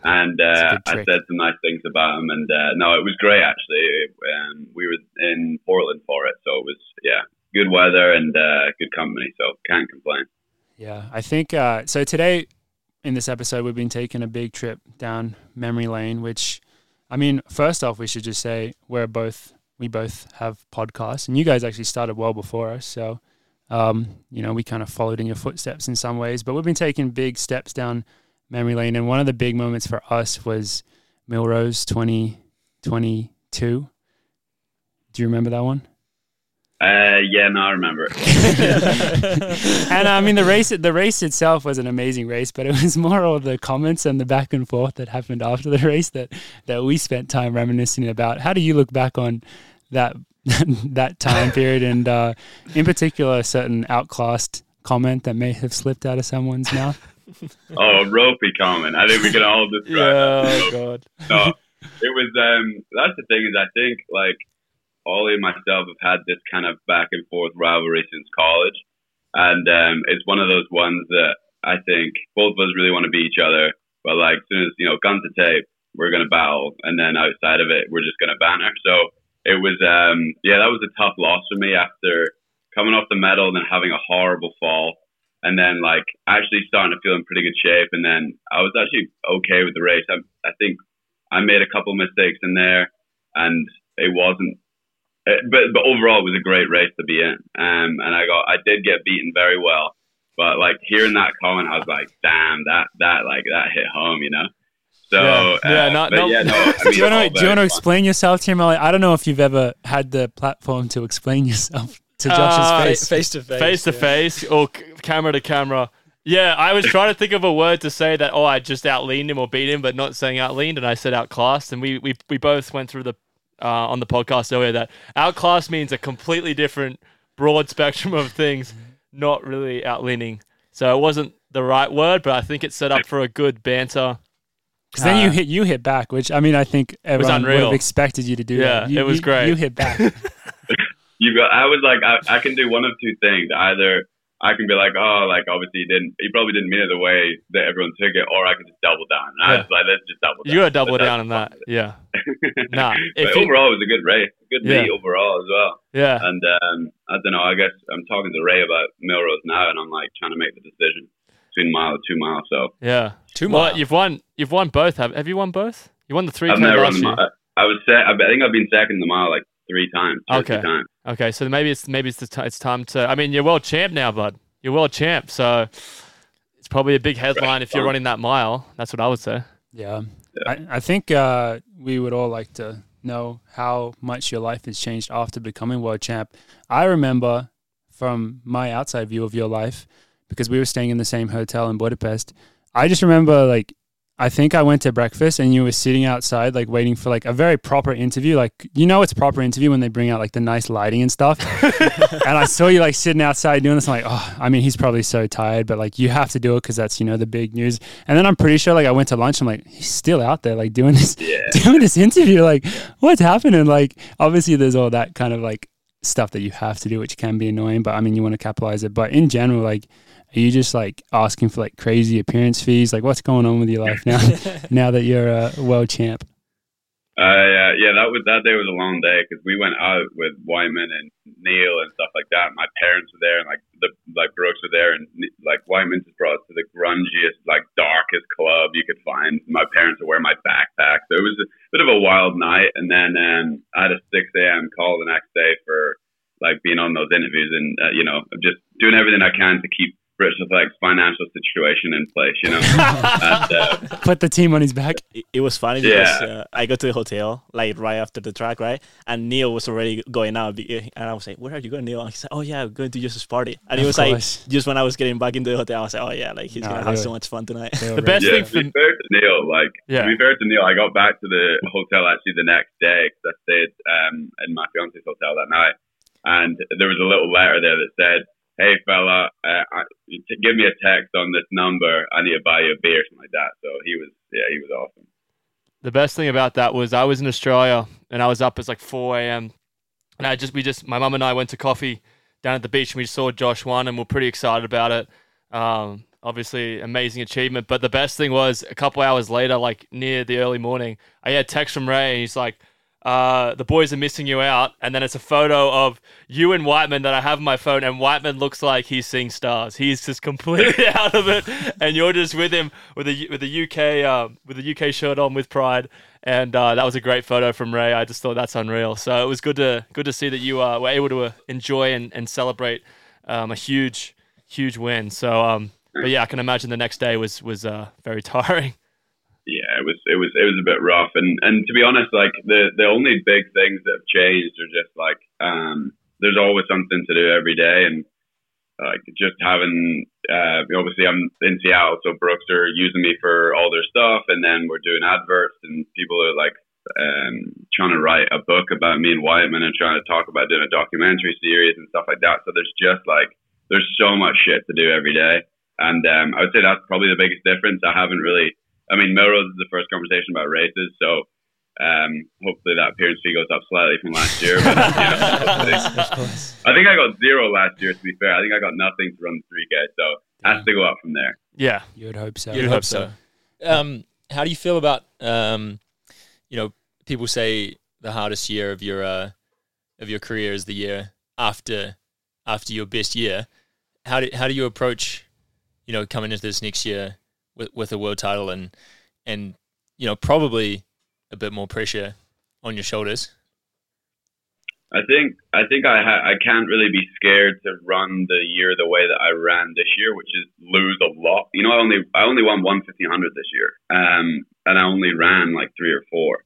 Speaker 8: And
Speaker 2: That's Mm. a
Speaker 8: uh,
Speaker 2: good
Speaker 8: I
Speaker 2: trick.
Speaker 8: said some nice things about him. And uh, no, it was great actually. Um, we were in Portland for it, so it was yeah, good weather and uh, good company. So can't complain.
Speaker 2: Yeah, I think uh, so. Today in this episode, we've been taking a big trip down memory lane, which, I mean, first off, we should just say we're both, we both have podcasts, and you guys actually started well before us. So, um, you know, we kind of followed in your footsteps in some ways, but we've been taking big steps down memory lane. And one of the big moments for us was Milrose 2022. Do you remember that one?
Speaker 8: Uh, yeah, no, I remember it.
Speaker 2: [LAUGHS] and I mean the race the race itself was an amazing race, but it was more all the comments and the back and forth that happened after the race that that we spent time reminiscing about. How do you look back on that [LAUGHS] that time period and uh, in particular a certain outclassed comment that may have slipped out of
Speaker 8: [LAUGHS]
Speaker 2: someone's mouth?
Speaker 8: Oh, a ropey comment. I think we can all describe that.
Speaker 3: oh
Speaker 8: as rope.
Speaker 3: god.
Speaker 8: no, it was. Um, that's the thing is, I think like Ollie and myself have had this kind of back and forth rivalry since college, and um, it's one of those ones that I think both of us really want to beat each other, but like as soon as you know, gun to tape, we're gonna battle, and then outside of it, we're just gonna banter. So it was, um, yeah, that was a tough loss for me after coming off the medal and then having a horrible fall. And then, like, actually starting to feel in pretty good shape. And then I was actually okay with the race. I, I think I made a couple mistakes in there, and it wasn't. It, but but overall, it was a great race to be in. Um, and I got I did get beaten very well, but like hearing that comment, I was like, damn, that that like that hit home, you know. So
Speaker 3: Yeah. Yeah,
Speaker 8: uh,
Speaker 3: not-
Speaker 8: but
Speaker 3: no-
Speaker 8: yeah, no. I
Speaker 2: [LAUGHS] Do
Speaker 8: mean,
Speaker 2: you
Speaker 8: all
Speaker 2: want to do you
Speaker 8: very
Speaker 2: want to
Speaker 8: fun.
Speaker 2: explain yourself to him? Ollie? I don't know if you've ever had the platform to explain yourself to Josh's
Speaker 3: Uh,
Speaker 2: face.
Speaker 1: Face to face.
Speaker 3: Face to
Speaker 1: yeah.
Speaker 3: face or c- camera to camera. Yeah, I was trying to think of a word to say that oh I just outleaned him or beat him, but not saying outleaned and I said outclassed and we we, we both went through the uh, on the podcast earlier that outclassed means a completely different broad [LAUGHS] spectrum of things, not really outleaning. So it wasn't the right word, but I think it's set up for a good banter.
Speaker 2: 'Cause then you
Speaker 3: Uh,
Speaker 2: hit you hit back, which I mean I think everyone would
Speaker 3: unreal.
Speaker 2: have expected you to do.
Speaker 3: Yeah,
Speaker 2: that. You-
Speaker 3: it was
Speaker 2: you-
Speaker 3: great.
Speaker 2: You hit
Speaker 3: [LAUGHS]
Speaker 2: back.
Speaker 8: you got I was like I, I can do one of two things. Either I can be like, Oh, like obviously he didn't he probably didn't mean it the way that everyone took it, or I can just double down. And I was like, let's just double down.
Speaker 3: You gotta double
Speaker 8: But
Speaker 3: down on that. Yeah.
Speaker 8: that's- [LAUGHS]
Speaker 3: Nah. If
Speaker 8: but
Speaker 3: you,
Speaker 8: overall it was a good race. Good
Speaker 3: Yeah.
Speaker 8: meet overall as well.
Speaker 3: yeah.
Speaker 8: And um, I don't know, I guess I'm talking to Ray about Melrose now and I'm like trying to make the decision between mile and two miles. So
Speaker 3: Yeah.
Speaker 1: Two
Speaker 3: Well,
Speaker 1: mile.
Speaker 3: you've won. You've won both. Have Have you won both? You won the three
Speaker 8: I've
Speaker 3: ten
Speaker 8: never run
Speaker 3: last
Speaker 8: the
Speaker 3: year.
Speaker 8: mile. I, I was se- I think I've been second the mile like three times. two or three
Speaker 3: Okay.
Speaker 8: times.
Speaker 3: Okay, so maybe it's maybe it's the t- it's time to. I mean, you're world champ now, bud. You're world champ, so it's probably a big headline if you're
Speaker 8: fine.
Speaker 3: running that mile. That's what I would say.
Speaker 2: Yeah. I, I think uh, we would all like to know how much your life has changed after becoming world champ. I remember from my outside view of your life, because we were staying in the same hotel in Budapest, I just remember like I think I went to breakfast and you were sitting outside like waiting for like a very proper interview. Like you know it's a proper interview when they bring out like the nice lighting
Speaker 3: [LAUGHS]
Speaker 2: and stuff. and I saw you like sitting outside doing this. I'm like, oh, I mean, he's probably so tired, but like you have to do it because that's you know the big news. And then I'm pretty sure like I went to lunch. I'm like, he's still out there like doing this, [LAUGHS] doing this interview. Like, what's happening? Like, obviously there's all that kind of like stuff that you have to do, which can be annoying. But I mean, you want to capitalize it. But in general, like, are you just like asking for like crazy appearance fees? Like, what's going on with your life now? now that you're a world champ.
Speaker 8: Uh, yeah, that was that day was a long day because we went out with Wyman and Neil and stuff like that. My parents were there, and like the like Brooks were there, and like Wyman just brought us to the grungiest, like darkest club you could find. My parents were wearing my backpack, so it was a bit of a wild night. And then um, I had a six a.m. call the next day for like being on those interviews and uh, you know just doing everything I can to keep Rich Athletic's financial situation in place. You know, and, uh,
Speaker 2: Put the team on his back.
Speaker 7: It, it was funny
Speaker 8: Yeah.
Speaker 7: because uh, I got to the hotel like right after the track, right? And Neil was already going out, be- eh, and I was like, "Where are you going, Neil?" And he said, "Oh yeah, I'm going to Joseph's party." And
Speaker 2: Of
Speaker 7: it was
Speaker 2: course.
Speaker 7: like just when I was getting back into the hotel, I was like, "Oh yeah, like he's
Speaker 2: Nah,
Speaker 7: gonna have
Speaker 2: really.
Speaker 7: so much fun tonight." [LAUGHS]
Speaker 2: They were
Speaker 3: The
Speaker 2: ready.
Speaker 3: best
Speaker 8: yeah,
Speaker 3: thing
Speaker 8: to be
Speaker 3: for
Speaker 8: fair to Neil, like
Speaker 3: Yeah.
Speaker 8: to be fair to Neil, I got back to the hotel actually the next day because I stayed um, in my fiance's hotel that night, and there was a little letter there that said, "Hey fella, uh, I, t- give me a text on this number. I need to buy you a beer, or something like that." So he was, yeah, he was awesome.
Speaker 3: the best thing about that was I was in Australia and I was up at like 4 a.m. And I just, we just, my mum and I went to coffee down at the beach and we saw Josh won and we're pretty excited about it. Um, obviously, amazing achievement. But the best thing was a couple hours later, like near the early morning, I had a text from Ray and he's like, uh, the boys are missing you out, and then it's a photo of you and Whiteman that I have on my phone, and Whiteman looks like he's seeing stars. He's just completely [LAUGHS] out of it, and you're just with him with a with a UK uh, with a UK shirt on with pride, and uh, that was a great photo from Ray. I just thought that's unreal. So it was good to good to see that you uh, were able to uh, enjoy and, and celebrate um, a huge huge win. So, um, but yeah, I can imagine the next day was was uh, very [LAUGHS] tiring.
Speaker 8: yeah, it was it was it was a bit rough. And and to be honest, like the the only big things that have changed are just like um, there's always something to do every day, and like just having uh, obviously I'm in Seattle, so Brooks are using me for all their stuff, and then we're doing adverts, and people are like um, trying to write a book about me and Whiteman, and trying to talk about doing a documentary series and stuff like that. So there's just like there's so much shit to do every day, and um, I would say that's probably the biggest difference. I haven't really I mean, Melrose is the first conversation about races, so um, hopefully that appearance fee goes up slightly from last year. But, you know, hopefully. I think I got zero last year. To be fair, I think I got nothing to run the three k, so has to go up from there.
Speaker 3: Yeah,
Speaker 2: You would hope so.
Speaker 1: You'd hope so. Um, how do you feel about um, you know, people say the hardest year of your uh, of your career is the year after after your best year. How do how do you approach, you know, coming into this next year with, with a world title and and you know probably a bit more pressure on your shoulders?
Speaker 8: I think I think I ha- I can't really be scared to run the year the way that I ran this year, which is lose a lot. You know, I only I only won one fifteen hundred this year, um, and I only ran like three or four.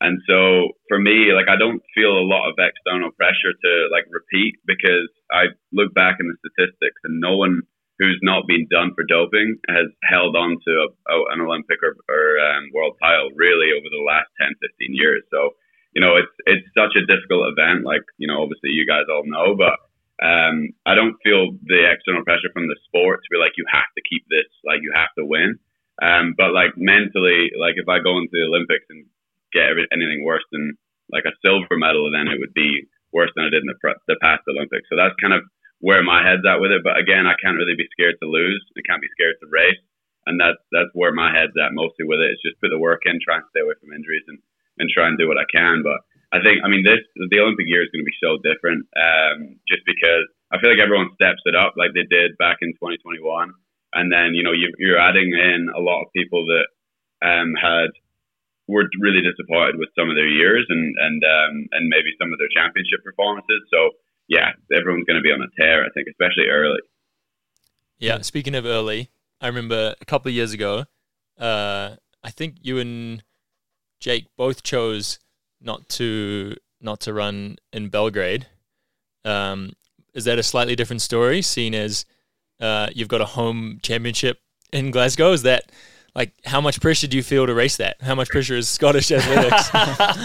Speaker 8: And so for me, like I don't feel a lot of external pressure to like repeat because I look back in the statistics and no one who's not been done for doping has held on to a, a- an Olympic or, or um, world title really over the last 10, 15 years. So you know, it's it's such a difficult event. Like you know, obviously you guys all know, but um, I don't feel the external pressure from the sport to be like you have to keep this, like you have to win. Um, but like mentally, like if I go into the Olympics and get every- anything worse than like a silver medal, then it would be worse than I did in the, pre- the past Olympics. So that's kind of where my head's at with it. But again, I can't really be scared to lose. I can't be scared to race. And that's that's where my head's at mostly with it. It's just put the work in, try and stay away from injuries, and and try and do what I can. But I think, I mean, this the Olympic year is going to be so different, um, just because I feel like everyone steps it up like they did back in 2021, and then you know you, you're adding in a lot of people that um, had were really disappointed with some of their years and and um, and maybe some of their championship performances. So yeah, everyone's going to be on a tear, I think, especially early.
Speaker 1: Yeah. Speaking of early, I remember a couple of years ago, uh, I think you and Jake both chose not to not to run in Belgrade. Um, is that a slightly different story, seeing as uh, you've got a home championship in Glasgow? Is that like how much pressure do you feel to race that? How much pressure is Scottish
Speaker 2: [LAUGHS]
Speaker 1: athletics?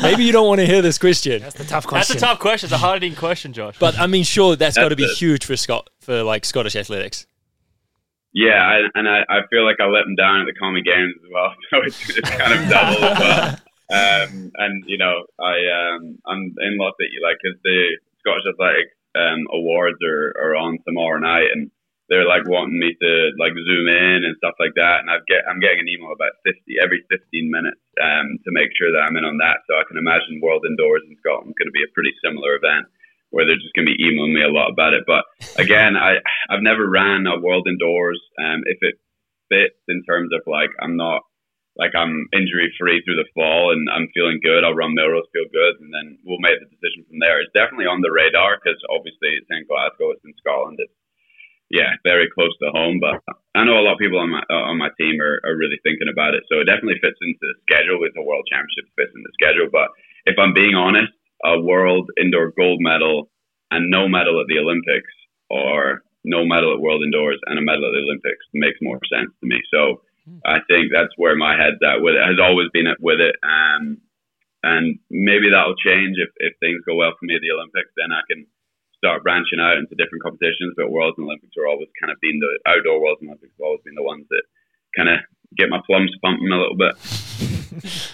Speaker 1: Maybe you don't want to hear this question,
Speaker 2: That's the tough
Speaker 3: that's
Speaker 2: question.
Speaker 3: a tough question. It's a hard hitting question, Josh.
Speaker 1: but I mean, sure, that's got to be
Speaker 8: That's it.
Speaker 1: huge for Scott for like Scottish athletics.
Speaker 8: Yeah, I, and I, I feel like I let them down at the Common Games as well, [LAUGHS] so it's, it's kind of double as well. Um, and you know, I um, I'm in love that you like because the Scottish Athletic um, Awards are, are on tomorrow night, and they're like wanting me to like zoom in and stuff like that. And I get I'm getting an email about fifty every fifteen minutes um, to make sure that I'm in on that. So I can imagine World Indoors in Scotland is going to be a pretty similar event where they're just going to be emailing me a lot about it. But again, I I've never ran a world indoors. Um, if it fits in terms of like I'm not like I'm injury free through the fall and I'm feeling good, I'll run Melrose, feel good, and then we'll make the decision from there. It's definitely on the radar because obviously it's in Glasgow, it's in Scotland, it's yeah, very close to home. But I know a lot of people on my uh, on my team are, are really thinking about it, so it definitely fits into the schedule. With the World Championship fits in the schedule, but if I'm being honest, a world indoor gold medal and no medal at the Olympics or no medal at World Indoors and a medal at the Olympics makes more sense to me. So I think that's where my head's at with it. Has always been at with it. Um, and maybe that'll change if, if things go well for me at the Olympics, then I can start branching out into different competitions. But Worlds and Olympics are always kind of been the outdoor Worlds and Olympics have always been the ones that kind of get my plums pumping a little bit.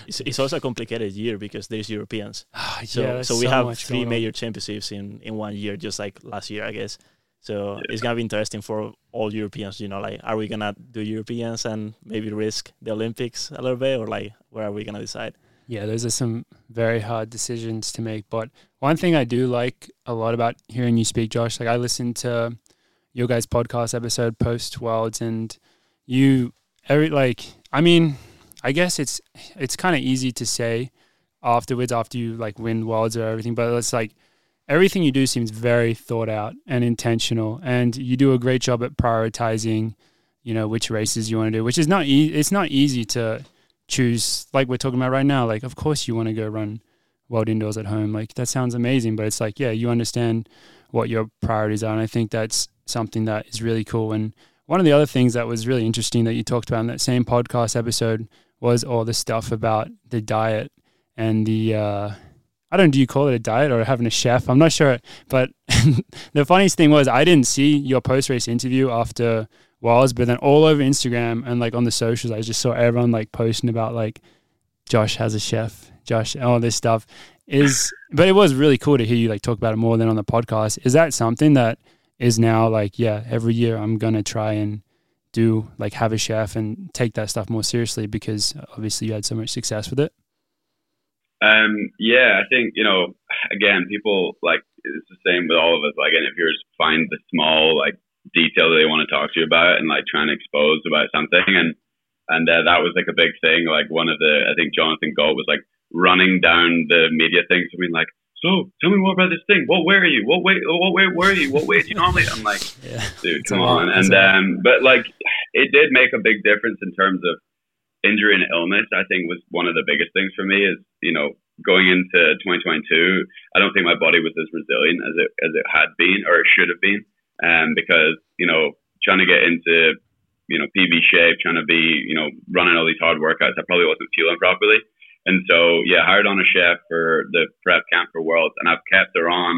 Speaker 7: It's, it's also a complicated year because there's Europeans.
Speaker 2: [SIGHS] Ah,
Speaker 7: So,
Speaker 2: yeah, there's
Speaker 7: so we
Speaker 2: so
Speaker 7: have
Speaker 2: much
Speaker 7: three
Speaker 2: going on.
Speaker 7: major championships in, in one year, just like last year, I guess. So it's gonna be interesting for all Europeans. You know, like are we gonna do Europeans and maybe risk the Olympics a little bit, or like where are we gonna decide?
Speaker 2: yeah, those are some very hard decisions to make. But one thing I do like a lot about hearing you speak, Josh, like I listened to your guys' podcast episode post Worlds, and you every like I mean, I guess it's it's kind of easy to say afterwards after you like win Worlds or everything, but it's like everything you do seems very thought out and intentional, and you do a great job at prioritizing. You know which races you want to do, which is not e- it's not easy to choose like we're talking about right now like of course you want to go run world indoors at home like that sounds amazing but it's like yeah you understand what your priorities are and i think that's something that is really cool and one of the other things that was really interesting that you talked about in that same podcast episode was all the stuff about the diet and the uh I don't do you call it a diet or having a chef? I'm not sure, but [LAUGHS] the funniest thing was I didn't see your post race interview after was, but then all over Instagram and like on the socials, I just saw everyone like posting about like Josh has a chef, Josh, and all this stuff. Is but it was really cool to hear you like talk about it more than on the podcast. Is that something that is now like, yeah, every year I'm gonna try and do like have a chef and take that stuff more seriously because obviously you had so much success with it.
Speaker 8: Um, yeah, I think you know. Again, people like it's the same with all of us. Like, and if you're just find the small like detail that they want to talk to you about and like trying to expose about something and and uh, that was like a big thing like one of the i think jonathan gold was like running down the media things i mean like so tell me more about this thing what where are you what way what way were you what way do you normally i'm like
Speaker 2: Yeah.
Speaker 8: dude
Speaker 2: It's
Speaker 8: come
Speaker 2: a
Speaker 8: on
Speaker 2: lot, it's
Speaker 8: and
Speaker 2: a lot.
Speaker 8: um but like it did make a big difference in terms of injury and illness i think was one of the biggest things for me is you know going into 2022 i don't think my body was as resilient as it as it had been or it should have been um, because you know trying to get into you know PB shape, trying to be you know running all these hard workouts, I probably wasn't fueling properly, and so yeah, hired on a chef for the prep camp for Worlds, and I've kept her on.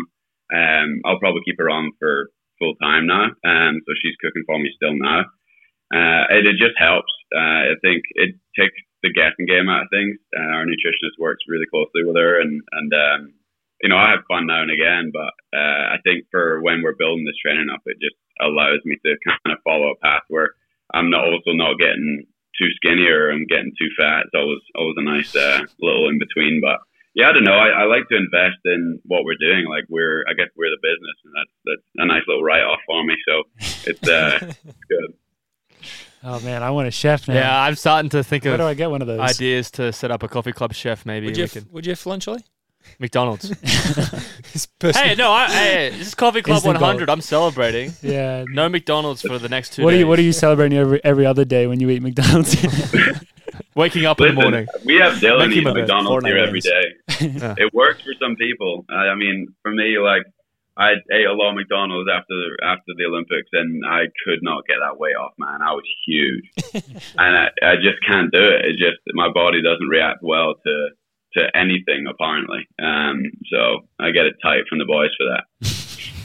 Speaker 8: Um, I'll probably keep her on for full time now, um, so she's cooking for me still now. Uh, it, it just helps. Uh, I think it takes the guessing game out of things. Uh, our nutritionist works really closely with her, and and um, you know, I have fun now and again, but uh, I think for when we're building this training up, it just allows me to kind of follow a path where I'm not also not getting too skinny or I'm getting too fat. It's always always a nice uh, little in between. But yeah, I don't know. I, I like to invest in what we're doing. Like we're, I guess we're the business, and that's that's a nice little write off for me. So it's uh, it's good.
Speaker 2: Oh man, I want a chef now.
Speaker 3: Yeah, I'm starting to think
Speaker 2: Where do I
Speaker 3: of
Speaker 2: get one of those?
Speaker 3: ideas to set up a coffee club chef. Maybe
Speaker 1: Would
Speaker 3: we
Speaker 1: you have,
Speaker 3: can-
Speaker 1: would you have lunch, Ollie?
Speaker 2: [LAUGHS]
Speaker 3: McDonald's.
Speaker 1: His personal-
Speaker 3: hey, no, I, hey, this is Coffee Club
Speaker 2: Instant
Speaker 3: 100. I'm celebrating.
Speaker 2: Yeah.
Speaker 3: No McDonald's for the next two
Speaker 2: What are
Speaker 3: days.
Speaker 2: you What are you celebrating every every other day when you eat
Speaker 3: [LAUGHS]
Speaker 2: McDonald's? [LAUGHS]
Speaker 3: waking up in the
Speaker 8: Listen,
Speaker 3: morning?
Speaker 8: we have
Speaker 3: Make
Speaker 8: Dylan
Speaker 3: him
Speaker 8: eating
Speaker 3: a bit.
Speaker 8: McDonald's
Speaker 7: Fortnite
Speaker 8: here every
Speaker 7: wins.
Speaker 8: day.
Speaker 2: [LAUGHS]
Speaker 3: Yeah.
Speaker 8: It works for some people. I, I mean, for me, like I ate a lot of McDonald's after the, after the Olympics, and I could not get that weight off. Man, I was
Speaker 2: [LAUGHS]
Speaker 8: huge, and I, I just can't do it. It's just my body doesn't react well to to anything apparently. Um, so I get it tight from the boys for that.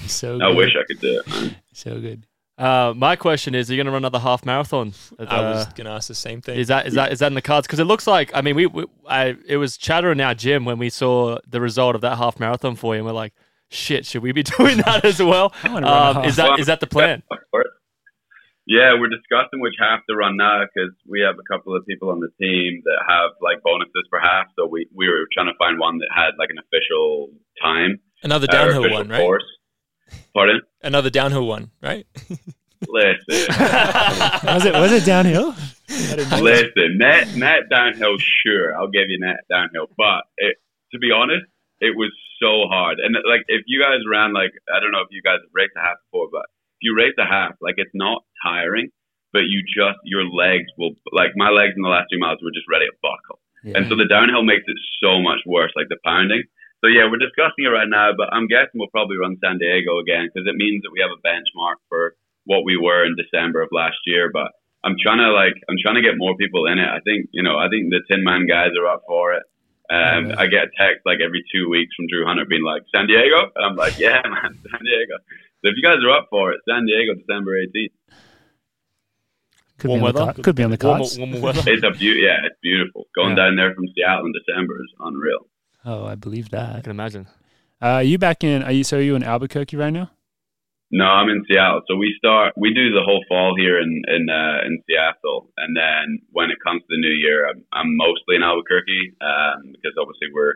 Speaker 2: [LAUGHS] so good.
Speaker 8: I wish I could do it. Man.
Speaker 2: So good.
Speaker 3: Uh, my question is: Are you going to run another half marathon?
Speaker 1: I was
Speaker 3: Uh,
Speaker 1: gonna ask the same thing.
Speaker 3: Is that is that is that in the cards? Because it looks like I mean we, we I it was chatter in our gym when we saw the result of that half marathon for you, and we're like, shit, should we be [LAUGHS] doing that as well?
Speaker 2: I wanna run a
Speaker 3: Um, is
Speaker 2: half.
Speaker 3: that is that the plan?
Speaker 8: Of course. Yeah, we're discussing which half to run now because we have a couple of people on the team that have like bonuses for half. So we, we were trying to find one that had like an official time,
Speaker 1: Another
Speaker 8: uh, or
Speaker 1: downhill
Speaker 8: official
Speaker 1: one, right?
Speaker 8: course. Pardon?
Speaker 1: Another downhill one, right?
Speaker 8: Listen,
Speaker 1: [LAUGHS]
Speaker 2: Was it Was it downhill?
Speaker 8: [LAUGHS]
Speaker 2: I didn't know.
Speaker 8: listen, net net downhill. Sure, I'll give you net downhill, but it, to be honest, it was so hard. And like, if you guys ran like, I don't know if you guys have raced a half before, but if you race a half, like it's not tiring, but you just your legs will like my legs in the last two miles were just ready to buckle, and so the downhill makes it so much worse, like the pounding. So yeah, we're discussing it right now, but I'm guessing we'll probably run San Diego again because it means that we have a benchmark for what we were in December of last year. But I'm trying to like I'm trying to get more people in it. I think you know I think the Tin Man guys are up for it. Um, I get a text like every two weeks from Drew Hunter being like San Diego, and I'm like, yeah, [LAUGHS] man, San Diego. So if you guys are up for it, San Diego, December 18th.
Speaker 2: Could
Speaker 3: Warm
Speaker 2: be on the
Speaker 3: weather?
Speaker 2: car- could be on the
Speaker 3: Warmer,
Speaker 2: cards.
Speaker 3: warmer weather.
Speaker 8: It's a beauty. Yeah, it's beautiful. Going
Speaker 3: Yeah.
Speaker 8: down there from Seattle in December is unreal.
Speaker 2: Oh, I believe
Speaker 3: I
Speaker 2: that.
Speaker 3: can imagine.
Speaker 2: Uh, are you back in? Are you so? Are you in Albuquerque right now?
Speaker 8: No, I'm in Seattle. So we start we do the whole fall here in in uh, in Seattle, and then when it comes to the new year, I'm, I'm mostly in Albuquerque um, because obviously we're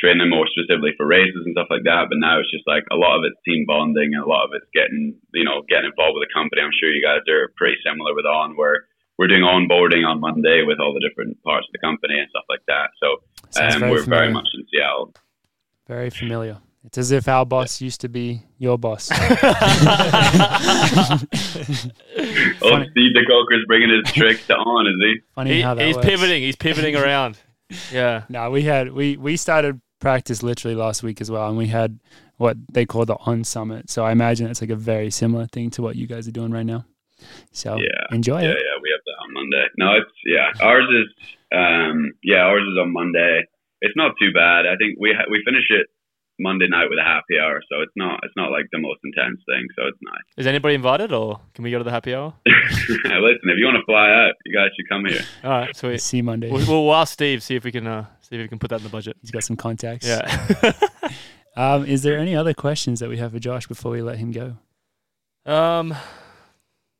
Speaker 8: training more specifically for races and stuff like that. But now it's just like a lot of it's team bonding and a lot of it's getting you know getting involved with the company. I'm sure you guys are pretty similar with on where we're doing onboarding on Monday with all the different parts of the company and stuff like that. So
Speaker 2: Sounds
Speaker 8: um,
Speaker 2: very
Speaker 8: we're
Speaker 2: familiar.
Speaker 8: very much in Seattle.
Speaker 2: Very familiar. It's as if our boss used to be your
Speaker 3: [LAUGHS]
Speaker 2: boss.
Speaker 8: [LAUGHS]
Speaker 2: [LAUGHS]
Speaker 8: Oh,
Speaker 2: funny,
Speaker 8: Steve DeCoker's bringing his
Speaker 2: [LAUGHS]
Speaker 8: tricks to on, is he?
Speaker 2: funny
Speaker 3: He,
Speaker 2: how that
Speaker 3: he's
Speaker 2: works.
Speaker 3: pivoting. He's
Speaker 2: [LAUGHS]
Speaker 3: pivoting around. Yeah.
Speaker 2: No, we had we we started practice literally last week as well, and we had what they call the on summit. So I imagine it's like a very similar thing to what you guys are doing right now. So
Speaker 8: Yeah.
Speaker 2: enjoy
Speaker 8: Yeah,
Speaker 2: it.
Speaker 8: yeah, we have that on Monday. No, it's yeah, ours is um yeah, ours is on Monday. It's not too bad. I think we ha- we finish it Monday night with a happy hour, so it's not it's not like the most intense thing. So it's nice. [LAUGHS]
Speaker 3: Is anybody invited, or can we go to the happy hour?
Speaker 8: Listen, if you want to fly out, you guys should come here.
Speaker 3: All right, sweet.
Speaker 2: See you Monday.
Speaker 3: We'll, we'll ask Steve see if we can uh, see if we can put that in the budget.
Speaker 2: He's got some contacts.
Speaker 3: Yeah.
Speaker 2: [LAUGHS] Um, is there any other questions that we have for Josh before we let him go?
Speaker 3: um.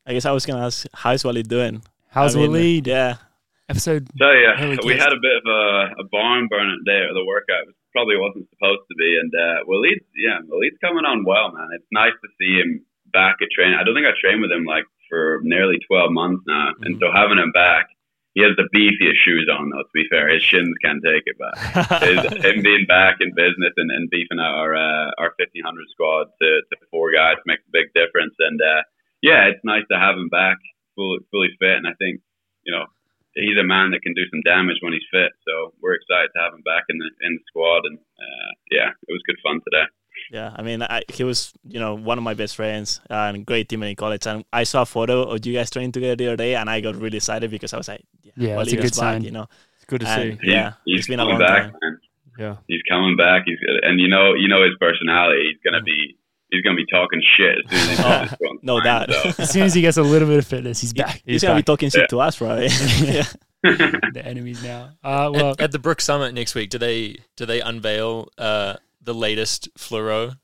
Speaker 7: I guess I was gonna ask, how's Wally doing?
Speaker 2: How's we
Speaker 7: I mean,
Speaker 2: lead?
Speaker 7: Yeah,
Speaker 2: Episode.
Speaker 8: So
Speaker 2: Hell,
Speaker 8: yeah,
Speaker 2: it
Speaker 8: we
Speaker 2: is.
Speaker 8: had a bit of a, a barn burner day at the workout. It probably wasn't supposed to be, and uh, Walid's yeah, Walid's coming on well, man. It's nice to see him back at training. I don't think I trained with him like for nearly 12 months now, and so having him back, he has the beefiest shoes on though. To be fair, his shins can take it, but his, him being back in business and, and beefing out our uh, our 1500 squad to, to four guys makes a big difference, and uh, yeah, it's nice to have him back fully fully fit, and I think you know he's a man that can do some damage when he's fit. So we're excited to have him back in the in the squad, and uh, yeah, it was good fun today.
Speaker 7: yeah. I mean, I, he was, you know, one of my best friends and a great teammate in college. And I saw a photo of you guys training together the other day, and I got really excited because I was like, yeah,
Speaker 2: Yeah, that's
Speaker 7: Wally
Speaker 2: a good
Speaker 7: is back,
Speaker 2: sign.
Speaker 7: you know.
Speaker 3: It's good to
Speaker 7: And,
Speaker 3: see.
Speaker 8: He's,
Speaker 7: yeah,
Speaker 8: he's
Speaker 7: it's been a
Speaker 8: coming
Speaker 7: long
Speaker 8: back,
Speaker 7: time.
Speaker 8: man.
Speaker 3: Yeah.
Speaker 8: He's coming back. He's and you know you know his personality. He's gonna be he's gonna be talking shit as soon as he's on the front
Speaker 7: Oh, No
Speaker 8: line,
Speaker 7: doubt. [LAUGHS]
Speaker 8: so.
Speaker 2: As soon as he gets a little bit of fitness, he's back.
Speaker 3: He's
Speaker 7: He's, gonna
Speaker 3: back.
Speaker 7: be talking shit to us, right?
Speaker 2: [LAUGHS]
Speaker 7: yeah.
Speaker 2: the enemies now. Uh,
Speaker 1: At-
Speaker 2: well,
Speaker 1: at, the Brook Summit next week, do they do they unveil uh, the latest fluoro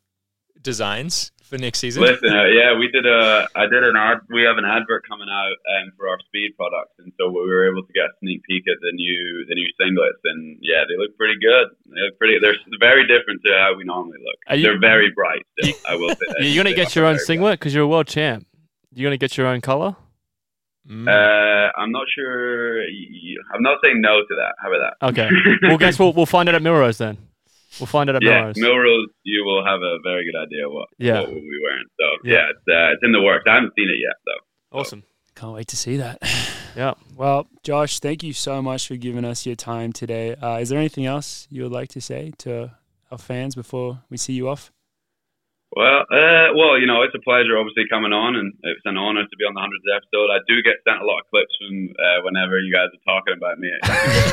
Speaker 1: designs for next season?
Speaker 8: Listen, uh, yeah, we did a. I did an ad. We have an advert coming out um, for our speed products, and so we were able to get a sneak peek at the new the new singlets, and yeah, they look pretty good. They look pretty. They're s- very different to how we normally look.
Speaker 3: Are you-
Speaker 8: they're very bright. Still, I will say. that.
Speaker 3: [LAUGHS] You're gonna
Speaker 8: They
Speaker 3: get
Speaker 8: are
Speaker 3: your own
Speaker 8: very
Speaker 3: singlet because you're a world champ. You're gonna get your own color.
Speaker 8: bright.
Speaker 1: Mm.
Speaker 8: Uh, I'm not sure. y- y- I'm not saying no to that. How about that? [LAUGHS]
Speaker 3: Okay. well, guess we'll we'll find it at Milrose then. We'll find it at
Speaker 8: Yeah,
Speaker 3: Milrose.
Speaker 8: Milrose, you will have a very good idea what
Speaker 3: Yeah.
Speaker 8: what we'll be wearing. So
Speaker 3: Yeah.
Speaker 8: yeah, it's, uh, it's in the works. I haven't seen it yet though.
Speaker 3: awesome.
Speaker 2: can't wait to see that. [SIGHS]
Speaker 3: Yeah.
Speaker 2: Well, Josh, thank you so much for giving us your time today. Uh, is there anything else you would like to say to our fans before we see you off?
Speaker 8: Well, uh, well, you know, it's a pleasure, obviously, coming on, and it's an honor to be on the hundredth episode. I do get sent a lot of clips from uh, whenever you guys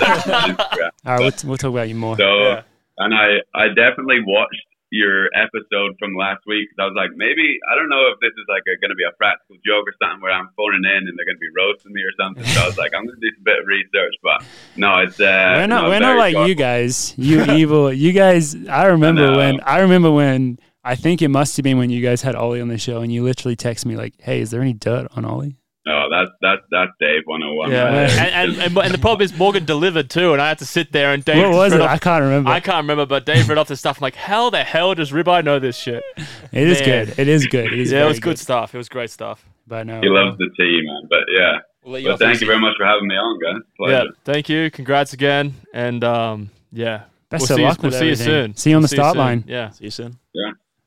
Speaker 8: are
Speaker 3: [LAUGHS]
Speaker 8: talking about me. [LAUGHS] on Instagram.
Speaker 2: All right, we'll, t- we'll talk about you [LAUGHS] more.
Speaker 8: so,
Speaker 3: Yeah.
Speaker 8: and I, I definitely watched your episode from last week 'cause I was like, maybe I don't know if this is like going to be a practical joke or something where I'm phoning in and they're going to be roasting me or something. So I was like, I'm going to do some bit of research, but no, it's uh,
Speaker 2: we're not,
Speaker 8: no,
Speaker 2: we're not
Speaker 8: very
Speaker 2: like
Speaker 8: sharp.
Speaker 2: you guys. You evil. You guys. I remember
Speaker 8: know.
Speaker 2: when. I remember when. I think it must have been when you guys had Ollie on the show, and you literally text me like, "Hey, is there any dirt on Ollie?"
Speaker 8: No, that's that's that's Dave 101.
Speaker 3: Yeah.
Speaker 8: right there. It's
Speaker 3: And, and, and, and the problem is Morgan delivered too, and I had to sit there and Dave.
Speaker 2: what was
Speaker 3: read
Speaker 2: it? I
Speaker 3: Off,
Speaker 2: can't remember.
Speaker 3: I can't remember, but Dave read off the stuff. I'm like, how the hell does Ribeye know this shit?
Speaker 2: it is
Speaker 3: Man.
Speaker 2: good. It is good. It is
Speaker 3: yeah, it
Speaker 2: very
Speaker 3: was good, stuff. It was great stuff.
Speaker 2: But no,
Speaker 8: He loves the tea, man. But yeah.
Speaker 1: We'll let you
Speaker 8: Well,
Speaker 1: off next
Speaker 8: thank you very
Speaker 1: season.
Speaker 8: much for having me on, guys. Pleasure.
Speaker 3: Yeah. Thank you. Congrats again, and um, yeah. we'll
Speaker 2: Best of
Speaker 3: see
Speaker 2: luck
Speaker 3: You, we'll
Speaker 2: with
Speaker 3: see you
Speaker 2: everything.
Speaker 3: soon.
Speaker 2: See you on
Speaker 3: We'll
Speaker 2: the start
Speaker 3: soon.
Speaker 2: line.
Speaker 3: Yeah.
Speaker 7: See you soon.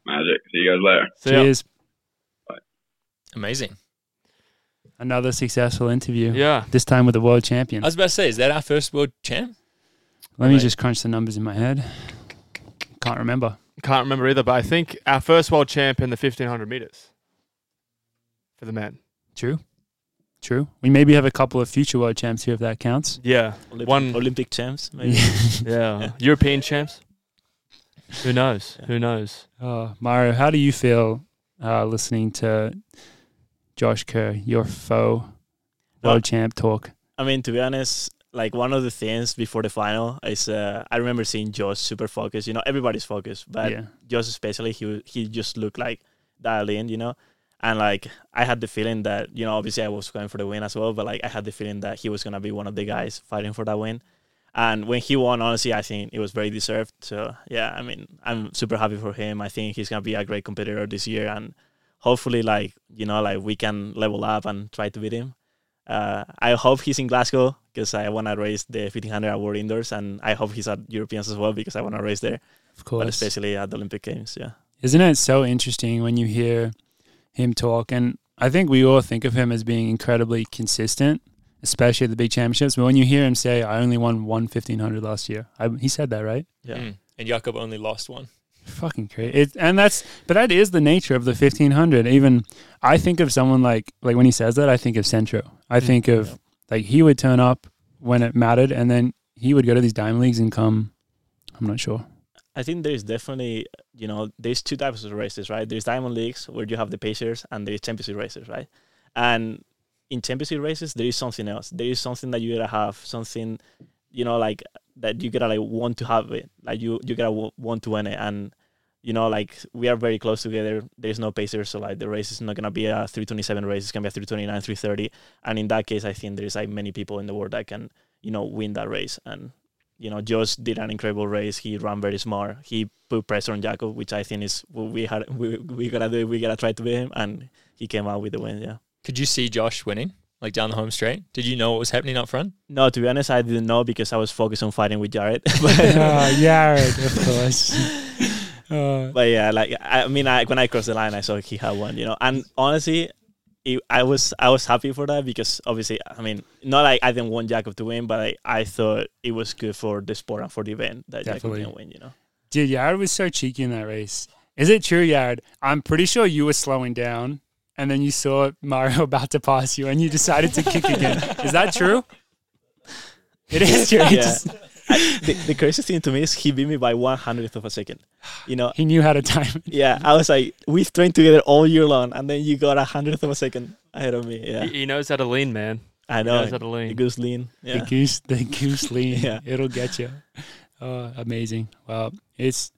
Speaker 8: Magic. See you guys later.
Speaker 3: See ya.
Speaker 2: Cheers.
Speaker 1: Amazing.
Speaker 2: Another successful interview.
Speaker 3: Yeah.
Speaker 2: This time with the world champion.
Speaker 1: I was about to say, is that our first world champ?
Speaker 2: Let me
Speaker 1: Right.
Speaker 2: just crunch the numbers in my head. Can't remember.
Speaker 3: Can't remember either, but I think our first world champ in the 1500 meters for the men.
Speaker 2: True. True. We maybe have a couple of future world champs here if that counts.
Speaker 3: Yeah.
Speaker 7: Olympic,
Speaker 3: One-
Speaker 2: [LAUGHS]
Speaker 7: Olympic champs, maybe.
Speaker 3: Yeah. European champs. Who knows? Who knows?
Speaker 2: Uh, Mario, how do you feel uh, listening to Josh Kerr, your foe,
Speaker 7: Well-
Speaker 2: world champ talk?
Speaker 7: I mean, to be honest, like one of the things before the final is uh, I remember seeing Josh super focused. You know, everybody's focused, but
Speaker 2: yeah.
Speaker 7: Josh especially, he wa- he just looked like dial in, you know. And like I had the feeling that you know, obviously I was going for the win as well, but like I had the feeling that he was gonna be one of the guys fighting for that win. And when he won, honestly, I think it was very deserved. So yeah, I mean, I'm super happy for him. I think he's gonna be a great competitor this year, and hopefully, like you know, like we can level up and try to beat him. Uh, I hope he's in Glasgow because I want to race the 1500 award indoors, and I hope he's at Europeans as well because I want to race there,
Speaker 2: Of
Speaker 7: but
Speaker 2: course.
Speaker 7: especially at the Olympic Games. Yeah,
Speaker 2: Isn't it so interesting when you hear him talk? And I think we all think of him as being incredibly consistent, especially at the big championships. But when you hear him say, I only won one 1500 last year, I, he said that, right?
Speaker 7: yeah.
Speaker 1: Mm. And Jakob only lost one.
Speaker 2: Fucking crazy. It, and that's, but that is the nature of the 1500. Even I think of someone like, like when he says that, I think of Centro. I think of like he would turn up when it mattered and then he would go to these dime leagues and come, I'm not sure.
Speaker 7: I think there's definitely, you know, there's two types of races, right? There's diamond leagues where you have the pacers and there's championship races, right? And in championship races, there is something else. There is something that you gotta have, something, you know, like that you gotta like want to have it, like you you gotta w- want to win it. And you know, like we are very close together. There's no pacers, so like the race is not gonna be a 327 race. It's gonna be a 329, 330. And in that case, I think there's like many people in the world that can, you know, win that race. And you know, Josh did an incredible race. He ran very smart. He put pressure on Jacob, which I think is what we had. We we gotta do. We gotta try to beat him, and he came out with the win. Yeah.
Speaker 1: Could you see Josh winning, like down the home straight? Did you know what was happening up front?
Speaker 7: No, to be honest, I didn't know because I was focused on fighting with Jared. [LAUGHS]
Speaker 2: oh, Jared, of course. [LAUGHS] Uh,
Speaker 7: but yeah, like I mean, I, when I crossed the line, I saw he had one, you know. And honestly, it, I was I was happy for that because obviously, I mean, not like I didn't want Jacob to win, but like, I thought it was good for the sport and for the event that
Speaker 2: Definitely.
Speaker 7: Jacob didn't win, you know.
Speaker 2: Dude, Yard was so cheeky in that race. Is it true, Yard? I'm pretty sure you were slowing down and then you saw Mario [LAUGHS] about to pass you and you decided to kick again. Is that true? It is true. He,
Speaker 7: [LAUGHS] Yeah.
Speaker 2: just-
Speaker 7: I, the, the craziest thing to me is he beat me by one hundredth of a second. You know,
Speaker 2: he knew how to time it.
Speaker 7: Yeah, I was like, we've trained together all year long, and then you got a hundredth of a second ahead of me. Yeah,
Speaker 3: He, he knows how to lean, man.
Speaker 7: I
Speaker 3: He
Speaker 7: know.
Speaker 3: knows how to
Speaker 7: It
Speaker 3: lean.
Speaker 7: goes lean.
Speaker 2: The
Speaker 7: Yeah,
Speaker 2: goose, the
Speaker 7: [LAUGHS]
Speaker 2: goose lean.
Speaker 7: Yeah.
Speaker 2: It'll get you. Oh, amazing. Wow. It's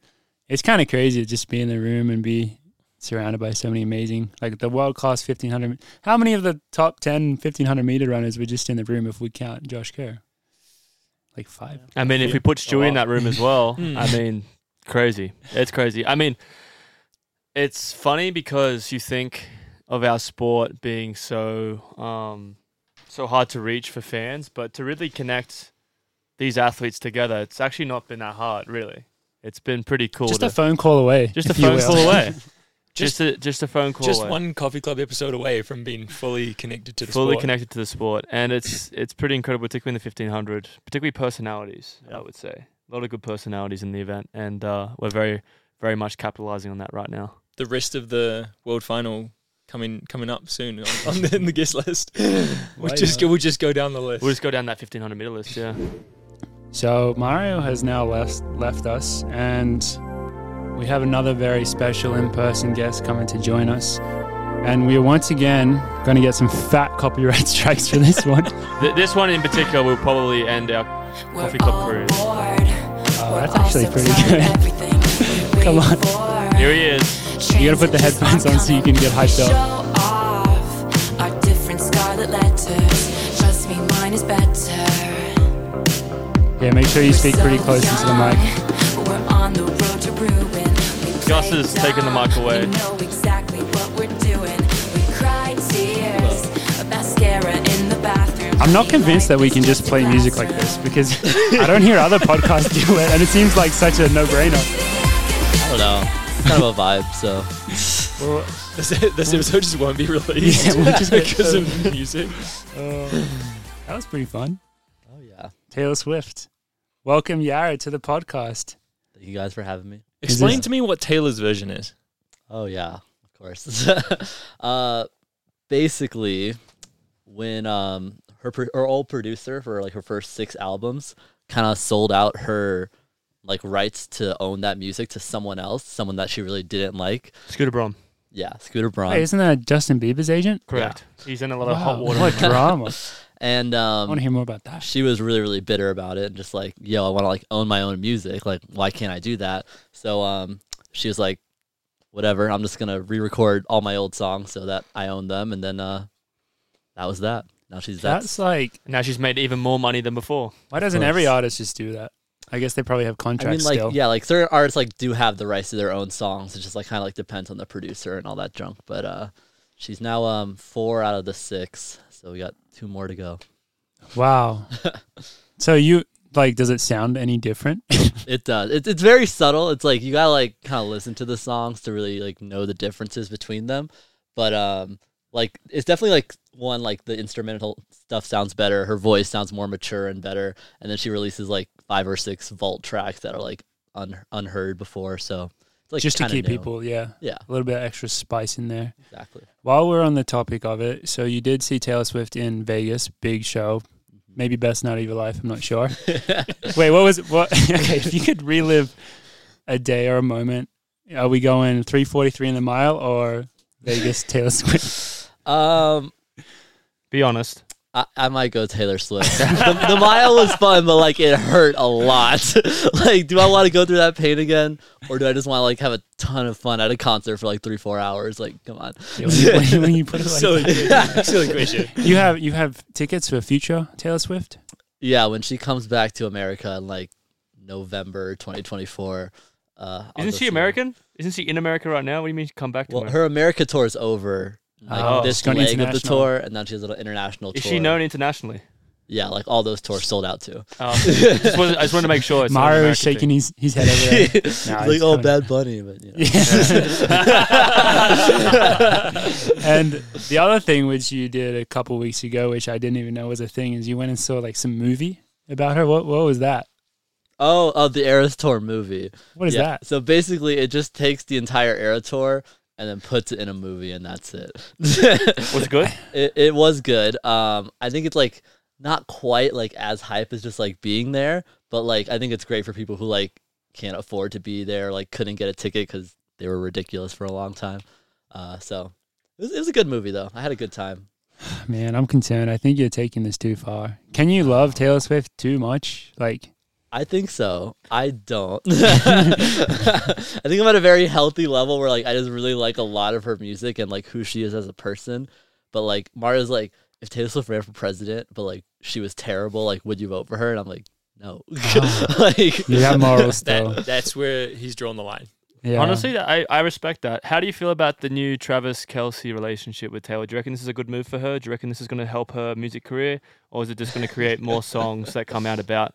Speaker 2: it's kind of crazy to just be in the room and be surrounded by so many amazing, like the world class 1500. How many of the top 10 1500 meter runners were just in the room if we count Josh Kerr? Like five.
Speaker 3: I mean, if we put
Speaker 2: Oh,
Speaker 3: Stewie in
Speaker 7: lot.
Speaker 3: that room as
Speaker 2: [LAUGHS]
Speaker 7: [LAUGHS]
Speaker 3: well,
Speaker 1: Hmm.
Speaker 3: I mean, crazy. It's crazy. I mean, it's funny because you think of our sport being so um, so hard to reach for fans, but to really connect these athletes together, it's actually not been that hard, really. It's been pretty cool.
Speaker 2: Just
Speaker 3: to-
Speaker 2: a phone call away.
Speaker 3: just a
Speaker 2: if you
Speaker 3: phone
Speaker 2: will.
Speaker 3: call
Speaker 2: [LAUGHS]
Speaker 3: away.
Speaker 1: Just-
Speaker 3: just a just a phone call.
Speaker 1: Just
Speaker 3: away.
Speaker 1: one coffee club episode away from being fully connected to the
Speaker 3: fully
Speaker 1: sport.
Speaker 3: connected to the sport, and it's it's pretty incredible, particularly in the fifteen hundred, particularly personalities. I would say a lot of good personalities in the event, and uh, we're very very much capitalizing on that right now.
Speaker 1: the rest of the world final coming coming up soon on, on the, in the
Speaker 3: [LAUGHS]
Speaker 1: guest list. We'll just go, we'll just go down the list.
Speaker 3: We'll just go down that fifteen hundred meter list. Yeah,
Speaker 2: So Mario has now left left us, and we have another very special in-person guest coming to join us. And we are once again going to get some fat copyright [LAUGHS] strikes for this one.
Speaker 3: Th- this one in particular will probably end our coffee club career.
Speaker 2: Oh, that's actually pretty good. [LAUGHS]
Speaker 9: good.
Speaker 2: Come on.
Speaker 3: Here he is.
Speaker 9: You gotta put the headphones on so you can get hyped up. Our different scarlet letters. Trust me, mine is better.
Speaker 2: Yeah, make sure you
Speaker 9: You
Speaker 2: speak pretty close into the mic.
Speaker 9: We're on the road to ruin.
Speaker 3: Gus has taken the mic away.
Speaker 9: We know exactly what we're doing. We cry tears of mascara in the bathroom.
Speaker 2: I'm not convinced that we can just play music like this because I don't hear other podcasts do it, and it seems like such a
Speaker 1: [LAUGHS]
Speaker 2: no-brainer.
Speaker 10: I don't know. It's kind of a vibe, so
Speaker 1: this, [LAUGHS] this episode just won't be released
Speaker 2: Yeah,
Speaker 1: [LAUGHS]
Speaker 2: we'll just get
Speaker 1: because
Speaker 3: [LAUGHS]
Speaker 1: of music.
Speaker 2: [SIGHS] That was pretty fun.
Speaker 10: oh yeah.
Speaker 2: Taylor Swift, welcome Yara to the podcast.
Speaker 10: Thank you guys for having me.
Speaker 1: Explain to me what Taylor's version is.
Speaker 10: Oh yeah, of course. [LAUGHS] uh, basically, when um her pro- her old producer for like her first six albums kind of sold out her like rights to own that music to someone else, someone that she really didn't like.
Speaker 3: Scooter Brom,
Speaker 10: Yeah, Scooter Braun.
Speaker 2: Hey, isn't that Justin Bieber's agent?
Speaker 3: correct. He's in a lot of hot
Speaker 2: Wow,
Speaker 3: water. [LAUGHS]
Speaker 2: What drama!
Speaker 10: and
Speaker 2: I want
Speaker 10: um,
Speaker 2: to hear more about that.
Speaker 10: she was really really bitter about it and just like yo i want to like own my own music like why can't i do that so um she was like whatever. I'm just gonna re-record all my old songs so that I own them, and then uh, that was that. Now she's that.
Speaker 2: That's like,
Speaker 3: Now she's made even more money than before.
Speaker 2: why doesn't every
Speaker 10: course.
Speaker 2: artist just do that? I guess they probably have
Speaker 10: I mean,
Speaker 2: contracts
Speaker 10: like
Speaker 2: still.
Speaker 10: yeah, like certain artists like do have the rights to their own songs. It just like kind of like depends on the producer and all that junk. But uh, she's now um four out of the six, so we got two more to go. [LAUGHS]
Speaker 2: Wow. so you like, does it sound any different? [LAUGHS]
Speaker 10: It does. It's it's very subtle. It's like you gotta like kind of listen to the songs to really like know the differences between them. But um, like it's definitely like one like the instrumental stuff sounds better. Her voice sounds more mature and better. And then she releases like five or six vault tracks that are like un- unheard before. So it's like
Speaker 2: Just to
Speaker 10: kinda
Speaker 2: keep
Speaker 10: new.
Speaker 2: people, yeah,
Speaker 10: Yeah,
Speaker 2: a little bit of extra spice in there.
Speaker 10: exactly.
Speaker 2: While we're on the topic of it, so you did see Taylor Swift in Vegas, big show,
Speaker 10: Mm-hmm.
Speaker 2: maybe best night of your life. I'm not sure.
Speaker 10: [LAUGHS]
Speaker 2: [LAUGHS] Wait, what was what? [LAUGHS] okay, if you could relive a day or a moment, are we going 3:43 in the mile or Vegas Taylor Swift?
Speaker 10: [LAUGHS] Um,
Speaker 3: Be honest.
Speaker 10: I, I might go Taylor Swift. [LAUGHS] the, the mile was fun, but like it hurt a lot. [LAUGHS] like, do I want to go through that pain again, or do I just want to like have a ton of fun at a concert for like three, four hours? Like, come on.
Speaker 2: Yeah, when, you, when you- when you put it
Speaker 10: [LAUGHS]
Speaker 2: like
Speaker 1: So
Speaker 2: that.
Speaker 1: Silly question.
Speaker 2: you have you have tickets for future Taylor Swift.
Speaker 10: yeah, when she comes back to America in like November 2024. Uh, I'll
Speaker 3: Isn't she
Speaker 10: go see her.
Speaker 3: American? Isn't she in America right now? What do you mean she come back to
Speaker 10: Well,
Speaker 3: America?
Speaker 10: her America tour is over. Like
Speaker 2: Oh,
Speaker 10: this
Speaker 2: she's going
Speaker 10: leg of the
Speaker 2: international.
Speaker 10: tour, and then she has an international
Speaker 3: Is
Speaker 10: tour.
Speaker 3: she known internationally?
Speaker 10: Yeah, like all those tours sold out too.
Speaker 3: Oh, just wanted, I just wanted to make sure. It's not an
Speaker 2: Mario is
Speaker 3: American thing.
Speaker 2: shaking his, his head over there.
Speaker 3: [LAUGHS]
Speaker 10: It's
Speaker 2: Nah,
Speaker 10: like,
Speaker 2: it's
Speaker 10: oh,
Speaker 2: kinda-
Speaker 10: Bad Bunny, but you know.
Speaker 3: [LAUGHS]
Speaker 10: [LAUGHS]
Speaker 2: and the other thing which you did a couple weeks ago, which I didn't even know was a thing, is you went and saw like some movie about her. What what was that?
Speaker 10: Oh, oh, the Eras Tour movie.
Speaker 2: What is
Speaker 10: yeah.
Speaker 2: that?
Speaker 10: So basically, it just takes the entire Era Tour and then puts it in a movie, and that's it.
Speaker 3: Was it good?
Speaker 10: [LAUGHS] it, it was good. Um, I think it's like not quite like as hype as just like being there, but like I think it's great for people who like can't afford to be there, like couldn't get a ticket because they were ridiculous for a long time. Uh, so it was, it was a good movie though. I had a good time.
Speaker 2: Man, I'm concerned. I think you're taking this too far. Can you
Speaker 10: Uh,
Speaker 2: love Taylor Swift too much? Like,
Speaker 10: I think so. I don't. [LAUGHS] I think I'm at a very healthy level where like I just really like a lot of her music and like who she is as a person. But like Mara's like, if Taylor Swift ran for president, but like she was terrible, like would you vote for her? And I'm like, no. [LAUGHS] like
Speaker 2: Ah. you
Speaker 10: [LAUGHS]
Speaker 2: have morals still.
Speaker 1: That, that's where he's drawn the line.
Speaker 2: yeah.
Speaker 3: Honestly, I, I respect that. How do you feel about the new Travis Kelsey relationship with Taylor? Do you reckon this is a good move for her? Do you reckon this is going to help her music career? Or is it just going to create more songs that come out about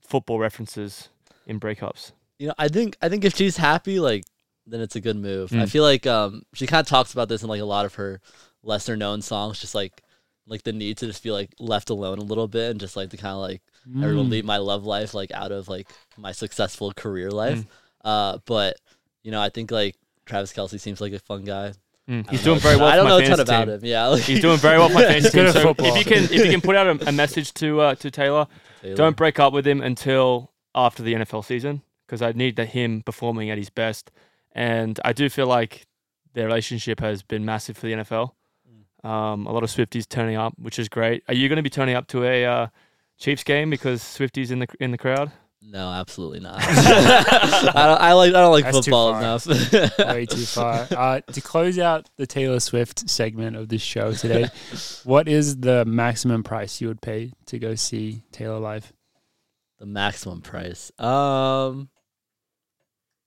Speaker 3: football references in breakups?
Speaker 10: you know, I think I think if she's happy, like then it's a good move. I
Speaker 3: Mm.
Speaker 10: feel like um she kind of talks about this in like a lot of her lesser known songs, just like like the need to just be like left alone a little bit and just like to kind of like everyone
Speaker 2: Mm.
Speaker 10: leave my love life like out of like my successful career life.
Speaker 3: Mm.
Speaker 10: Uh, but you know, I think like Travis Kelsey seems like a fun guy.
Speaker 3: Mm. He's
Speaker 10: I don't know,
Speaker 3: doing very well
Speaker 10: I
Speaker 3: for
Speaker 10: don't
Speaker 3: my
Speaker 10: know a ton
Speaker 3: fantasy
Speaker 10: about
Speaker 3: team.
Speaker 10: him. Yeah, [LAUGHS] like,
Speaker 3: He's doing very well for my fantasy team.
Speaker 2: good at
Speaker 3: So if
Speaker 2: football.
Speaker 3: you can if you can put out a, a message to uh, to Taylor, don't break up with him until after the NFL season because I need the, him performing at his best. And I do feel like their relationship has been massive for the NFL.
Speaker 10: Mm.
Speaker 3: Um, a lot of Swifties turning up, which is great. Are you going to be turning up to a uh, Chiefs game because Swifties in the in the crowd?
Speaker 10: [LAUGHS] No, absolutely
Speaker 3: [LAUGHS]
Speaker 10: not. [LAUGHS] I, don't, I like I don't like
Speaker 2: That's too
Speaker 10: football
Speaker 2: far.
Speaker 10: enough.
Speaker 2: [LAUGHS] way
Speaker 10: [LAUGHS]
Speaker 2: too far. Uh, to close out the Taylor Swift segment of this
Speaker 10: [LAUGHS]
Speaker 2: show today, what is the maximum price you would pay to go see Taylor live?
Speaker 10: the maximum price. Um,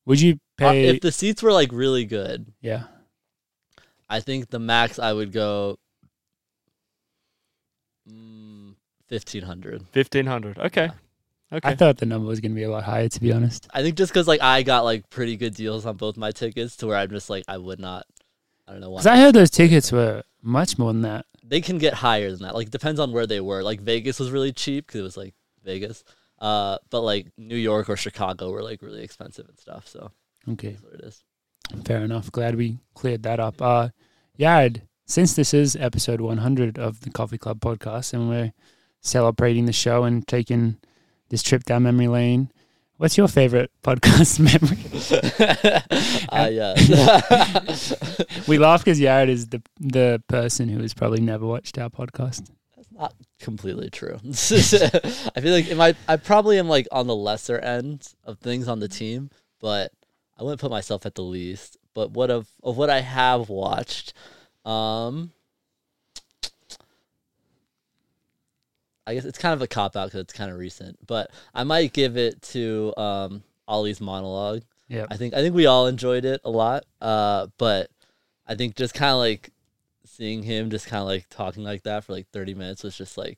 Speaker 2: Would you
Speaker 10: Uh,
Speaker 2: pay?
Speaker 10: if the seats were like really good,
Speaker 2: yeah,
Speaker 10: I think the max I would go mm, fifteen hundred.
Speaker 3: Fifteen hundred. Okay, okay.
Speaker 2: I thought the number was going to be a lot higher. To be honest,
Speaker 10: I think just because like I got like pretty good deals on both my tickets to where I'm just like I would not. I don't know why
Speaker 2: because I heard those tickets were much more than that.
Speaker 10: they can get higher than that. Like depends on where they were. Like Vegas was really cheap because it was like Vegas. Uh, but like New York or Chicago were like really expensive and stuff. So
Speaker 2: Okay,
Speaker 10: that's what it is.
Speaker 2: Fair enough. Glad we cleared that up. Uh, Yard, since this is episode 100 of the Coffee Club podcast and we're celebrating the show and taking this trip down memory lane, what's your favorite [LAUGHS] podcast memory?
Speaker 10: uh, yeah.
Speaker 2: [LAUGHS] we laugh because Yard is the, the person who has probably never watched our podcast.
Speaker 10: not completely true. I [LAUGHS] feel like in my, I probably am like on the lesser end of things on the team, but I wouldn't put myself at the least. but what of of what I have watched, um, I guess it's kind of a cop out because it's kind of recent, but I might give it to um, Ollie's monologue.
Speaker 2: Yeah.
Speaker 10: I think I think we all enjoyed it a lot. Uh, but I think just kind of like seeing him just kind of like talking like that for like 30 minutes was just like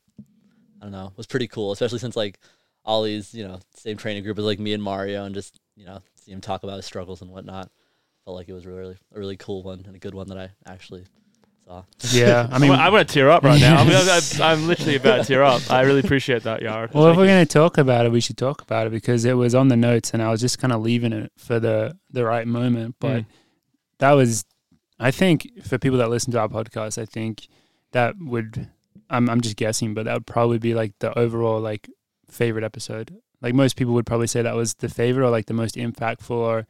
Speaker 10: I don't know was pretty cool, especially since like Ollie's you know same training group as like me and Mario, and just you know see him talk about his struggles and whatnot. Felt like it was really a really cool one and a good one that I actually saw.
Speaker 3: [LAUGHS]
Speaker 2: Yeah, I
Speaker 3: I
Speaker 2: mean,
Speaker 3: mean, I'm gonna tear up right now.
Speaker 2: [LAUGHS]
Speaker 3: I'm, I'm, I'm literally about to tear up. I really appreciate that, Yara.
Speaker 2: well, if
Speaker 3: Thank
Speaker 2: we're
Speaker 3: you.
Speaker 2: going to talk about it, we should talk about it because it was on the notes, and I was just kind of leaving it for the the right moment. But
Speaker 3: Mm.
Speaker 2: that was, I think, for people that listen to our podcast, I think that would, I'm I'm just guessing, but that would probably be like the overall like favorite episode. Like most people would probably say that was the favorite or like the most impactful. Or,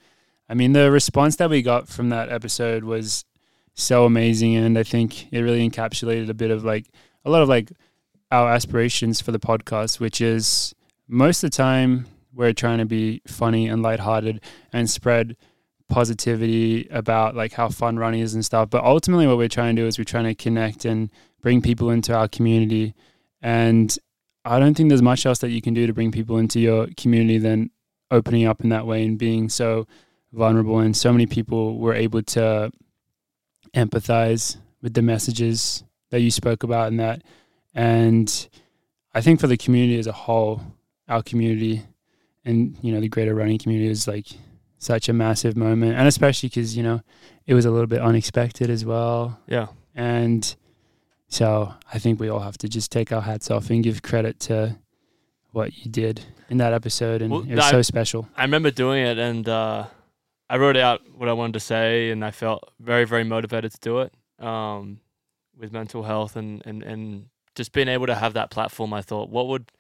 Speaker 2: I mean, the response that we got from that episode was so amazing, and I think it really encapsulated a bit of like a lot of like our aspirations for the podcast, which is most of the time we're trying to be funny and lighthearted and spread positivity about like how fun running is and stuff. But ultimately, what we're trying to do is we're trying to connect and bring people into our community. And I don't think there's much else that you can do to bring people into your community than opening up in that way and being so vulnerable. And so many people were able to empathize with the messages that you spoke about and that and I think for the community as a whole, our community and you know the greater running community was like such a massive moment, and especially because you know it was a little bit unexpected as well,
Speaker 3: yeah,
Speaker 2: and so I think we all have to just take our hats off and give credit to what you did in that episode, and
Speaker 3: Well,
Speaker 2: it was
Speaker 3: I-
Speaker 2: so special.
Speaker 3: I remember doing it, and uh, I wrote out what I wanted to say, and I felt very, very motivated to do it. Um, with mental health and, and and just being able to have that platform, I thought, what would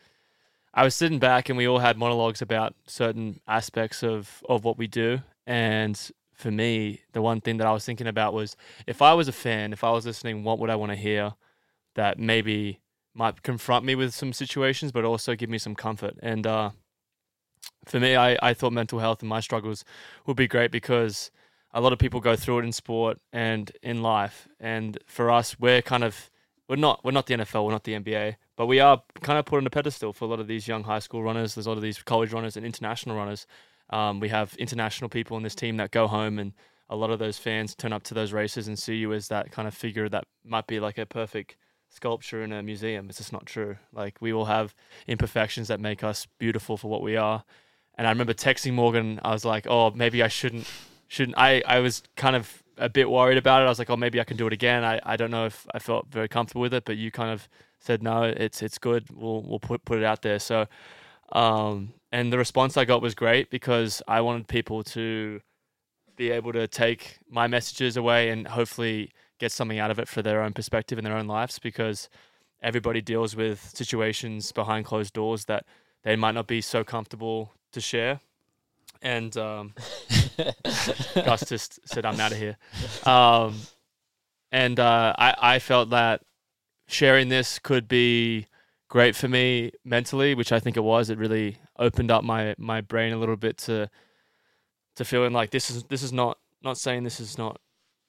Speaker 3: I was sitting back, and we all had monologues about certain aspects of of what we do, and for me, the one thing that I was thinking about was if I was a fan, if I was listening, what would I want to hear that maybe might confront me with some situations, but also give me some comfort. And uh, for me, I, I thought mental health and my struggles would be great because a lot of people go through it in sport and in life. And for us, we're kind of we're not we're not the NFL, we're not the NBA, but we are kind of put on a pedestal for a lot of these young high school runners. There's a lot of these college runners and international runners. Um, we have international people on this team that go home, and a lot of those fans turn up to those races and see you as that kind of figure that might be like a perfect sculpture in a museum. It's just not true. Like we all have imperfections that make us beautiful for what we are. And I remember texting Morgan. I was like, "Oh, maybe I shouldn't, shouldn't." I I was kind of a bit worried about it. I was like, "Oh, maybe I can do it again." I, I don't know if I felt very comfortable with it, but you kind of said, "No, it's it's good. We'll we'll put put it out there." So, um, and the response I got was great because I wanted people to be able to take my messages away and hopefully get something out of it for their own perspective in their own lives because everybody deals with situations behind closed doors that they might not be so comfortable to share. And um, Gus just said, "I'm out of here." Um, and uh, I I felt that sharing this could be great for me mentally, which I think it was. It really opened up my my brain a little bit to to feeling like this is this is not not saying this is not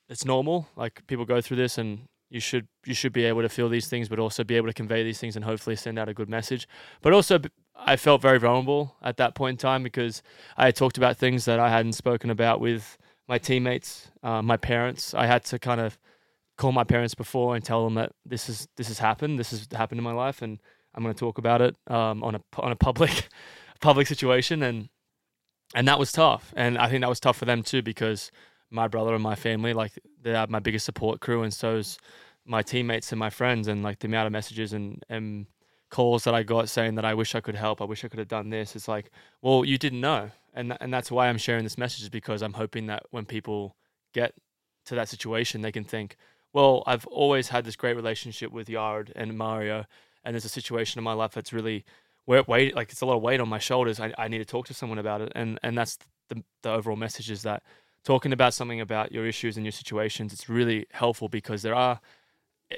Speaker 3: it's normal. Like people go through this, and you should you should be able to feel these things, but also be able to convey these things and hopefully send out a good message. But also, b- I felt very vulnerable at that point in time because I had talked about things that I hadn't spoken about with my teammates, uh, my parents. I had to kind of call my parents before and tell them that this is this has happened. This has happened in my life, and I'm going to talk about it um, on a on a public [LAUGHS] public situation, and and that was tough. And I think that was tough for them too because my brother and my family, like they're my biggest support crew, and so's my teammates and my friends, and like the amount of messages and and calls that I got saying that I wish I could help, I wish I could have done this. It's like, well, you didn't know, and tha- and that's why I'm sharing this message is because I'm hoping that when people get to that situation, they can think, well, I've always had this great relationship with Yard and Mario, and there's a situation in my life that's really weight, weight like it's a lot of weight on my shoulders. I, I need to talk to someone about it, and and that's the the overall message is that talking about something about your issues and your situations, it's really helpful because there are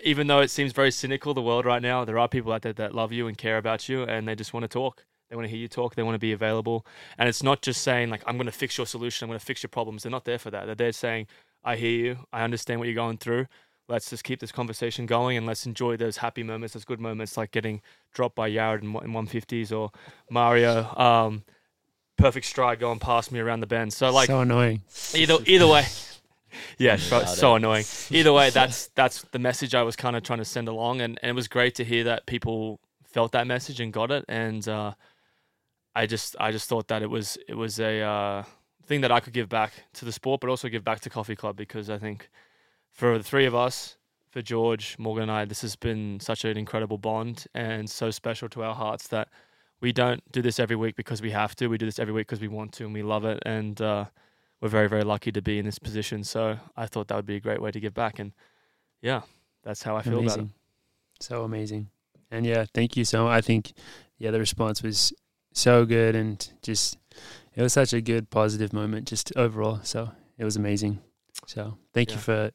Speaker 3: even though it seems very cynical, the world right now, there are people out there that love you and care about you, and they just want to talk. They want to hear you talk. They want to be available. And it's not just saying like, "I'm going to fix your solution. I'm going to fix your problems." They're not there for that. They're there saying, "I hear you. I understand what you're going through. Let's just keep this conversation going and let's enjoy those happy moments, those good moments, like getting dropped by Yared in, one- in 150s or Mario, um, perfect stride going past me around the bend." So like,
Speaker 2: so annoying.
Speaker 3: either either way [LAUGHS] yeah so,
Speaker 10: Without
Speaker 3: so
Speaker 10: it.
Speaker 3: annoying either way that's that's the message i was kind of trying to send along and, and it was great to hear that people felt that message and got it and uh, i just i just thought that it was it was a uh, thing that i could give back to the sport but also give back to coffee club because i think for the three of us for george morgan and i this has been such an incredible bond and so special to our hearts that we don't do this every week because we have to we do this every week because we want to and we love it and uh, we're very very lucky to be in this position so i thought that would be a great way to give back and yeah that's how i feel about it
Speaker 2: amazing. So amazing. And yeah, thank you so much. I think yeah, the response was so good and just it was such a good positive moment just overall. So it was amazing. So thank
Speaker 3: Yeah.
Speaker 2: you for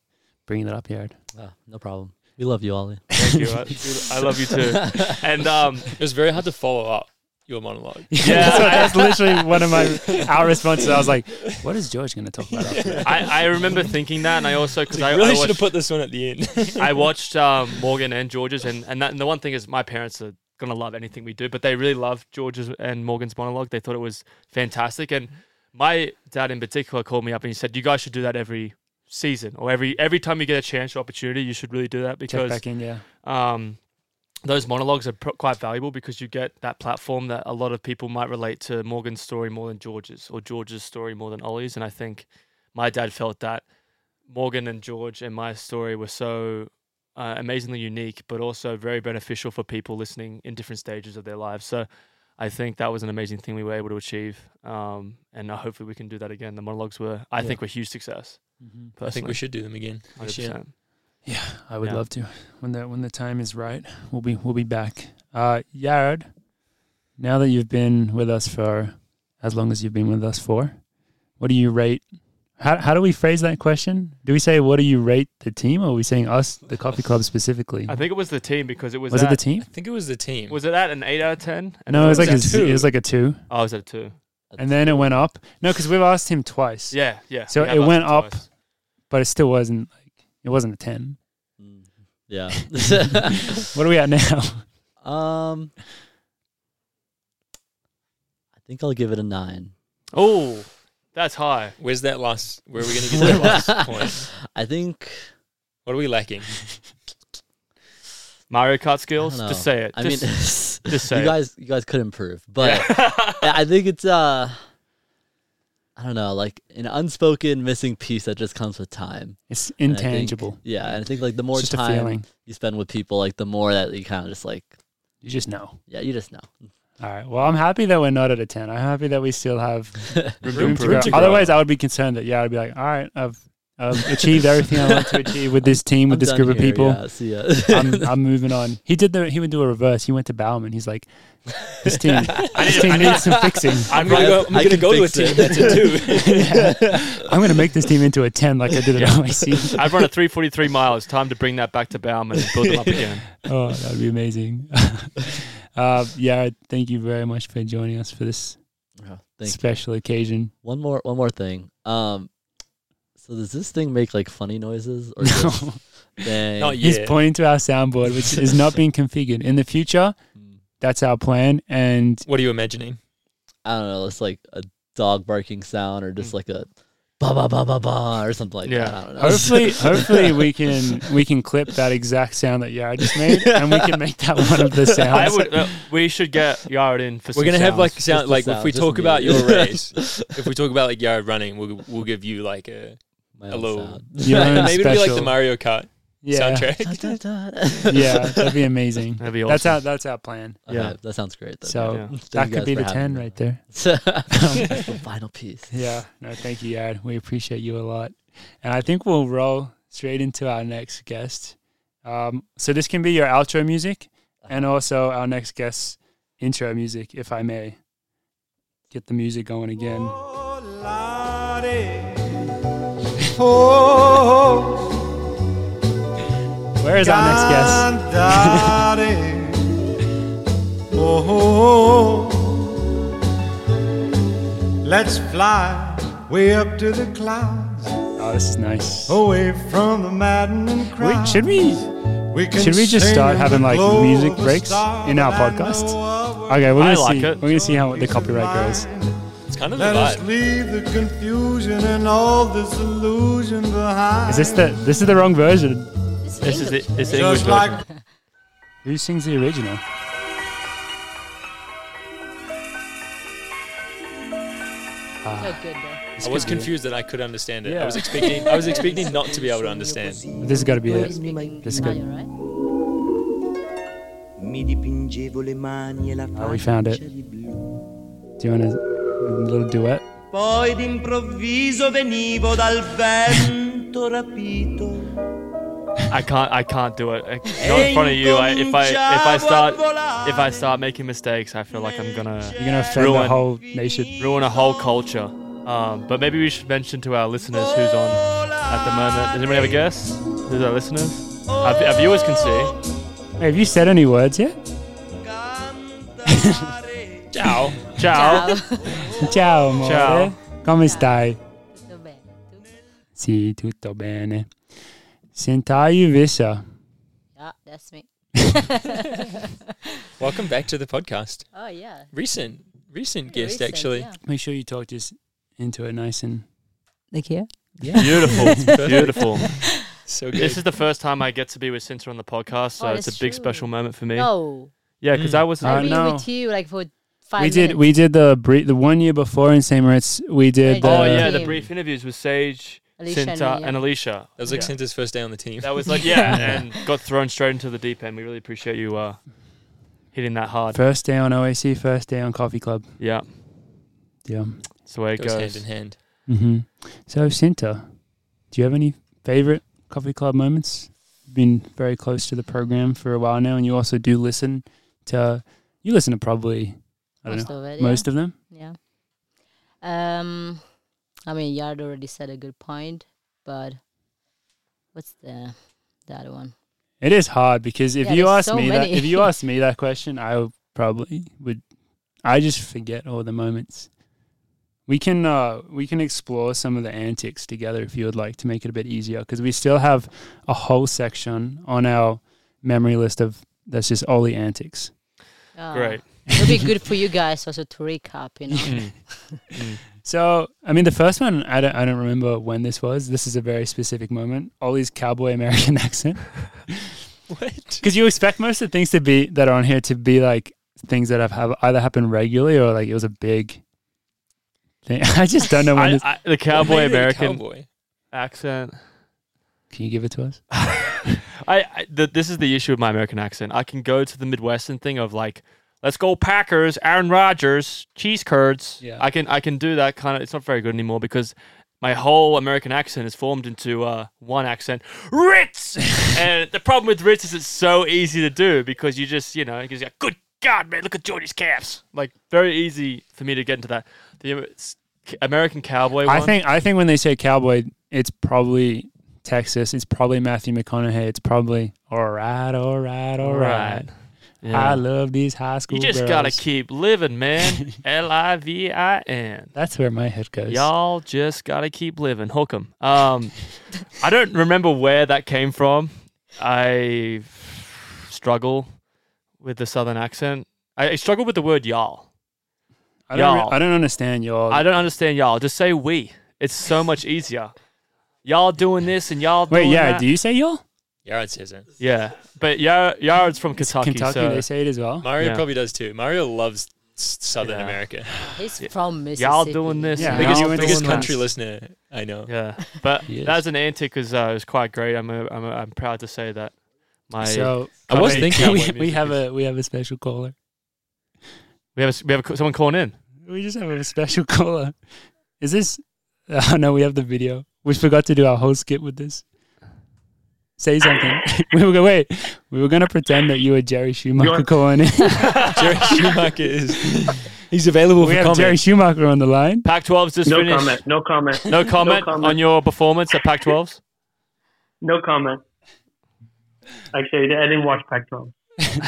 Speaker 2: bringing that up, Yard.
Speaker 10: Ah, no problem. We love you, Ollie.
Speaker 3: thank
Speaker 10: [LAUGHS]
Speaker 3: you I, I love you too
Speaker 1: [LAUGHS]
Speaker 3: and um
Speaker 1: It was very hard to follow up your monologue.
Speaker 3: Yeah.
Speaker 1: [LAUGHS]
Speaker 2: so that's literally one of [LAUGHS] my our responses. I was like, "What is George going to talk about?" [LAUGHS] After that?
Speaker 3: I, I remember thinking that and i also because I,
Speaker 1: I really
Speaker 3: I
Speaker 1: should have
Speaker 3: watched,
Speaker 1: put this one at the end.
Speaker 3: [LAUGHS]
Speaker 1: [LAUGHS]
Speaker 3: I watched um, morgan and george's and and, that, and the one thing is my parents are gonna love anything we do but they really loved george's and morgan's monologue they thought it was fantastic and my dad in particular called me up and he said you guys should do that every season or every every time you get a chance or opportunity you should really do that
Speaker 2: Check
Speaker 3: because
Speaker 2: back in, yeah.
Speaker 3: um, those monologues are pr- quite valuable because you get that platform that a lot of people might relate to Morgan's story more than George's or George's story more than Ollie's. And I think my dad felt that Morgan and George and my story were so uh, amazingly unique, but also very beneficial for people listening in different stages of their lives. So I think that was an amazing thing we were able to achieve. Um, and uh, hopefully we can do that again. The monologues were, I
Speaker 2: Yeah.
Speaker 3: think, were a huge success.
Speaker 1: Mm-hmm. I think
Speaker 3: Personally.
Speaker 1: we should do them again. next year.
Speaker 3: 100%.
Speaker 2: Yeah, I would
Speaker 3: Yeah.
Speaker 2: love to. When the when the time is right, we'll be we'll be back. Uh Yard, now that you've been with us for as long as you've been with us for, what do you rate how how do we phrase that question? Do we say what do you rate the team or are we saying us, the coffee club specifically?
Speaker 3: I think it was the team because it was,
Speaker 2: was
Speaker 3: at,
Speaker 2: it the team?
Speaker 1: I think it was the team.
Speaker 3: Was it at an 8 out of 10?
Speaker 2: No, it was like
Speaker 1: it
Speaker 2: a
Speaker 1: was a
Speaker 2: z-
Speaker 1: two.
Speaker 2: it was like a two.
Speaker 3: Oh, is that a two?
Speaker 2: And then it went up. No, because we've asked him twice.
Speaker 3: Yeah, yeah.
Speaker 2: So
Speaker 3: we have
Speaker 2: it
Speaker 3: asked
Speaker 2: went
Speaker 3: him
Speaker 2: up.
Speaker 3: twice.
Speaker 2: But it still wasn't like it wasn't a ten.
Speaker 10: Mm,
Speaker 2: [LAUGHS]
Speaker 10: yeah.
Speaker 2: What are we at
Speaker 10: [LAUGHS]
Speaker 2: now?
Speaker 10: um, I think I'll give it a nine.
Speaker 3: Oh, that's high.
Speaker 1: Where's that last? Where are we going to get that last
Speaker 10: [LAUGHS]
Speaker 1: point?
Speaker 10: I think
Speaker 1: What are we
Speaker 10: [LAUGHS]
Speaker 1: lacking?
Speaker 3: Mario Kart skills.
Speaker 10: know.
Speaker 3: Just say it.
Speaker 10: I
Speaker 3: just,
Speaker 10: mean, [LAUGHS]
Speaker 3: just say
Speaker 10: you
Speaker 3: it.
Speaker 10: guys, you guys could improve, but yeah, [LAUGHS] I think it's uh, I don't know, like an unspoken missing piece that just comes with time.
Speaker 2: It's
Speaker 10: And I think-
Speaker 2: intangible.
Speaker 10: yeah, and I think like the more
Speaker 2: It's just a
Speaker 10: time
Speaker 2: feeling.
Speaker 10: you spend with people, like the more that you kind of just like,
Speaker 2: You just know.
Speaker 10: yeah, you just know.
Speaker 2: All right. Well, I'm happy that we're not at a 10. I'm happy that we still have
Speaker 3: to
Speaker 2: room, to
Speaker 3: grow.
Speaker 2: grow.
Speaker 3: Room to grow.
Speaker 2: Otherwise, I would be concerned that, yeah, I'd be like, all right, I've, I've achieved everything I want to achieve with this team, with
Speaker 10: I'm
Speaker 2: this
Speaker 10: done
Speaker 2: group of
Speaker 10: here,
Speaker 2: people.
Speaker 10: Yeah, see ya.
Speaker 2: I'm, I'm moving on. He did the, he would do a reverse. He went to Bauman. He's like, this team, this team needs some fixing.
Speaker 1: I'm
Speaker 10: I-
Speaker 1: going to go. I'm going
Speaker 10: I
Speaker 1: to
Speaker 10: can
Speaker 1: go to a
Speaker 10: fix
Speaker 1: team
Speaker 10: it.
Speaker 1: that's a two.
Speaker 2: [LAUGHS] Yeah. I'm going to make this team into a 10 like I did at OIC.
Speaker 3: [LAUGHS] I've run a 343 miles. Time to bring that back to Bauman and build them
Speaker 10: [LAUGHS]
Speaker 2: [LAUGHS]
Speaker 3: up again.
Speaker 2: Oh, that would be amazing. [LAUGHS] uh, yeah. Thank you very much for joining us for this
Speaker 10: Yeah, Thank you.
Speaker 2: special occasion.
Speaker 10: One more, one more thing. Um, so does this thing make like funny noises or just
Speaker 2: [LAUGHS] No.
Speaker 10: dang?
Speaker 1: Not
Speaker 2: He's
Speaker 1: yet.
Speaker 2: pointing to our soundboard, which is not being configured. In the future,
Speaker 10: Mm,
Speaker 2: that's our plan. And
Speaker 1: What are you imagining?
Speaker 10: I don't know. It's like a dog barking sound or
Speaker 1: Hmm.
Speaker 10: just like a ba ba ba ba ba or something like
Speaker 3: Yeah.
Speaker 10: that. I don't know. [LAUGHS]
Speaker 2: hopefully, hopefully we can we can clip that exact sound that Yara
Speaker 10: [LAUGHS]
Speaker 2: just made, and we can make that one
Speaker 3: [LAUGHS]
Speaker 2: of the
Speaker 3: I
Speaker 2: sounds.
Speaker 3: would, uh, we should get Yard in for
Speaker 1: We're
Speaker 3: some
Speaker 1: gonna have like
Speaker 3: sounds.
Speaker 10: the
Speaker 1: sound like if
Speaker 10: sound,
Speaker 1: we
Speaker 10: just
Speaker 1: talk
Speaker 10: me.
Speaker 1: about
Speaker 10: [LAUGHS]
Speaker 1: your
Speaker 3: [LAUGHS]
Speaker 1: race, if we talk about like yard running, we'll we'll give you like a
Speaker 10: My
Speaker 1: a
Speaker 10: own
Speaker 1: little-
Speaker 10: sound.
Speaker 2: Your
Speaker 1: [LAUGHS]
Speaker 2: own
Speaker 1: maybe it'll be like
Speaker 2: special-
Speaker 1: the Mario Kart
Speaker 2: [LAUGHS] yeah,
Speaker 10: Da, [LAUGHS]
Speaker 1: soundtrack.
Speaker 10: da, da.
Speaker 2: [LAUGHS] yeah, that'd be amazing.
Speaker 3: That'd be
Speaker 2: That's
Speaker 3: awesome.
Speaker 2: our that's our plan.
Speaker 10: Okay,
Speaker 3: Yeah.
Speaker 10: that sounds great. Though.
Speaker 2: So
Speaker 3: Yeah.
Speaker 2: that could be the ten right there.
Speaker 10: there. [LAUGHS] That's [LAUGHS] the final piece.
Speaker 2: [LAUGHS] Yeah, no, thank you, Yara. We appreciate you a lot, and I think we'll roll straight into our next guest. Um, so this can be your outro music, and also our next guest's intro music, if I may. Get the music going again. Oh. Where is our [LAUGHS] next guest?
Speaker 11: Oh, Let's fly way up to the clouds,
Speaker 2: Oh, this is nice.
Speaker 11: away from the maddening crowd.
Speaker 2: Wait, should we?
Speaker 11: can
Speaker 2: should we just
Speaker 11: sing
Speaker 2: start
Speaker 11: in
Speaker 2: having
Speaker 11: the
Speaker 2: like
Speaker 11: glow
Speaker 2: music
Speaker 11: of the
Speaker 2: breaks
Speaker 11: stars
Speaker 2: in our
Speaker 11: that I
Speaker 2: podcast?
Speaker 11: know of.
Speaker 2: Okay, we're
Speaker 3: I
Speaker 2: gonna
Speaker 3: like
Speaker 2: see.
Speaker 3: it.
Speaker 2: We're gonna see how the copyright goes.
Speaker 1: It's kind of the
Speaker 11: Let us
Speaker 1: vibe.
Speaker 11: leave the confusion and all this illusion behind.
Speaker 2: Is this the? This is the wrong version.
Speaker 3: This is it. This is the English
Speaker 11: Just
Speaker 3: version.
Speaker 11: like
Speaker 2: Who sings the original?
Speaker 12: So good though.
Speaker 1: I was confused that I could understand it.
Speaker 2: Yeah.
Speaker 1: I was expecting I
Speaker 2: [LAUGHS]
Speaker 1: was expecting not to be able to understand.
Speaker 2: This has got to be it.
Speaker 12: Speaking
Speaker 2: This is
Speaker 12: Italian,
Speaker 2: good.
Speaker 12: right?
Speaker 4: Mi dipingevo le mani e la
Speaker 2: Oh, we found it.
Speaker 4: faccia di blu.
Speaker 2: Do you want a little duet?
Speaker 4: Poi d'improvviso venivo dal vento rapito.
Speaker 3: I can't. I can't do it. I- Not in front of you. I, if I if I start if I start making mistakes, I feel like I'm gonna
Speaker 2: You're gonna offend the
Speaker 3: Ruin.
Speaker 2: whole nation.
Speaker 3: ruin a whole culture. Um, but maybe we should mention to our listeners who's on at the moment. Does anybody have a guess? Who's our listeners? Our, our viewers can see.
Speaker 2: Hey, have you said any words yet? [LAUGHS]
Speaker 1: Ciao.
Speaker 3: Ciao.
Speaker 12: Ciao.
Speaker 2: Ciao, amore.
Speaker 3: Ciao.
Speaker 2: Come stai?
Speaker 12: Tutto bene.
Speaker 2: Sì, tutto bene. Sentai vissa.
Speaker 12: Yeah, that's
Speaker 2: [LAUGHS]
Speaker 12: me.
Speaker 1: Welcome back to the podcast.
Speaker 12: oh yeah.
Speaker 1: Recent recent guest
Speaker 12: Recent,
Speaker 1: actually.
Speaker 12: yeah.
Speaker 2: Make sure you talk just into it nice and.
Speaker 12: Like here?
Speaker 2: [LAUGHS]
Speaker 3: Beautiful. Beautiful.
Speaker 1: So good.
Speaker 3: This is the first time I get to be with Cinta on the podcast, so
Speaker 12: Oh,
Speaker 3: it's a
Speaker 12: that's
Speaker 3: big
Speaker 12: true.
Speaker 3: special moment for me.
Speaker 12: No.
Speaker 3: Yeah, because
Speaker 1: Mm.
Speaker 3: I was.
Speaker 2: Uh,
Speaker 12: I've been
Speaker 2: no.
Speaker 12: with you like for five
Speaker 2: we did.
Speaker 12: minutes.
Speaker 2: We did the brief. The one year before in St. Moritz, we did. The,
Speaker 12: Yeah.
Speaker 3: oh yeah, the
Speaker 12: Team.
Speaker 3: brief interviews with Sage,
Speaker 12: Alicia and
Speaker 3: Cinta,
Speaker 12: me, yeah.
Speaker 3: and Alicia.
Speaker 1: That was like
Speaker 3: Yeah.
Speaker 1: Cinta's first day on the team.
Speaker 3: That was like
Speaker 2: [LAUGHS]
Speaker 3: yeah, and got thrown straight into the deep end. We really appreciate you uh, hitting that hard.
Speaker 2: First day on OAC. First day on Coffee Club.
Speaker 3: Yeah,
Speaker 2: Yeah.
Speaker 3: it's the way it
Speaker 1: goes hand
Speaker 3: goes.
Speaker 1: in hand.
Speaker 2: Mm-hmm. So, Cinta, do you have any favorite coffee club moments? You've been very close to the program for a while now, and you also do listen to. You listen to probably, I don't
Speaker 12: most
Speaker 2: know,
Speaker 12: of it.
Speaker 2: most of them.
Speaker 12: yeah. yeah. Um, I mean, Yard already said a good point, but what's the the other one?
Speaker 2: It is hard because if
Speaker 12: Yeah,
Speaker 2: you
Speaker 12: there's
Speaker 2: ask
Speaker 12: so
Speaker 2: me
Speaker 12: many.
Speaker 2: that,
Speaker 12: [LAUGHS]
Speaker 2: if you ask me that question, I would probably would. I just forget all the moments. We can uh, we can explore some of the antics together if you would like to make it a bit easier because we still have a whole section on our memory list of that's just all the antics.
Speaker 12: Uh,
Speaker 3: Great.
Speaker 12: It would be good for you guys also to recap, you know.
Speaker 2: [LAUGHS]
Speaker 3: [LAUGHS]
Speaker 2: So, I mean, the first one, I don't, I don't remember when this was. This is a very specific moment. Ollie's cowboy
Speaker 3: [LAUGHS]
Speaker 2: American [LAUGHS] accent.
Speaker 1: What?
Speaker 2: Because you expect most of the things to be that are on here to be like things that have, have either happened regularly or like it was a big thing. [LAUGHS] I just don't know when
Speaker 3: I,
Speaker 2: this. [LAUGHS]
Speaker 3: I, the cowboy
Speaker 1: Maybe they're
Speaker 3: American
Speaker 1: cowboy.
Speaker 3: accent. [LAUGHS]
Speaker 2: Can you give it to us?
Speaker 3: I, I th- this is the issue with my American accent. I can go to the Midwestern thing of like, let's go Packers, Aaron Rodgers, cheese curds.
Speaker 2: Yeah.
Speaker 3: I can I can do that kind of. It's not very good anymore because my whole American accent is formed into uh, one accent,
Speaker 1: [LAUGHS]
Speaker 3: Ritz. and the problem with Ritz is it's so easy to do because you just you know because you're like, good God man, look at Jordy's calves. Like very easy for me to get into that. The Amer- s- American cowboy.
Speaker 2: I
Speaker 3: one,
Speaker 2: think I think when they say cowboy, it's probably Texas. It's probably Matthew McConaughey. It's probably all right, all right, all right.
Speaker 3: Yeah.
Speaker 2: I love these high school.
Speaker 3: You just
Speaker 2: girls.
Speaker 3: gotta keep living,
Speaker 2: [LAUGHS]
Speaker 3: man. L I V I N.
Speaker 2: That's where my head goes.
Speaker 3: Y'all just gotta keep living. Hook 'em. Um, I don't remember where that came from. I struggle with the southern accent. I, I struggle with the word y'all.
Speaker 2: I don't. re-
Speaker 3: Y'all.
Speaker 2: I don't understand y'all.
Speaker 3: I don't understand y'all. Just say we. It's so much easier. Y'all doing this and y'all doing
Speaker 2: Wait, yeah.
Speaker 3: that.
Speaker 2: Do you say y'all?
Speaker 1: Yared says it.
Speaker 3: yeah, but Yar- Yared's from Kentucky,
Speaker 2: Kentucky,
Speaker 3: so
Speaker 2: they say it as well.
Speaker 1: Mario
Speaker 3: Yeah.
Speaker 1: probably does too. Mario loves s- Southern
Speaker 3: Yeah.
Speaker 1: America.
Speaker 12: [LAUGHS] He's from Mississippi.
Speaker 3: y'all doing this.
Speaker 2: Yeah,
Speaker 3: and
Speaker 2: because
Speaker 1: biggest
Speaker 2: you
Speaker 3: y'all
Speaker 2: went to
Speaker 1: biggest [LAUGHS]
Speaker 2: Wisconsin.
Speaker 1: country listener I know.
Speaker 3: Yeah, but
Speaker 2: He
Speaker 3: that
Speaker 2: is.
Speaker 3: was an antic because uh, it was quite great. I'm a, I'm, a, I'm proud to say that. My
Speaker 2: So
Speaker 1: I was
Speaker 2: we-
Speaker 1: thinking
Speaker 2: [LAUGHS] we,
Speaker 1: cowboy
Speaker 2: we
Speaker 3: music
Speaker 2: have a we have a special caller.
Speaker 3: we have a, s- we have a, c- someone calling
Speaker 2: [LAUGHS]
Speaker 3: in.
Speaker 2: We just have a special [LAUGHS] caller. Is this? [LAUGHS] Oh no, we have the video. We forgot to do our whole skit with this. Say something. [LAUGHS] we were going wait. We were gonna pretend that you were Jerry Schumacher calling in. [LAUGHS]
Speaker 1: Jerry Schumacher is [LAUGHS] he's available
Speaker 2: we
Speaker 1: for
Speaker 2: have
Speaker 1: comment.
Speaker 2: Jerry Schumacher on the line.
Speaker 3: Pac-12's just
Speaker 6: No
Speaker 3: finished.
Speaker 6: comment. No comment.
Speaker 3: No comment on your performance at Pac-12's.
Speaker 6: No comment. Actually, I didn't watch
Speaker 2: [LAUGHS]
Speaker 6: Pac-12. I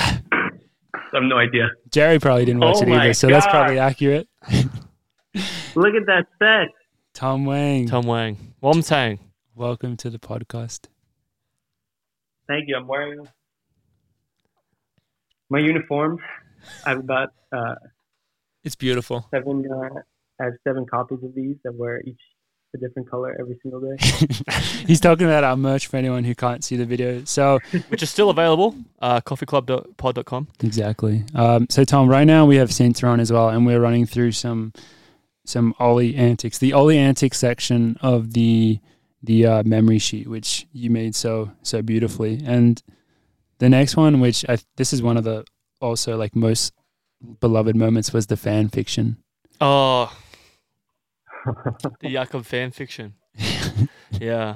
Speaker 6: have no idea.
Speaker 2: Jerry probably didn't watch
Speaker 6: Oh
Speaker 2: it
Speaker 6: my
Speaker 2: either, so that's
Speaker 6: God.
Speaker 2: probably accurate.
Speaker 13: Look at that set.
Speaker 2: Tom Wang.
Speaker 3: Tom Wang. Wom Tang.
Speaker 2: Welcome to the podcast.
Speaker 13: Thank you. I'm wearing my uniform. I've got uh,
Speaker 1: It's beautiful.
Speaker 13: seven. Uh, I have seven copies of these. I wear each a different color every single
Speaker 3: [LAUGHS]
Speaker 13: day.
Speaker 2: He's talking about our merch for anyone who can't see the video. So
Speaker 3: Which is still available. Uh, coffeeclubpod.com.
Speaker 2: Exactly. Um, so Tom, right now we have Synthron as well, and we're running through some some Ollie antics, the Ollie antics section of the the uh, memory sheet, which you made so so beautifully. And the next one, which I this is one of the also like most beloved moments, was the fan fiction.
Speaker 13: [LAUGHS]
Speaker 3: Oh, the Jakob fan fiction. yeah.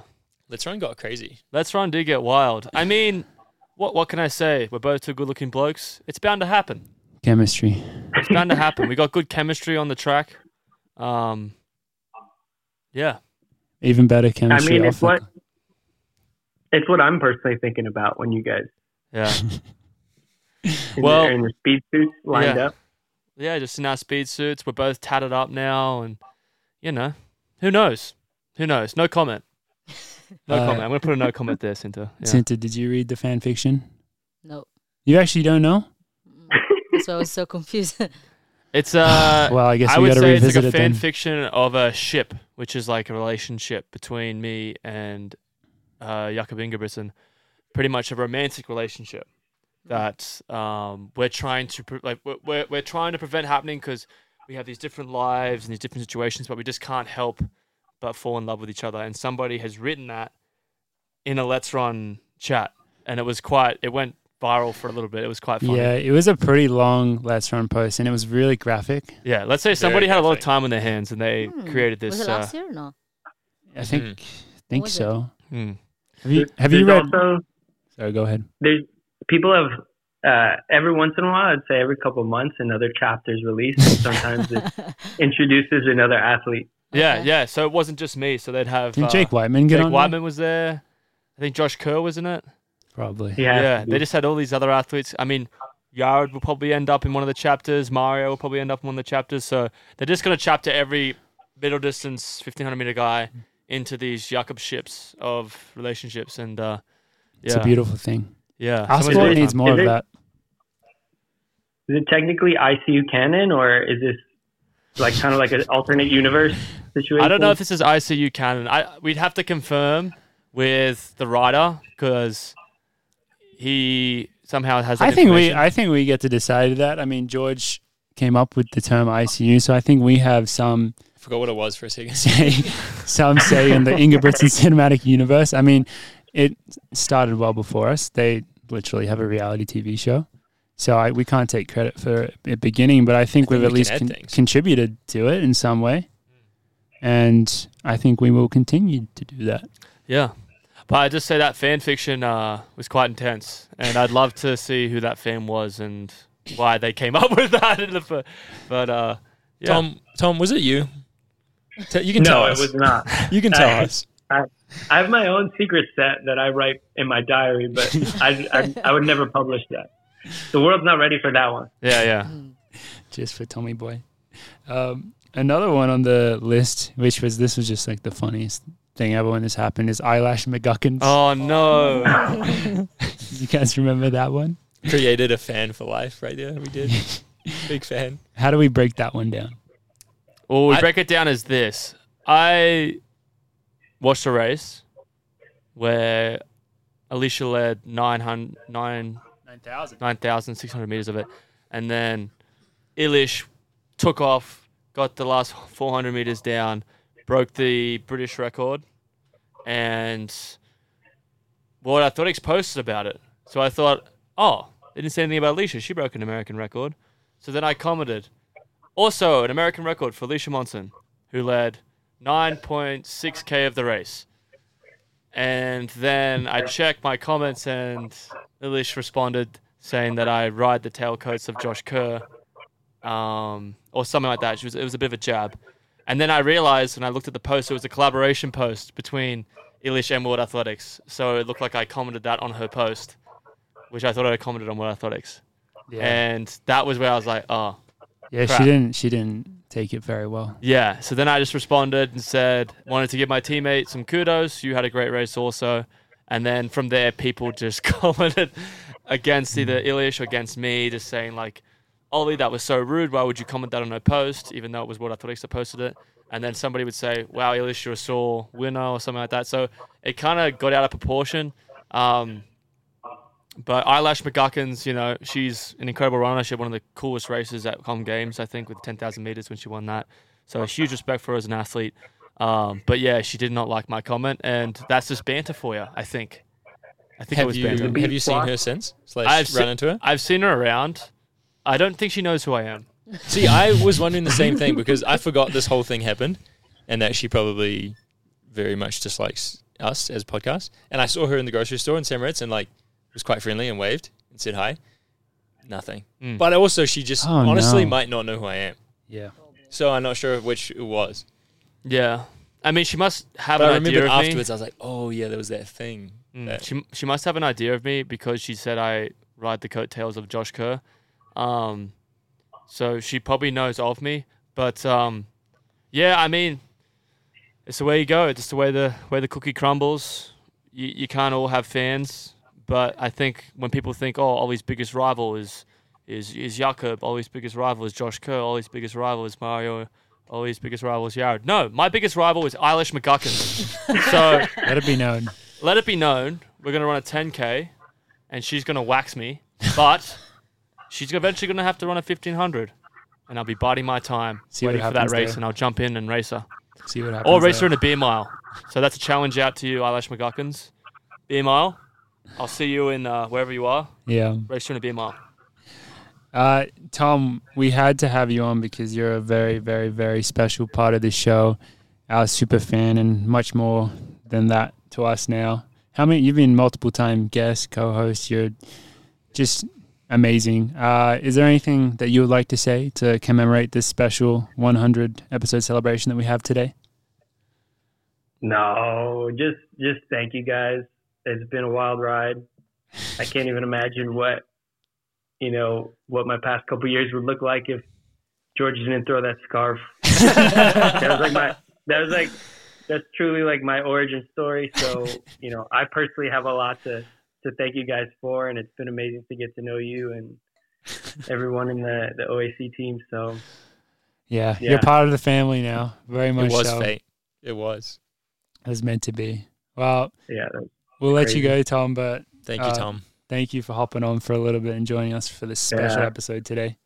Speaker 1: Let's Run got crazy.
Speaker 3: Let's Run did get wild. I mean, what what can I say? We're both two good looking blokes. It's bound to happen.
Speaker 2: Chemistry.
Speaker 3: It's bound to happen. We got good chemistry on the track. Um, yeah.
Speaker 2: Even better
Speaker 13: I
Speaker 2: chemistry
Speaker 13: mean,
Speaker 2: off
Speaker 13: it's what it's what I'm personally thinking about when you guys
Speaker 3: Yeah.
Speaker 13: [LAUGHS]
Speaker 3: [LAUGHS]
Speaker 13: in
Speaker 3: Well,
Speaker 13: your, in your speed suits lined
Speaker 3: yeah.
Speaker 13: up.
Speaker 3: Yeah, just in our speed suits. We're both tatted up now, and you know, who knows? Who knows? No comment.
Speaker 13: [LAUGHS]
Speaker 3: No
Speaker 2: Uh,
Speaker 3: comment. I'm gonna put a no comment there, Cinta.
Speaker 2: the,
Speaker 3: Yeah.
Speaker 2: Cinta, did you read the fan fiction?
Speaker 12: No.
Speaker 2: You actually don't know?
Speaker 12: Mm. That's why I was so confused. [LAUGHS] Hmm.
Speaker 3: It's uh.
Speaker 2: [SIGHS] Well, I guess
Speaker 3: I
Speaker 2: we
Speaker 3: would
Speaker 2: gotta
Speaker 3: say it's like
Speaker 2: revisit
Speaker 3: a
Speaker 2: it
Speaker 3: fan
Speaker 2: then.
Speaker 3: fiction of a ship, which is like a relationship between me and uh, Jakob Ingebrigtsen. Pretty much a romantic relationship that um, we're trying to pre- like we're, we're we're trying to prevent happening because we have these different lives and these different situations, but we just can't help but fall in love with each other. And somebody has written that in a Let's Run chat, and it was quite. It went viral for a little bit. It was quite funny.
Speaker 2: Yeah, it was a pretty long Let's Run post, and it was really graphic.
Speaker 3: Yeah, let's say
Speaker 2: Very
Speaker 3: somebody had a lot of time on their hands and they
Speaker 12: Hmm.
Speaker 3: created this.
Speaker 12: Was it
Speaker 3: uh,
Speaker 12: last year or no?
Speaker 2: I
Speaker 1: Hmm.
Speaker 2: think think
Speaker 12: was it?
Speaker 2: so.
Speaker 3: Hmm.
Speaker 2: Have you have you
Speaker 13: There's
Speaker 2: read?
Speaker 13: also
Speaker 2: Sorry, go ahead.
Speaker 13: there's people have uh, every once in a while, I'd say every couple of months, another chapter's released. And
Speaker 3: [LAUGHS]
Speaker 13: sometimes it introduces another athlete.
Speaker 3: yeah, yeah. So it wasn't just me. So they'd have. uh,
Speaker 2: Didn't Jake Whiteman get
Speaker 3: Jake
Speaker 2: on there?
Speaker 3: Whiteman was there. I think Josh Kerr was in it.
Speaker 2: Probably.
Speaker 3: Yeah, they just had all these other athletes. I mean, Yard will probably end up in one of the chapters. Mario will probably end up in one of the chapters. So they're just going to chapter every middle distance, 1500 meter guy into these Jakob ships of relationships. And uh, yeah.
Speaker 2: It's a beautiful thing.
Speaker 3: Yeah.
Speaker 2: Our
Speaker 3: somebody's
Speaker 2: sport
Speaker 3: got
Speaker 2: needs
Speaker 3: time.
Speaker 2: more of
Speaker 13: Is it-
Speaker 2: that.
Speaker 13: Is it technically ICU canon, or is this like kind of like an alternate universe situation?
Speaker 3: I don't know if this is ICU canon. I we'd have to confirm with the writer because he somehow has. That
Speaker 2: I think we
Speaker 3: information.
Speaker 2: I think we get to decide that. I mean, George came up with the term ICU, so I think we have some
Speaker 1: I forgot what it was for a second. [LAUGHS]
Speaker 2: say [LAUGHS] some say in the Ingebrigtsen [LAUGHS] cinematic universe. I mean, it started well before us. They literally have a reality TV show. So I, we can't take credit for it beginning, but I think
Speaker 1: I think
Speaker 2: we've at
Speaker 1: we can
Speaker 2: least
Speaker 1: add
Speaker 2: con-
Speaker 1: things.
Speaker 2: contributed to it in some way. And I think we will continue to do that.
Speaker 3: Yeah, but I just say that fan fiction uh, was quite intense, and I'd love to see who that fan was and why they came [LAUGHS] up with that. In the fir- but uh, yeah.
Speaker 1: Tom, Tom, was it you? Te- you can
Speaker 13: no,
Speaker 1: tell
Speaker 13: it
Speaker 1: us.
Speaker 3: [LAUGHS]
Speaker 13: was not.
Speaker 1: [LAUGHS] You can tell
Speaker 13: I-
Speaker 1: us.
Speaker 13: I, I have my own secret set that I write in my diary, but I, I, I would never publish that. The world's not ready for that one.
Speaker 3: [LAUGHS] Yeah, yeah.
Speaker 2: [LAUGHS] just for Tommy Boy. Um, another one on the list, which was this was just like the funniest thing ever when this happened, is eyelash McGuckins.
Speaker 3: Oh no!
Speaker 2: [LAUGHS]
Speaker 3: [LAUGHS]
Speaker 2: You guys remember that one?
Speaker 1: Created a fan for life right there. We did. Big fan.
Speaker 2: How do we break that one down?
Speaker 3: Well, we
Speaker 1: I-
Speaker 3: break it down as this. I watched a race where Alicia led 900, 9,
Speaker 2: 9,000.
Speaker 3: 9,600 meters of it. And then Ilish took off, got the last 400 meters down, broke the British record. And well, I thought posted about it. So I thought, oh, they didn't say anything about Alicia. She broke an American record. So then I commented. Also, an American record for Alicia Monson, who led 9.6K of the race. And then I checked my comments, and Ilish responded saying that I ride the tailcoats of Josh Kerr, um, or something like that. She was, it was a bit of a jab. And then I realized when I looked at the post, it was a collaboration post between Ilish and World Athletics. So it looked like I commented that on her post, which I thought I commented on World Athletics.
Speaker 2: Yeah.
Speaker 3: And that was where I was like, oh.
Speaker 2: Yeah,
Speaker 3: crap.
Speaker 2: she didn't. She didn't take it very well.
Speaker 3: Yeah. So then I just responded and said, wanted to give my teammate some kudos. You had a great race also. And then from there, people just [LAUGHS] commented against either Ilish or against me, just saying, like, Ollie, that was so rude. Why would you comment that on her post, even though it was what Athletics that posted it? And then somebody would say, wow, Ilish, you're a sore winner or something like that. So it kind of got out of proportion. Um, but Eyelash McGuckins, you know, she's an incredible runner. She had one of the coolest races at Com Games, I think, with 10,000 meters when she won that. So a huge respect for her as an athlete. Um, but yeah, she did not like my comment, and that's just banter for you, I think. I think it
Speaker 1: have
Speaker 3: was
Speaker 1: you
Speaker 3: banter.
Speaker 1: have you seen her since? Slash
Speaker 3: I've
Speaker 1: run
Speaker 3: se-
Speaker 1: into her?
Speaker 3: I've seen her around. I don't think she knows who I am. Mm.
Speaker 1: See, I was wondering
Speaker 3: [LAUGHS]
Speaker 1: the same thing because I forgot this whole thing happened, and that she probably very much dislikes us as a podcast. And I saw her in the grocery store in Samaritz and like was quite friendly and waved and said hi. Nothing.
Speaker 2: Mm.
Speaker 1: But also, she just
Speaker 2: Oh,
Speaker 1: honestly
Speaker 2: no.
Speaker 1: might not know who I am.
Speaker 2: Yeah.
Speaker 1: So I'm not sure which it was.
Speaker 3: Yeah. I mean, she must have
Speaker 1: But
Speaker 3: an
Speaker 1: I remembered
Speaker 3: idea of me.
Speaker 1: afterwards, I was like, oh yeah, there was that thing.
Speaker 3: Mm.
Speaker 1: that-
Speaker 3: She she must have an idea of me because she said I ride the coattails of Josh Kerr. Um, so she probably knows of me. But um, yeah, I mean, it's the way you go. It's just the way the way the cookie crumbles. You you can't all have fans. But I think when people think, oh, Ollie's biggest rival is is is Jakob. Ollie's biggest rival is Josh Kerr. Ollie's biggest rival is Mario. Ollie's biggest rival is Jared. No, my biggest rival is Eilish McGuckin. [LAUGHS] so
Speaker 2: Let it be known.
Speaker 3: let it be known we're going to run a 10k and she's going to wax me but she's eventually going to have to run a 1500 and i'll be biding my time
Speaker 2: See what
Speaker 3: waiting for that
Speaker 2: happens
Speaker 3: race
Speaker 2: there.
Speaker 3: and i'll jump in and race her
Speaker 2: See what happens.
Speaker 3: or race her
Speaker 2: there.
Speaker 3: in a beer mile so that's a challenge out to you eyelash mcguckins beer mile i'll see you in uh, wherever you are
Speaker 2: Yeah.
Speaker 3: race her in a beer mile
Speaker 2: Uh, Tom, we had to have you on because you're a very, very, very special part of this show, our super fan, and much more than that to us now. How many? You've been multiple time guest, co-host. You're just amazing. Uh, is there anything that you would like to say to commemorate this special 100 episode celebration that we have today?
Speaker 13: No, just just thank you guys. It's been a wild ride. I can't even imagine what you know what my past couple years would look like if George didn't throw that scarf. [LAUGHS] that was like my that was like that's truly like my origin story. So you know, I personally have a lot to to thank you guys for, and it's been amazing to get to know you and everyone in the the OAC team. So
Speaker 2: Yeah,
Speaker 13: Yeah.
Speaker 2: you're part of the family now. Very
Speaker 1: It
Speaker 2: much.
Speaker 1: was
Speaker 2: so.
Speaker 1: fate. It was.
Speaker 2: It was meant to be. Well,
Speaker 13: yeah,
Speaker 2: we'll let
Speaker 1: crazy.
Speaker 2: you go, Tom. But uh,
Speaker 1: Thank you, Tom.
Speaker 2: Thank you for hopping on for a little bit and joining us for this special
Speaker 13: Yeah.
Speaker 2: episode today.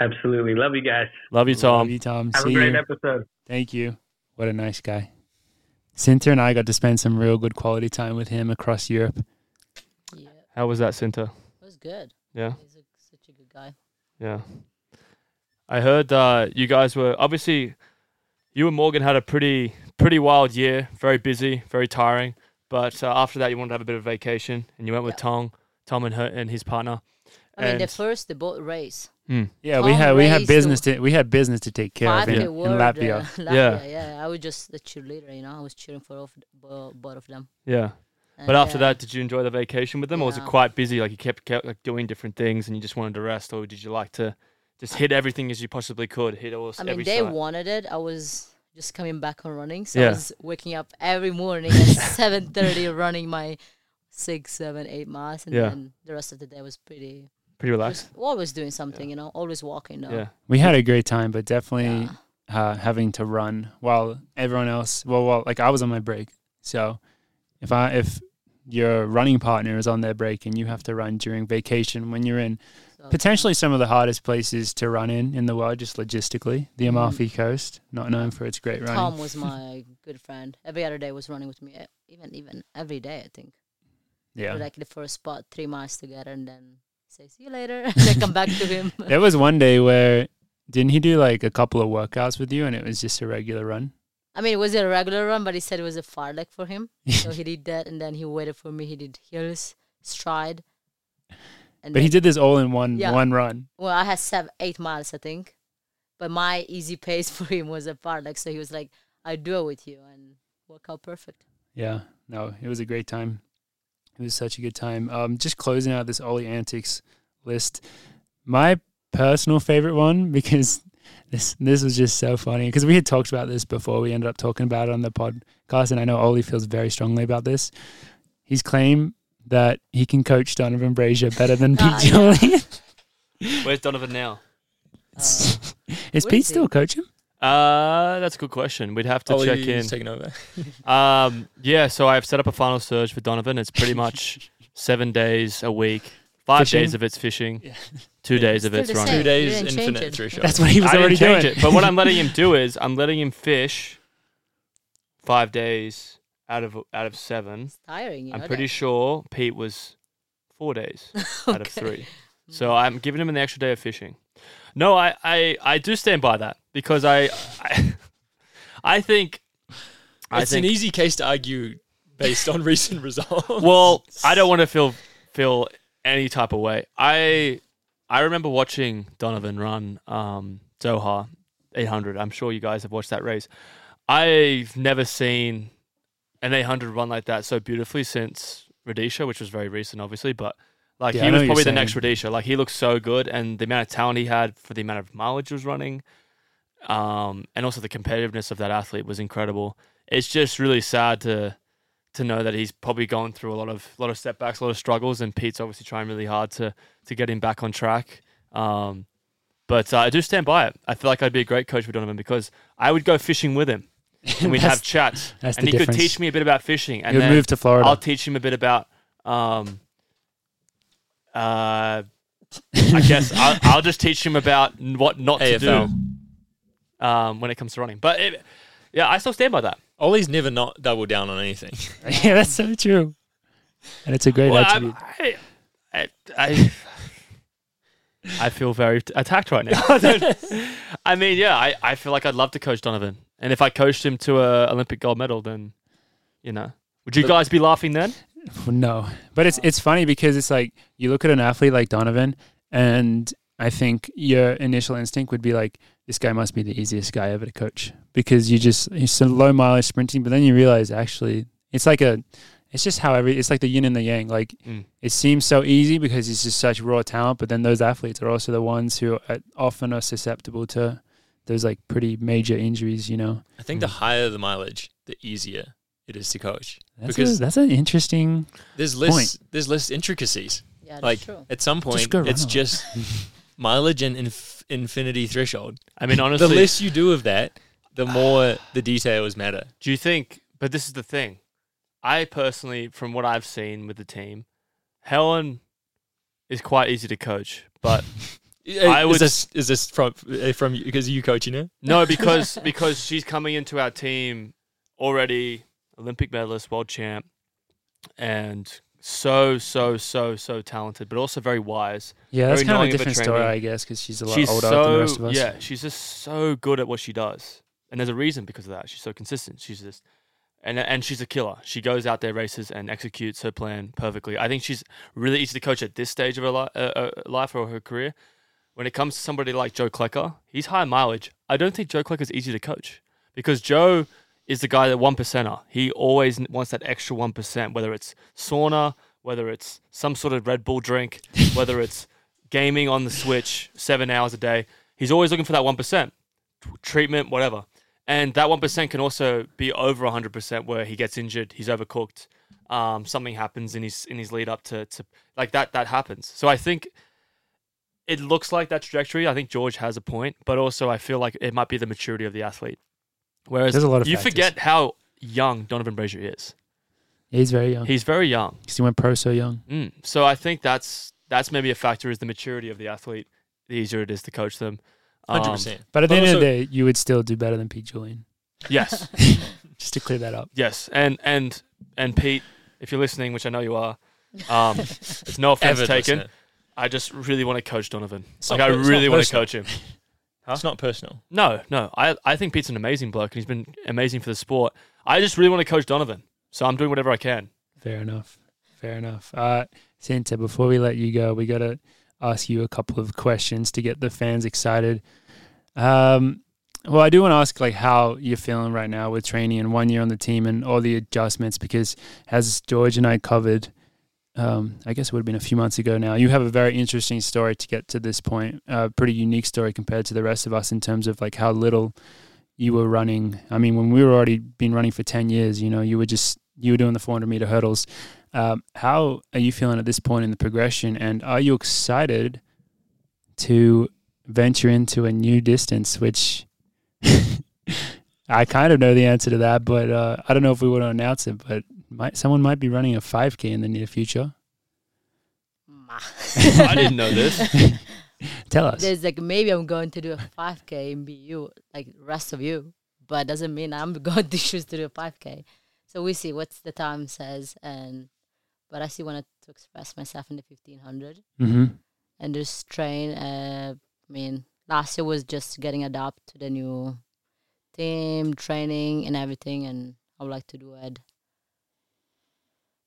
Speaker 13: absolutely love you guys.
Speaker 3: love you tom
Speaker 2: Love you, Tom.
Speaker 13: Have
Speaker 2: See
Speaker 13: a great
Speaker 2: you.
Speaker 13: episode.
Speaker 2: Thank you. What a nice guy. Cynthia and I got to spend some real good quality time with him across Europe.
Speaker 3: how was that center
Speaker 12: It was good.
Speaker 3: Yeah.
Speaker 12: He's a, such a good guy.
Speaker 3: Yeah. I heard uh, you guys were obviously you and Morgan had a pretty pretty wild year, very busy, very tiring. But uh, after that, you wanted to have a bit of vacation, and you went with Tom, Tom and her and his partner.
Speaker 12: I mean, the
Speaker 3: And-
Speaker 12: first the boat race.
Speaker 3: Hmm.
Speaker 2: Yeah, we
Speaker 12: Tom
Speaker 2: had we had
Speaker 12: raised the
Speaker 2: business to we had business to take care of
Speaker 12: Five
Speaker 2: in,
Speaker 12: K
Speaker 2: in
Speaker 12: World, uh,
Speaker 2: Latvia.
Speaker 12: Latvia. Yeah. [LAUGHS] I was just the cheerleader. You know, I was cheering for all, bo- both of them.
Speaker 3: yeah.
Speaker 12: And, uh,
Speaker 3: But after
Speaker 12: yeah.
Speaker 3: that, did you enjoy the vacation with them, or was it
Speaker 12: Yeah.
Speaker 3: quite busy? Like you kept, kept like doing different things, and you just wanted to rest, or did you like to just hit everything as you possibly could, hit all
Speaker 12: I mean,
Speaker 3: every
Speaker 12: they
Speaker 3: side?
Speaker 12: wanted it. I was just coming back on running, so
Speaker 3: Yeah.
Speaker 12: I was waking up every morning at [LAUGHS] seven thirty, running my six, seven, eight miles, and
Speaker 3: Yeah.
Speaker 12: then the rest of the day was pretty
Speaker 3: Pretty relaxed.
Speaker 12: was always doing something, you know, always walking. Though.
Speaker 3: Yeah.
Speaker 2: We had a great time, but definitely uh, having to run while everyone else, well, well, like I was on my break. So if I if your running partner is on their break and you have to run during vacation when you're in potentially some of the hardest places to run in in the world, just logistically, the Amalfi Coast, not known for its great running.
Speaker 12: Mm-hmm. Tom was my good friend. Every other day was running with me, e- even even every day I think. We
Speaker 2: Yeah.
Speaker 12: like the first spot, three miles together, and then say see you later, [LAUGHS] and then come back to
Speaker 2: [LAUGHS]
Speaker 12: him.
Speaker 2: [LAUGHS] There was one day where didn't he do like a couple of workouts with you and it was just a regular run?
Speaker 12: I mean, it was a regular run, but he said it was a far leg for
Speaker 2: [LAUGHS]
Speaker 12: him. so he did that, and then he waited for me. He did hills, stride. And
Speaker 2: but he
Speaker 12: then-
Speaker 2: did this all in one
Speaker 12: Yeah.
Speaker 2: one run.
Speaker 12: Well, I had seven, eight miles, I think. But my easy pace [LAUGHS] for him was a far leg. So he was like, I do it with you, and work out perfect.
Speaker 2: Yeah. No, it was a great time. It was such a good time. Um, just closing out this Ollie Antics list. My personal favorite one, [LAUGHS] because This this was just so funny because we had talked about this before. We ended up talking about it on the podcast, and I know Ollie feels very strongly about this. His claim that he can coach Donovan Brazier better than Pete Julian.
Speaker 3: Where's Donovan
Speaker 12: [LAUGHS]
Speaker 3: now?
Speaker 12: Uh,
Speaker 2: Is Pete still coaching? [LAUGHS]
Speaker 3: Uh, that's a good question. We'd have to
Speaker 1: Oh,
Speaker 3: check
Speaker 1: he's
Speaker 3: in.
Speaker 1: taking over.
Speaker 3: [LAUGHS]
Speaker 1: [LAUGHS]
Speaker 3: um, yeah. So I've set up a final search for Donovan. It's pretty
Speaker 1: [LAUGHS]
Speaker 3: much seven days a week, five
Speaker 1: Fishing?
Speaker 3: days of it's fishing, two days of
Speaker 1: Still
Speaker 3: it's running.
Speaker 1: the same. Two days You didn't change infinite it. three shots. That's
Speaker 2: what he was
Speaker 3: I didn't
Speaker 2: already
Speaker 3: change
Speaker 2: doing.
Speaker 3: It, but what I'm letting him do is I'm letting him fish five days out of out of seven.
Speaker 12: tiring, you
Speaker 3: I'm
Speaker 12: know
Speaker 3: pretty
Speaker 12: that.
Speaker 3: sure Pete was four
Speaker 1: [LAUGHS]
Speaker 3: days out of three. So I'm giving him an extra day of fishing. No, I, I, I do stand by that because I I, [LAUGHS] I think I
Speaker 1: it's
Speaker 3: think
Speaker 1: an easy case to argue based on [LAUGHS] recent results.
Speaker 3: well, I don't want to feel feel any type of way. I I remember watching Donovan run um, Doha 800. I'm sure you guys have watched that race. I've never seen an 800 run like that so beautifully since Radisha, which was very recent, obviously. But like
Speaker 2: Yeah, I
Speaker 3: he
Speaker 2: know
Speaker 3: was
Speaker 2: what you're
Speaker 3: probably the
Speaker 2: saying.
Speaker 3: next Radisha. Like he looked so good, and the amount of talent he had for the amount of mileage he was running, um, and also the competitiveness of that athlete was incredible. It's just really sad to to know that he's probably gone through a lot of lot of setbacks, a lot of struggles, and Pete's obviously trying really hard to to get him back on track. Um, but uh, I do stand by it. I feel like I'd be a great coach for Donovan because I would go fishing with him, and we'd
Speaker 2: [LAUGHS] That's-
Speaker 3: have chats,
Speaker 2: that's
Speaker 3: and
Speaker 2: the
Speaker 3: he
Speaker 2: difference.
Speaker 3: could teach me a bit about fishing. And
Speaker 2: He would
Speaker 3: then
Speaker 2: move to Florida.
Speaker 3: I'll teach him a bit about. Um,
Speaker 1: [LAUGHS]
Speaker 3: uh, I guess I'll, I'll just teach him about n- what not
Speaker 1: AFL.
Speaker 3: to do um, when it comes to running. But it, yeah, I still stand by that.
Speaker 1: Ollie's never not doubled down on anything.
Speaker 2: yeah, that's so true. And it's a great
Speaker 3: Well,
Speaker 2: attribute.
Speaker 3: I, I, I, I feel very t- attacked right
Speaker 1: [LAUGHS]
Speaker 3: now. [LAUGHS] I, don't- I mean, yeah, I, I feel like I'd love to coach Donovan, and if I coached him to a Olympic gold medal, then you know, would you
Speaker 2: But-
Speaker 3: guys be laughing then?
Speaker 2: No, but it's it's funny because it's like you look at an athlete like Donovan, and I think your initial instinct would be like, this guy must be the easiest guy ever to coach because you just he's so low mileage sprinting. But then you realize actually it's like a, it's just how every it's like the yin and the yang. Like
Speaker 3: Mm.
Speaker 2: it seems so easy because he's just such raw talent, but then those athletes are also the ones who are often are susceptible to those like pretty major injuries. You know,
Speaker 1: I think the higher the mileage, the easier it is to coach
Speaker 2: that's
Speaker 1: because
Speaker 2: a, that's an interesting
Speaker 1: there's
Speaker 2: point.
Speaker 1: less there's less intricacies.
Speaker 12: Yeah, that's
Speaker 1: like
Speaker 12: true.
Speaker 1: at some point,
Speaker 2: go
Speaker 1: it's
Speaker 2: run. [LAUGHS]
Speaker 1: just mileage and inf- infinity threshold.
Speaker 3: I
Speaker 2: [LAUGHS]
Speaker 3: mean,
Speaker 1: the
Speaker 3: honestly-
Speaker 1: less you do of that, the more the details matter.
Speaker 3: Do you think? But this is the thing. I personally, from what I've seen with the team, Helen is quite easy to coach,
Speaker 2: [LAUGHS]
Speaker 3: but I
Speaker 1: is
Speaker 3: would
Speaker 1: this is this from uh, from you because you coaching her?
Speaker 3: No, because because she's coming into our team already Olympic medalist, world champ, and so so so so talented, but also very wise.
Speaker 2: Yeah, that's
Speaker 3: very
Speaker 2: kind of a
Speaker 3: knowing her
Speaker 2: different story,
Speaker 3: training.
Speaker 2: I guess, 'cause she's a lot
Speaker 3: She's
Speaker 2: older than
Speaker 3: so,
Speaker 2: the rest of us.
Speaker 3: Yeah, she's just so good at what she does, and there's a reason because of that. She's so consistent. She's just. And, and she's a killer. She goes out there, races, and executes her plan perfectly. I think she's really easy to coach at this stage of her li- uh, uh, life or her career. When it comes to somebody like Joe Klecker, he's high mileage. I don't think Joe Klecker's easy to coach because Joe is the guy that one percenter. He always n- wants that extra one percent, whether it's sauna, whether it's some sort of Red Bull drink, whether it's gaming on the Switch seven hours a day. He's always looking for that one percent treatment, whatever. And that one percent can also be over hundred percent, where he gets injured, he's overcooked, um, something happens in his in his lead up to, to like that. That happens. So I think it looks like that trajectory. I think George has a point, but also I feel like it might be the maturity of the athlete. Whereas
Speaker 2: There's a lot of
Speaker 3: you
Speaker 2: factors.
Speaker 3: forget how young Donovan Brazier is.
Speaker 2: He's very young.
Speaker 3: He's very young.
Speaker 2: 'Cause he went pro so young.
Speaker 3: Mm. So I think that's that's maybe a factor is the maturity of the athlete. The easier it is to coach them. Um,
Speaker 1: 100%.
Speaker 2: But at the end of the day, you would still do better than Pete Julian.
Speaker 3: Yes.
Speaker 2: [LAUGHS] Just to clear that up.
Speaker 3: Yes, and and and Pete, if you're listening, which I know you
Speaker 1: [LAUGHS]
Speaker 3: are, um, it's no offense
Speaker 1: Avid
Speaker 3: taken.
Speaker 1: listener.
Speaker 3: I just really want to coach Donovan.
Speaker 1: [LAUGHS] It's
Speaker 3: like
Speaker 1: not
Speaker 3: I
Speaker 1: per- it's
Speaker 3: really
Speaker 1: not
Speaker 3: want to
Speaker 1: personal.
Speaker 3: coach him.
Speaker 1: [LAUGHS] It's not
Speaker 12: [LAUGHS]
Speaker 1: personal.
Speaker 3: No, no. I, I think Pete's an amazing bloke and he's been amazing for the sport. I just really want to coach Donovan. So I'm doing whatever I can.
Speaker 2: Fair enough. Fair enough. Uh, Santa, before we let you go, we got to ask you a couple of questions to get the fans excited. Um, well, I do want to ask like how you're feeling right now with training and one year on the team and all the adjustments because as George and I covered, um, I guess it would have been a few months ago now. You have a very interesting story to get to this point, a pretty unique story compared to the rest of us in terms of like how little you were running. I mean, when we were already been running for 10 years, you know, you were just, you were doing the 400 meter hurdles. Um, how are you feeling at this point in the progression? And are you excited to venture into a new distance, which I kind of know the answer to that, but uh, I don't know if we want to announce it, but might, someone might be running a 5K in the near future.
Speaker 3: [LAUGHS] I didn't know this.
Speaker 2: [LAUGHS] Tell us.
Speaker 12: There's like maybe I'm going to do a 5K in BU, like rest of you, but doesn't mean I'm [LAUGHS] going to choose to do a 5K. So we see what's the time says, and but I still wanted to express myself in the 1500
Speaker 2: Mhm.
Speaker 12: and just train. Uh, I mean, last year was just getting adapted to the new team, training, and everything, and I would like to do it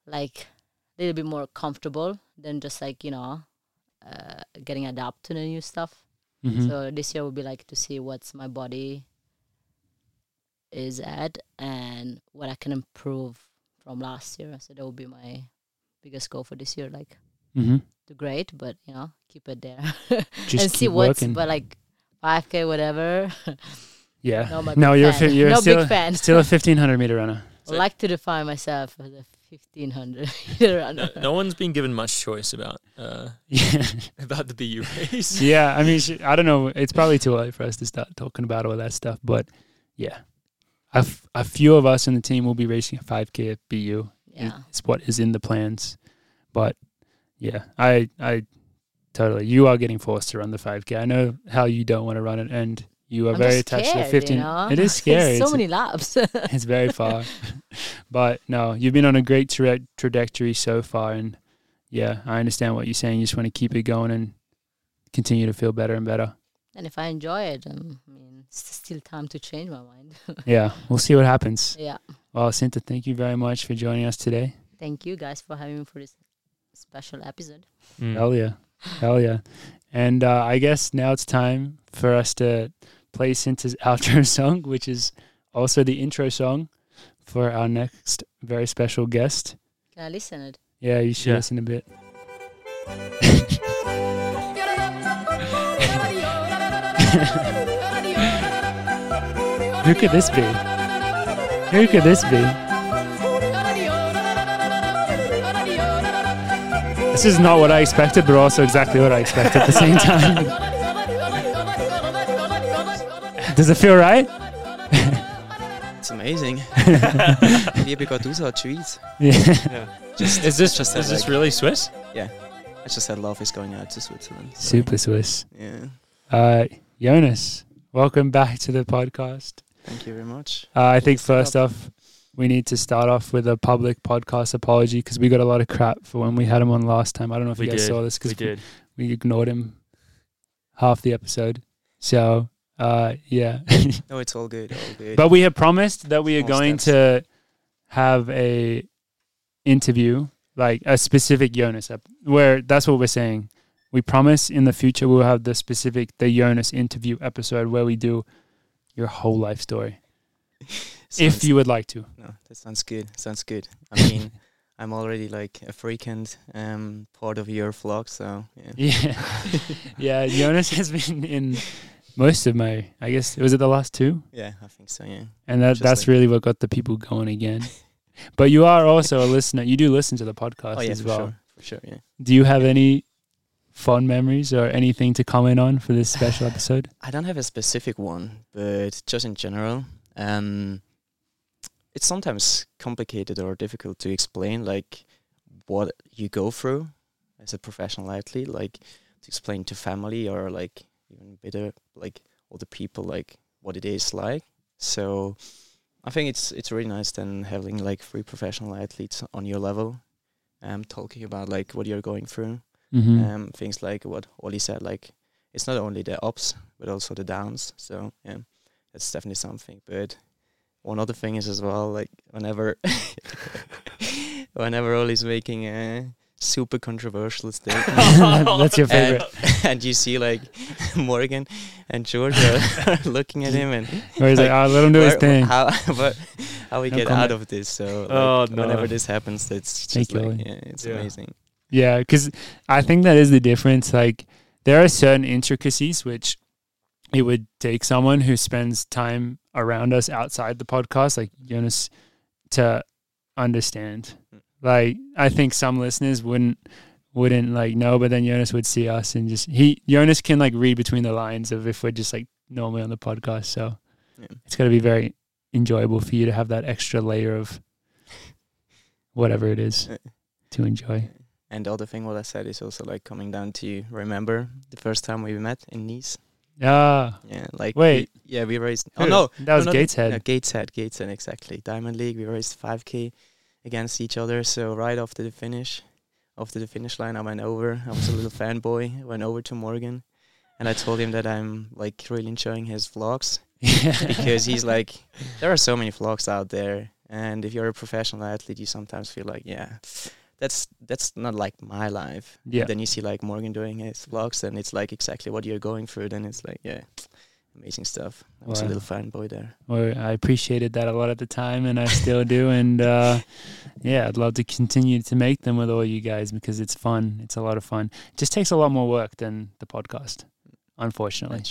Speaker 12: like a little bit more comfortable than just like you know uh, getting adapted to the new stuff.
Speaker 2: Mm-hmm.
Speaker 9: Mhm.
Speaker 12: So this year will be like to see what's my body is at and what I can improve from last year. So that will be my biggest goal for this year. Like
Speaker 2: Mhm.
Speaker 12: do great, but you know keep it there [LAUGHS]
Speaker 2: Just
Speaker 12: and see
Speaker 2: keep
Speaker 12: what's
Speaker 2: working.
Speaker 12: but like five k whatever. [LAUGHS]
Speaker 2: Yeah.
Speaker 12: No, I'm a
Speaker 2: [LAUGHS] no,
Speaker 12: big
Speaker 2: you're, a
Speaker 12: fan.
Speaker 2: fi- you're
Speaker 12: no
Speaker 2: still,
Speaker 12: big fan.
Speaker 2: still a 1500 meter runner.
Speaker 12: [LAUGHS] I like to define myself as a fifteen hundred [LAUGHS] runner.
Speaker 1: No, no one's been given much choice about
Speaker 2: [LAUGHS]
Speaker 1: uh, [LAUGHS] about the BU race.
Speaker 2: yeah, I mean, sh- I don't know. It's probably too early for us to start talking about all that stuff, but yeah, a, f- a few of us in the team will be racing a 5K at BU.
Speaker 12: Yeah,
Speaker 2: it's what is in the plans. But yeah, I I totally. You are getting forced to run the 5K. I know how you don't want to run it, and you are
Speaker 12: I'm
Speaker 2: very
Speaker 12: just
Speaker 2: attached to
Speaker 12: scared,
Speaker 2: the
Speaker 12: you
Speaker 2: 15.
Speaker 12: know? [LAUGHS]
Speaker 2: It is
Speaker 12: It's
Speaker 2: scary.
Speaker 12: so
Speaker 2: It's-
Speaker 12: many laps.
Speaker 2: [LAUGHS] it's very
Speaker 12: [LAUGHS]
Speaker 2: far, but no, you've been on a great tra- trajectory so far, and yeah, I understand what you're saying. You just want to keep it going and continue to feel better and better.
Speaker 12: and if I enjoy it, um, I mean, it's still time to change my mind. [LAUGHS]
Speaker 2: Yeah, we'll see what happens.
Speaker 12: Yeah.
Speaker 2: Well, Cinta, thank you very much for joining us today.
Speaker 12: Thank you guys for having me for this special episode.
Speaker 2: Hell yeah. Hell yeah. And uh, I guess now it's time for us to play Cinta's [LAUGHS] outro song, which is also the intro song for our next very special guest.
Speaker 12: Can I listen it?
Speaker 2: Yeah, you should
Speaker 3: Yeah.
Speaker 2: listen a bit. Who could this be? Who could this be? This is not what I expected, but also exactly what I expected at the same time. [LAUGHS] Does it feel right? [LAUGHS]
Speaker 14: It's amazing. Maybe Gattuso at Schweiz.
Speaker 2: Yeah.
Speaker 14: Just,
Speaker 1: Is this-
Speaker 14: just that,
Speaker 1: is this really Swiss?
Speaker 14: Yeah. I just had love is going out to Switzerland. so-
Speaker 2: Super Swiss.
Speaker 14: Yeah.
Speaker 2: Uh, Jonas, welcome back to the podcast.
Speaker 14: Thank you very much.
Speaker 2: Uh, I think first off, we need to start off with a public podcast apology because we got a lot of crap for when we had him on last time. I don't know if
Speaker 3: We
Speaker 2: you guys
Speaker 3: did.
Speaker 2: saw this because
Speaker 3: We did.
Speaker 2: we ignored him half the episode. So, uh, yeah. [LAUGHS]
Speaker 14: No, it's all good. All good.
Speaker 2: But we have promised that we are
Speaker 14: Small
Speaker 2: going to have a interview, like a specific Jonas up where that's what we're saying. We promise in the future we'll have the specific the Jonas interview episode where we do your whole life story. if
Speaker 14: [LAUGHS] Sounds-
Speaker 2: you would like to.
Speaker 14: No, that sounds good. Sounds good. I mean, [LAUGHS] I'm already like a frequent um, part of your vlog, so
Speaker 2: Yeah. [LAUGHS]
Speaker 14: [LAUGHS]
Speaker 2: yeah, Jonas has been in most of my I guess was it the last two?
Speaker 14: Yeah, I think so. Yeah.
Speaker 2: And that
Speaker 14: Just
Speaker 2: that's
Speaker 14: like-
Speaker 2: really what got the people going again. but you are also a listener. You do listen to the podcast
Speaker 14: Oh yeah,
Speaker 2: as
Speaker 14: for
Speaker 2: well.
Speaker 14: sure. For sure. Yeah.
Speaker 2: Do you have any fond memories or anything to comment on for this special episode?
Speaker 14: I don't have a specific one, but just in general, um, it's sometimes complicated or difficult to explain, like what you go through as a professional athlete, like to explain to family or like even better, like all the people, like what it is like. So I think it's it's really nice then having like three professional athletes on your level, um, talking about like what you're going through,
Speaker 2: Mhm.
Speaker 14: um, things like what Oli said, like it's not only the ups but also the downs. So yeah, that's definitely something. But one other thing is as well, like whenever [LAUGHS] whenever Oli's making a super controversial statement,
Speaker 2: [LAUGHS] That's your
Speaker 14: [LAUGHS] and-
Speaker 2: favorite.
Speaker 14: and, you see like [LAUGHS] Morgan and George are [LAUGHS] looking at him and
Speaker 2: [LAUGHS] Or he's like, "Ah, let him do
Speaker 14: [LAUGHS]
Speaker 2: his
Speaker 14: where-
Speaker 2: thing."
Speaker 14: How, but how we
Speaker 2: No
Speaker 14: get out
Speaker 2: comment.
Speaker 14: of this. So like,
Speaker 3: Oh, no.
Speaker 14: whenever this happens, it's
Speaker 2: Thank
Speaker 14: just
Speaker 2: you,
Speaker 14: like,
Speaker 2: Ollie.
Speaker 14: yeah, it's
Speaker 3: Yeah.
Speaker 14: amazing.
Speaker 2: Yeah, because I think that is the difference. Like, there are certain intricacies which it would take someone who spends time around us outside the podcast, like Jonas, to understand. Like, I think some listeners wouldn't wouldn't like know, but then Jonas would see us and just he Jonas can like read between the lines of if we're just like normally on the podcast. So it's gonna be very enjoyable for you to have that extra layer of whatever it is to enjoy.
Speaker 14: And the other thing what I said is also like coming down to you. Remember the first time we met in Nice?
Speaker 2: Ah.
Speaker 14: Yeah, like
Speaker 2: Wait.
Speaker 14: we- yeah, we raised. Oh
Speaker 2: Who?
Speaker 14: no,
Speaker 2: That
Speaker 14: no,
Speaker 2: was
Speaker 14: not-
Speaker 2: Gateshead.
Speaker 14: no, Gateshead, Gateshead, exactly. Diamond League, we raised five k against each other. So right after the finish, after the finish line, I went over. I was a
Speaker 2: [LAUGHS]
Speaker 14: little fanboy. I went over to Morgan, and I told him that I'm like really enjoying his
Speaker 2: [LAUGHS]
Speaker 14: vlogs because he's like, there are so many vlogs out there, and if you're a professional athlete, you sometimes feel like, yeah. That's that's not like my life. And
Speaker 2: Yeah.
Speaker 14: Then you see like Morgan doing his vlogs, and it's like exactly what you're going through. Then it's like, yeah, amazing stuff. I was a
Speaker 2: Wow.
Speaker 14: little fanboy there.
Speaker 2: Well, I appreciated that a lot at the time, and I still do.
Speaker 14: [LAUGHS]
Speaker 2: And uh, yeah, I'd love to continue to make them with all you guys because it's fun. It's a lot of fun. just takes a lot more work than the podcast, unfortunately.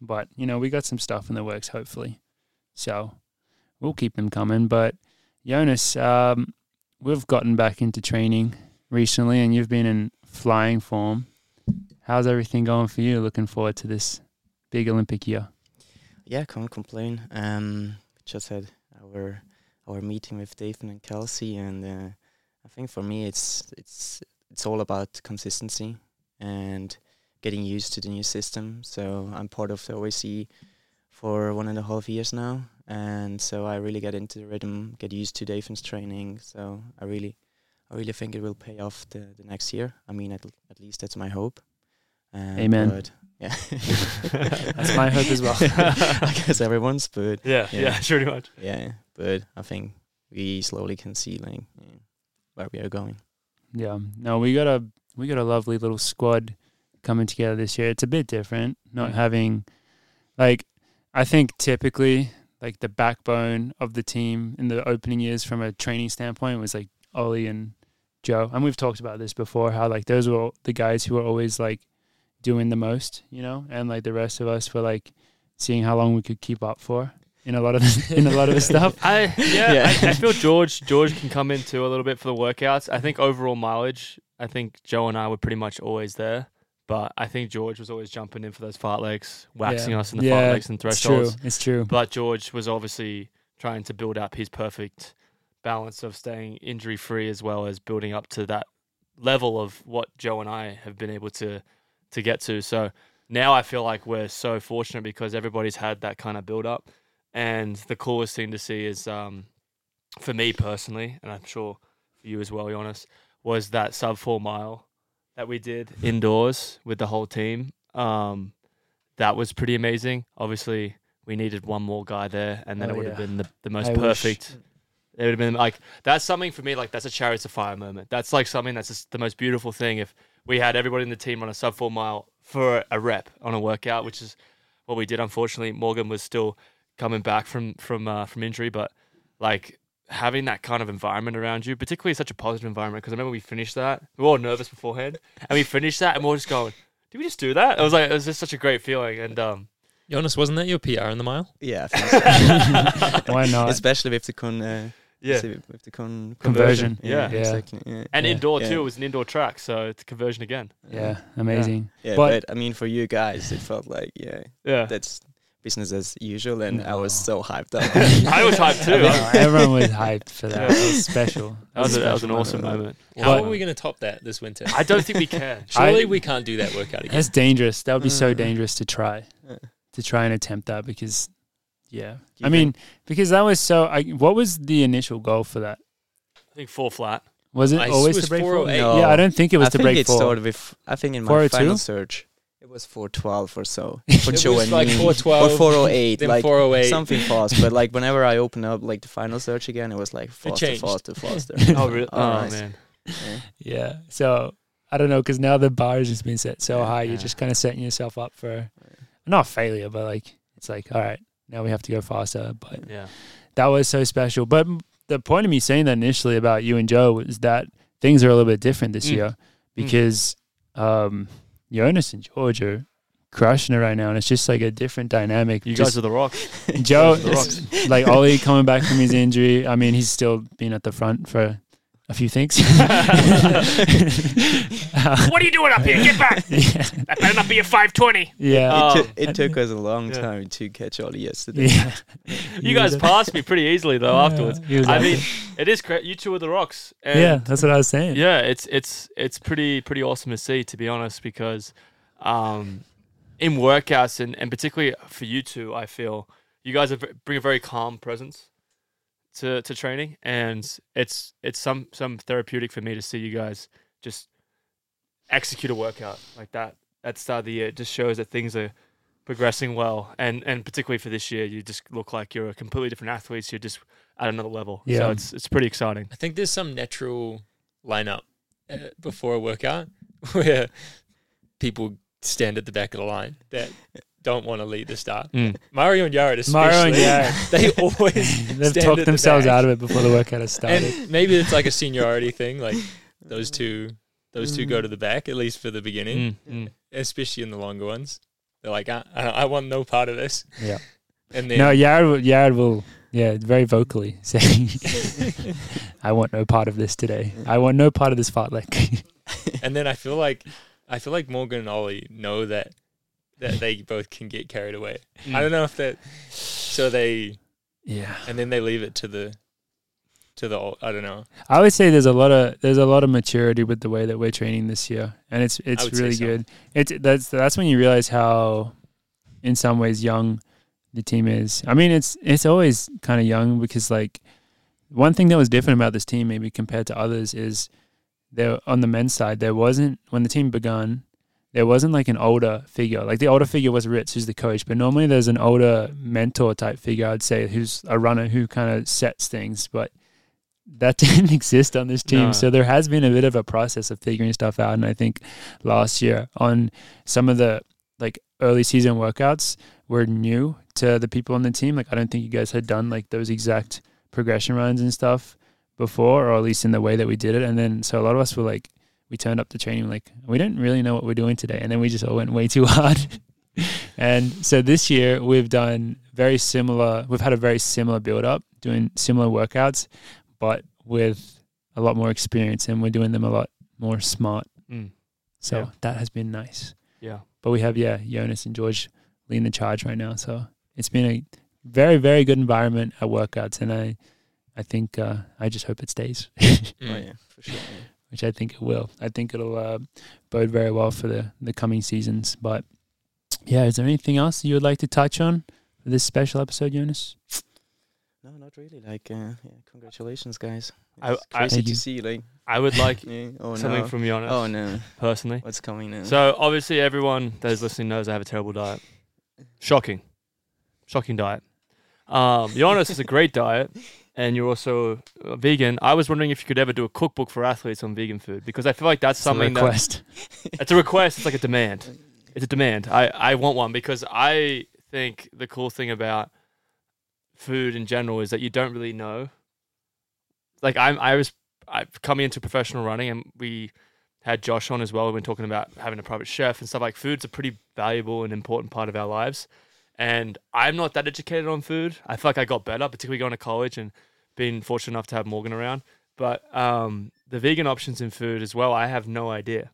Speaker 2: But you know, we got some stuff in the works, hopefully. So we'll keep them coming. But Jonas, um, we've gotten back into training recently, and you've been in flying form. How's everything going for you? Looking forward to this big Olympic year.
Speaker 14: Yeah, can't complain. Um, we just had our our meeting with David and Kelsey, and uh, I think for me, it's it's it's all about consistency and getting used to the new system. So I'm part of the OAC for one and a half years now, and so I really get into the rhythm, get used to David's training. So I really, I really think it will pay off the, the next year. I mean, at, at least that's my hope. Um,
Speaker 2: Amen.
Speaker 14: but-
Speaker 2: [LAUGHS]
Speaker 14: yeah.
Speaker 2: That's my hope as well.
Speaker 14: [LAUGHS] I guess everyone's, but
Speaker 3: Yeah, yeah, [LAUGHS] pretty much.
Speaker 14: Yeah, but I think we slowly can see like yeah, where we are going.
Speaker 2: Yeah. No, we got a we got a lovely little squad coming together this year. It's a bit different, not
Speaker 14: Mm.
Speaker 2: having like I think typically like the backbone of the team in the opening years from a training standpoint was like Ollie and Joe. And we've talked about this before how like those were the guys who were always like doing the most, you know, and like the rest of us were like seeing how long we could keep up for in a lot of [LAUGHS] in a
Speaker 3: [LAUGHS]
Speaker 2: lot of the stuff.
Speaker 3: I yeah, I, I
Speaker 2: [LAUGHS] Yeah.
Speaker 3: feel George George can come in too a little bit for the workouts. I think overall mileage, I think Joe and I were pretty much always there. But I think George was always jumping in for those fart legs, waxing
Speaker 2: Yeah.
Speaker 3: us in the
Speaker 2: Yeah,
Speaker 3: fart legs and
Speaker 2: it's true,
Speaker 3: thresholds.
Speaker 2: it's true.
Speaker 3: But George was obviously trying to build up his perfect balance of staying injury free as well as building up to that level of what Joe and I have been able to to get to. So now I feel like we're so fortunate because everybody's had that kind of build up. And the coolest thing to see is um, for me personally, and I'm sure for you as well, Jonas, was that sub four mile that we did indoors with the whole team. Um, that was pretty amazing. Obviously, we needed one more guy there, and then
Speaker 2: Oh,
Speaker 3: it would have
Speaker 2: yeah.
Speaker 3: been the, the most
Speaker 2: I wish-
Speaker 3: perfect. It would have been like that's something for me. Like that's a chariots of fire moment. That's like something that's just the most beautiful thing. If we had everybody in the team on a sub four mile for a rep on a workout, which is what we did. Unfortunately, Morgan was still coming back from from uh, from injury, but like having that kind of environment around you, particularly such a positive environment. Because I remember we finished that, we were all nervous beforehand, and we finished that, and we we're just going, "Did we just do that?" It was like it was just such a great feeling, and um,
Speaker 1: Jonas, wasn't that your PR in the mile?
Speaker 14: Yeah, I [LAUGHS]
Speaker 3: [LAUGHS]
Speaker 14: think so.
Speaker 2: [LAUGHS] Why not?
Speaker 14: Especially with the con, uh,
Speaker 3: Yeah.
Speaker 14: with the con
Speaker 2: Conversion.
Speaker 14: Yeah,
Speaker 2: Yeah. Yeah.
Speaker 14: exactly. Yeah.
Speaker 3: and
Speaker 14: yeah,
Speaker 3: indoor
Speaker 14: yeah.
Speaker 3: too. It was an indoor track, so it's conversion again.
Speaker 2: Yeah, amazing.
Speaker 14: Yeah,
Speaker 2: But-
Speaker 14: but, I mean, for you guys, it felt like yeah,
Speaker 3: Yeah.
Speaker 14: that's business as usual, and I was so hyped up.
Speaker 3: [LAUGHS] I was
Speaker 14: [LAUGHS]
Speaker 3: hyped too. [LAUGHS]
Speaker 2: Everyone-
Speaker 1: [LAUGHS]
Speaker 2: everyone was hyped for that. That was special.
Speaker 3: That was, a, that was an
Speaker 2: special
Speaker 3: awesome
Speaker 2: moment.
Speaker 3: moment.
Speaker 1: How
Speaker 2: But-
Speaker 1: are we going to top that this winter?
Speaker 3: I don't think we can.
Speaker 1: Surely
Speaker 2: I-
Speaker 1: we can't do that workout again.
Speaker 2: That's dangerous. That would be so
Speaker 1: Mm.
Speaker 2: dangerous to try, to try and attempt that because, yeah.
Speaker 1: Do you
Speaker 2: I mean, because that was so. I, what was the initial goal for that?
Speaker 3: I think four flat.
Speaker 2: Was it
Speaker 1: I-
Speaker 2: always
Speaker 1: it was
Speaker 2: to break
Speaker 15: oh
Speaker 2: four?
Speaker 1: 408.
Speaker 2: Yeah,
Speaker 14: [LAUGHS]
Speaker 2: I don't [LAUGHS] think it was
Speaker 14: I
Speaker 2: to
Speaker 14: think
Speaker 2: break
Speaker 14: it
Speaker 2: four.
Speaker 14: started with I think in
Speaker 3: oh
Speaker 14: my
Speaker 2: 402?
Speaker 14: final search it was 412
Speaker 3: [LAUGHS]
Speaker 14: or so for
Speaker 1: It
Speaker 14: Joe
Speaker 1: was
Speaker 14: and
Speaker 1: like
Speaker 14: me.
Speaker 1: 412,
Speaker 14: or 408
Speaker 1: then
Speaker 14: like
Speaker 1: 408.
Speaker 14: something fast but like whenever I open up like the final search again it was like faster
Speaker 1: changed.
Speaker 14: faster faster
Speaker 3: [LAUGHS] Oh,
Speaker 14: [LAUGHS]
Speaker 3: really? Oh,
Speaker 14: Alright.
Speaker 3: man.
Speaker 14: yeah.
Speaker 2: Yeah. So I don't know because now the bar has just been set so high. You're just kind of setting yourself up for not failure, but like it's like all right, now we have to go faster. But
Speaker 3: Yeah.
Speaker 2: that was so special. But m- the point of me saying that initially about you and Joe was that things are a little bit different this
Speaker 3: Mm.
Speaker 2: year because um, Jonas and George are crushing it right now, and it's just like a different dynamic.
Speaker 3: You
Speaker 2: Just-
Speaker 3: guys are the rock.
Speaker 2: [LAUGHS] Joe,
Speaker 3: You guys are the rock.
Speaker 2: [LAUGHS] like Ollie coming back from his injury. I mean, he's still been at the front for a
Speaker 3: [LAUGHS]
Speaker 2: few things. [LAUGHS]
Speaker 15: what are you doing up here? Get
Speaker 2: [LAUGHS]
Speaker 15: back! That better not be a 520.
Speaker 2: Yeah.
Speaker 14: It,
Speaker 3: Um,
Speaker 14: took it took us a long
Speaker 3: yeah.
Speaker 14: time to catch Ollie yesterday. [LAUGHS]
Speaker 2: Yeah.
Speaker 3: you guys passed me pretty easily though.
Speaker 2: Yeah,
Speaker 3: afterwards,
Speaker 2: he was
Speaker 3: I
Speaker 2: out
Speaker 3: mean, it is great. You two are the rocks. And
Speaker 2: yeah, that's what I was saying.
Speaker 3: Yeah, it's it's it's pretty pretty awesome to see, to be honest, because um, in workouts and, and particularly for you two, I feel you guys are, v- bring a very calm presence to, to training, and it's it's some some therapeutic for me to see you guys just execute a workout like that at the start of the year. It just shows that things are progressing well, and and particularly for this year, you just look like you're a completely different athlete. So you're just at another level.
Speaker 1: Yeah.
Speaker 3: So it's it's pretty exciting.
Speaker 1: I think there's some natural lineup
Speaker 2: Mm-hmm.
Speaker 1: uh, before a workout [LAUGHS] where people stand at the back of the line that don't want to lead the start.
Speaker 3: Mm.
Speaker 1: Mario and Jared, especially,
Speaker 2: Mario and Jared.
Speaker 1: [LAUGHS] they always
Speaker 2: [LAUGHS] They've
Speaker 1: stand
Speaker 2: talked
Speaker 1: at
Speaker 2: themselves
Speaker 1: the back.
Speaker 2: out of it before the workout has started.
Speaker 1: And maybe it's like a seniority thing, like those two, those two
Speaker 2: Mm.
Speaker 1: go to the back at least for the beginning,
Speaker 3: Mm, mm.
Speaker 1: especially in the longer ones. They're like, I, I, I want no part of this.
Speaker 2: Yeah.
Speaker 1: [LAUGHS] And then
Speaker 2: no, Jared, will- Jared will, yeah, very vocally [LAUGHS]
Speaker 1: [LAUGHS]
Speaker 2: saying, "I want no part of this today. I want no part of this fartlek."
Speaker 1: and then I feel like I feel like Morgan and Ollie know that that they both can get carried away. I
Speaker 3: Mm.
Speaker 1: don't know if that so they
Speaker 2: Yeah.
Speaker 1: and then they leave it to the to the old, I don't know.
Speaker 2: [LAUGHS] I would say there's a lot of there's a lot of maturity with the way that we're training this year, and it's it's
Speaker 1: would say
Speaker 2: really
Speaker 1: so.
Speaker 2: good. It's that's that's when you realize how, in some ways, young the team is. I mean, it's it's always kind of young because like one thing that was different about this team maybe compared to others is there on the men's side there wasn't when the team begun there wasn't like an older figure like the older figure was Ritz who's the coach but normally there's an older mentor type figure I'd say who's a runner who kind of sets things but that [LAUGHS] didn't exist on this team
Speaker 3: No.
Speaker 2: so there has been a bit of a process of figuring stuff out and I think last year on some of the like early season workouts were new to the people on the team like I don't think you guys had done like those exact progression runs and stuff before, or at least in the way that we did it. And then, so a lot of us were like, we turned up to training, like, we don't really know what we're doing today. And then we just all went way too [LAUGHS] hard. and so this year, we've done very similar, we've had a very similar build up, doing similar workouts, but with a lot more experience. And we're doing them a lot more smart.
Speaker 3: Mm.
Speaker 2: So
Speaker 3: Yeah.
Speaker 2: that has been nice.
Speaker 3: Yeah.
Speaker 2: But we have, yeah, Jonas and George leading the charge right now. So it's been a very, very good environment at workouts. And I, I think uh, I just hope it stays, [LAUGHS]
Speaker 3: Mm.
Speaker 14: Oh, yeah, for sure. yeah.
Speaker 2: which I think it will. I think it'll uh, bode very well for the, the coming seasons. But yeah, is there anything else you would like to touch on for this special episode, Jonas?
Speaker 14: [LAUGHS] No, not really. Like, uh, yeah, congratulations, guys.
Speaker 3: I-
Speaker 14: It's
Speaker 3: I-
Speaker 14: crazy
Speaker 3: Thank
Speaker 14: to
Speaker 3: you.
Speaker 14: see. Like,
Speaker 3: I would like
Speaker 14: [LAUGHS] Yeah, oh
Speaker 3: something
Speaker 14: no.
Speaker 3: from you on it.
Speaker 14: Oh, no.
Speaker 3: Personally.
Speaker 14: What's coming now?
Speaker 3: So obviously everyone that is listening knows I have a terrible diet. Shocking. Shocking diet. Um Giannis is a great [LAUGHS] diet and you're also a vegan. I was wondering if you could ever do a cookbook for athletes on vegan food because I feel like that's
Speaker 2: It's a
Speaker 3: something
Speaker 2: request.
Speaker 3: that [LAUGHS] It's a request, it's like a demand. It's a demand. I I want one because I think the cool thing about food in general is that you don't really know like I'm I was I've come into professional running and we had Josh on as well. We've been talking about having a private chef and stuff like food's a pretty valuable and important part of our lives. And I'm not that educated on food. I feel like I got better, particularly going to college and being fortunate enough to have Morgan around. But um, the vegan options in food as well, I have no idea.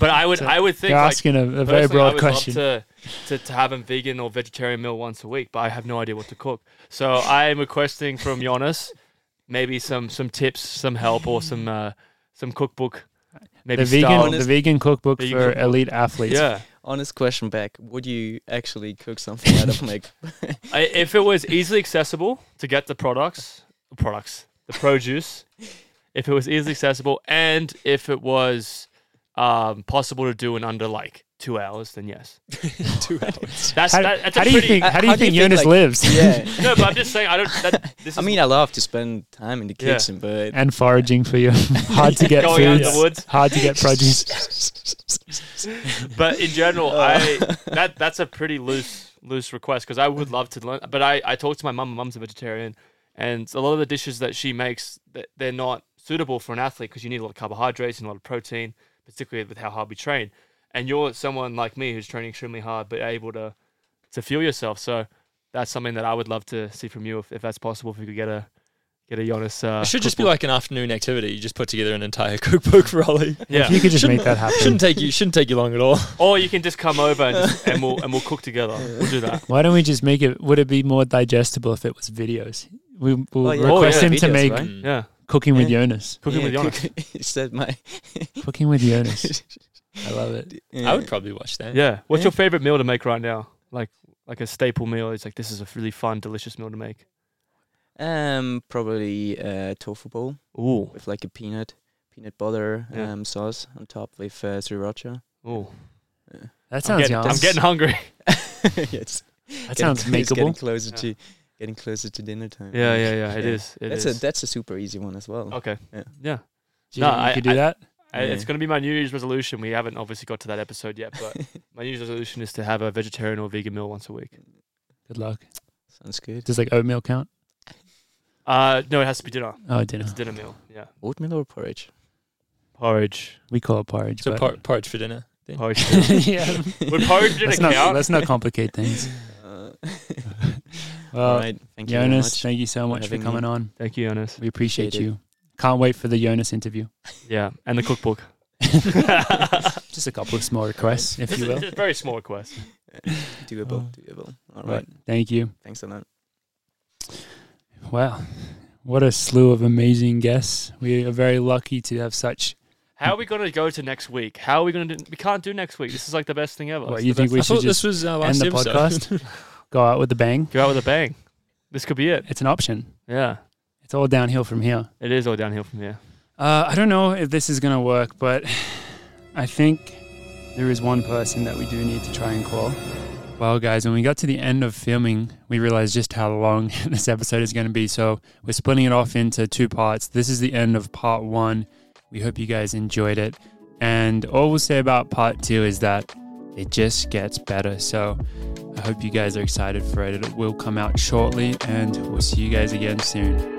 Speaker 3: But I would,
Speaker 2: So
Speaker 3: I would think
Speaker 2: you're
Speaker 3: like,
Speaker 2: asking a- a
Speaker 3: personally,
Speaker 2: very broad
Speaker 3: I would love
Speaker 2: question.
Speaker 3: to, to to have a vegan or vegetarian meal once a week, but I have no idea what to cook. So I am requesting from Jonas maybe some some tips, some help, or some uh, some cookbook. Maybe
Speaker 2: the vegan,
Speaker 3: style.
Speaker 2: the vegan cookbook
Speaker 3: Vegan
Speaker 2: for
Speaker 3: cookbook.
Speaker 2: elite athletes.
Speaker 3: Yeah.
Speaker 14: Honest question back. Would you actually cook something out of like
Speaker 3: [LAUGHS] I, if it was easily accessible to get the products, products, the produce, if it was easily accessible, and if it was um, possible to do in under like two hours, then
Speaker 14: [LAUGHS]
Speaker 3: yes.
Speaker 1: two hours.
Speaker 3: That's,
Speaker 2: How-
Speaker 3: that, that's a
Speaker 2: how do you
Speaker 3: pretty,
Speaker 2: think- how do you How do you think think, Jonas like- lives?
Speaker 14: Yeah.
Speaker 2: [LAUGHS]
Speaker 3: no, but I'm just saying. I don't.
Speaker 14: [LAUGHS]
Speaker 3: That, this
Speaker 14: I
Speaker 3: is
Speaker 14: mean, I love to spend time in the
Speaker 3: Yeah.
Speaker 14: kitchen, but
Speaker 2: And foraging for your [LAUGHS] hard to get
Speaker 3: Going out in
Speaker 2: food,
Speaker 3: the woods.
Speaker 2: hard to
Speaker 3: [LAUGHS]
Speaker 2: get produce.
Speaker 1: Uh.
Speaker 3: but in general, I that that's a pretty loose loose request because I would love to learn. But I, I talked to my mum. My mum's a vegetarian, and a lot of the dishes that she makes, th- they're not suitable for an athlete because you need a lot of carbohydrates and a lot of protein, particularly with how hard we train. And you're someone like me who's training extremely hard but able to to fuel yourself. So that's something that I would love to see from you if, if that's possible. If we could get a get a Jonas. Uh,
Speaker 1: it should just be like an afternoon activity. You just put together an entire [LAUGHS] cookbook rally.
Speaker 3: Yeah. If you could just
Speaker 1: Shouldn't-
Speaker 3: make that happen.
Speaker 1: Shouldn't take you. Shouldn't take you long at all.
Speaker 3: [LAUGHS] Or you can just come over and, just, and we'll and we'll cook together. We'll do that.
Speaker 2: Why don't we just make it? Would it be more digestible if it was videos? We, we'll
Speaker 3: Oh, yeah. Oh,
Speaker 2: request
Speaker 3: yeah,
Speaker 2: him to
Speaker 3: videos,
Speaker 2: make
Speaker 3: right? Yeah.
Speaker 2: cooking with
Speaker 14: Yeah.
Speaker 2: Jonas.
Speaker 3: Cooking [LAUGHS]
Speaker 14: Yeah,
Speaker 3: with Jonas.
Speaker 14: cook- Is that my?
Speaker 2: [LAUGHS] Cooking with
Speaker 3: [LAUGHS]
Speaker 2: Jonas. I love it.
Speaker 1: I would probably watch that.
Speaker 3: Yeah. What's your favorite meal to make right now? Like like a staple meal. It's like this is a really fun, delicious meal to make. [LAUGHS]
Speaker 14: Um, probably uh, tofu bowl.
Speaker 3: Ooh.
Speaker 14: With like a peanut, peanut butter
Speaker 3: Yeah.
Speaker 14: um, sauce on top with uh, sriracha.
Speaker 3: Ooh.
Speaker 2: That
Speaker 14: I'm
Speaker 2: sounds
Speaker 14: getting,
Speaker 2: yum.
Speaker 3: I'm getting hungry.
Speaker 14: yes.
Speaker 2: That sounds
Speaker 14: Getting
Speaker 2: makeable.
Speaker 14: closer to getting closer to dinner time.
Speaker 3: Yeah, yeah, yeah, it is, it
Speaker 14: that's
Speaker 3: is.
Speaker 14: a that's a super easy one as well.
Speaker 3: Okay.
Speaker 14: Yeah.
Speaker 3: Yeah.
Speaker 2: Do you think you could do that?
Speaker 3: I- It's
Speaker 14: Yeah.
Speaker 3: going to be my New Year's resolution. We haven't obviously got to that episode yet, [LAUGHS] but my New Year's resolution is to have a vegetarian or vegan meal once a week.
Speaker 2: Good luck.
Speaker 14: Sounds good.
Speaker 2: Does like oatmeal count?
Speaker 3: Uh, no, it has to be dinner.
Speaker 2: Oh, dinner.
Speaker 3: It's a dinner meal. Yeah.
Speaker 14: Oatmeal or porridge?
Speaker 3: Porridge.
Speaker 2: We call it porridge.
Speaker 1: So
Speaker 2: but
Speaker 1: por- porridge for dinner. then?
Speaker 3: Porridge. for [LAUGHS] dinner.
Speaker 2: [LAUGHS] yeah.
Speaker 3: Would porridge dinner
Speaker 2: let's not,
Speaker 3: count?
Speaker 2: Let's not
Speaker 3: [LAUGHS]
Speaker 2: complicate things.
Speaker 14: Uh,
Speaker 2: Well,
Speaker 14: Alright, thank you very
Speaker 2: Jonas,
Speaker 14: much
Speaker 2: thank you so
Speaker 14: for
Speaker 2: much for
Speaker 14: having me.
Speaker 2: coming on.
Speaker 3: Thank you, Jonas.
Speaker 2: We appreciate
Speaker 14: Appreciate it.
Speaker 2: you. Can't wait for the Jonas interview.
Speaker 3: [LAUGHS] Yeah, and the
Speaker 2: [LAUGHS]
Speaker 3: cookbook.
Speaker 2: Just a couple of small requests, if you will. [LAUGHS]
Speaker 3: It's a very small request.
Speaker 14: [LAUGHS] doable, doable. All right.
Speaker 2: Right. Thank you.
Speaker 14: Thanks a lot.
Speaker 2: Wow. What a slew of amazing guests. We are very lucky to have such.
Speaker 3: How are we going to go to next week? How are we going to do? We can't do next week. This is like the best thing ever.
Speaker 2: What,
Speaker 3: It's
Speaker 2: you
Speaker 3: the
Speaker 2: think
Speaker 3: best-
Speaker 2: we
Speaker 3: I
Speaker 2: should
Speaker 3: thought uh,
Speaker 2: just end the podcast? Go out with a bang?
Speaker 3: Go out with a bang. This could be it.
Speaker 2: It's an option.
Speaker 3: Yeah.
Speaker 2: It's all downhill from here.
Speaker 3: [LAUGHS] It is all downhill from here.
Speaker 2: Uh, I don't know if this is going to work, but I think there is one person that we do need to try and call. Well, guys, when we got to the end of filming, we realized just how long [LAUGHS] this episode is going to be. So we're splitting it off into two parts. This is the end of part one. We hope you guys enjoyed it. And all we'll say about part two is that it just gets better. So I hope you guys are excited for it. It will come out shortly, and we'll see you guys again soon.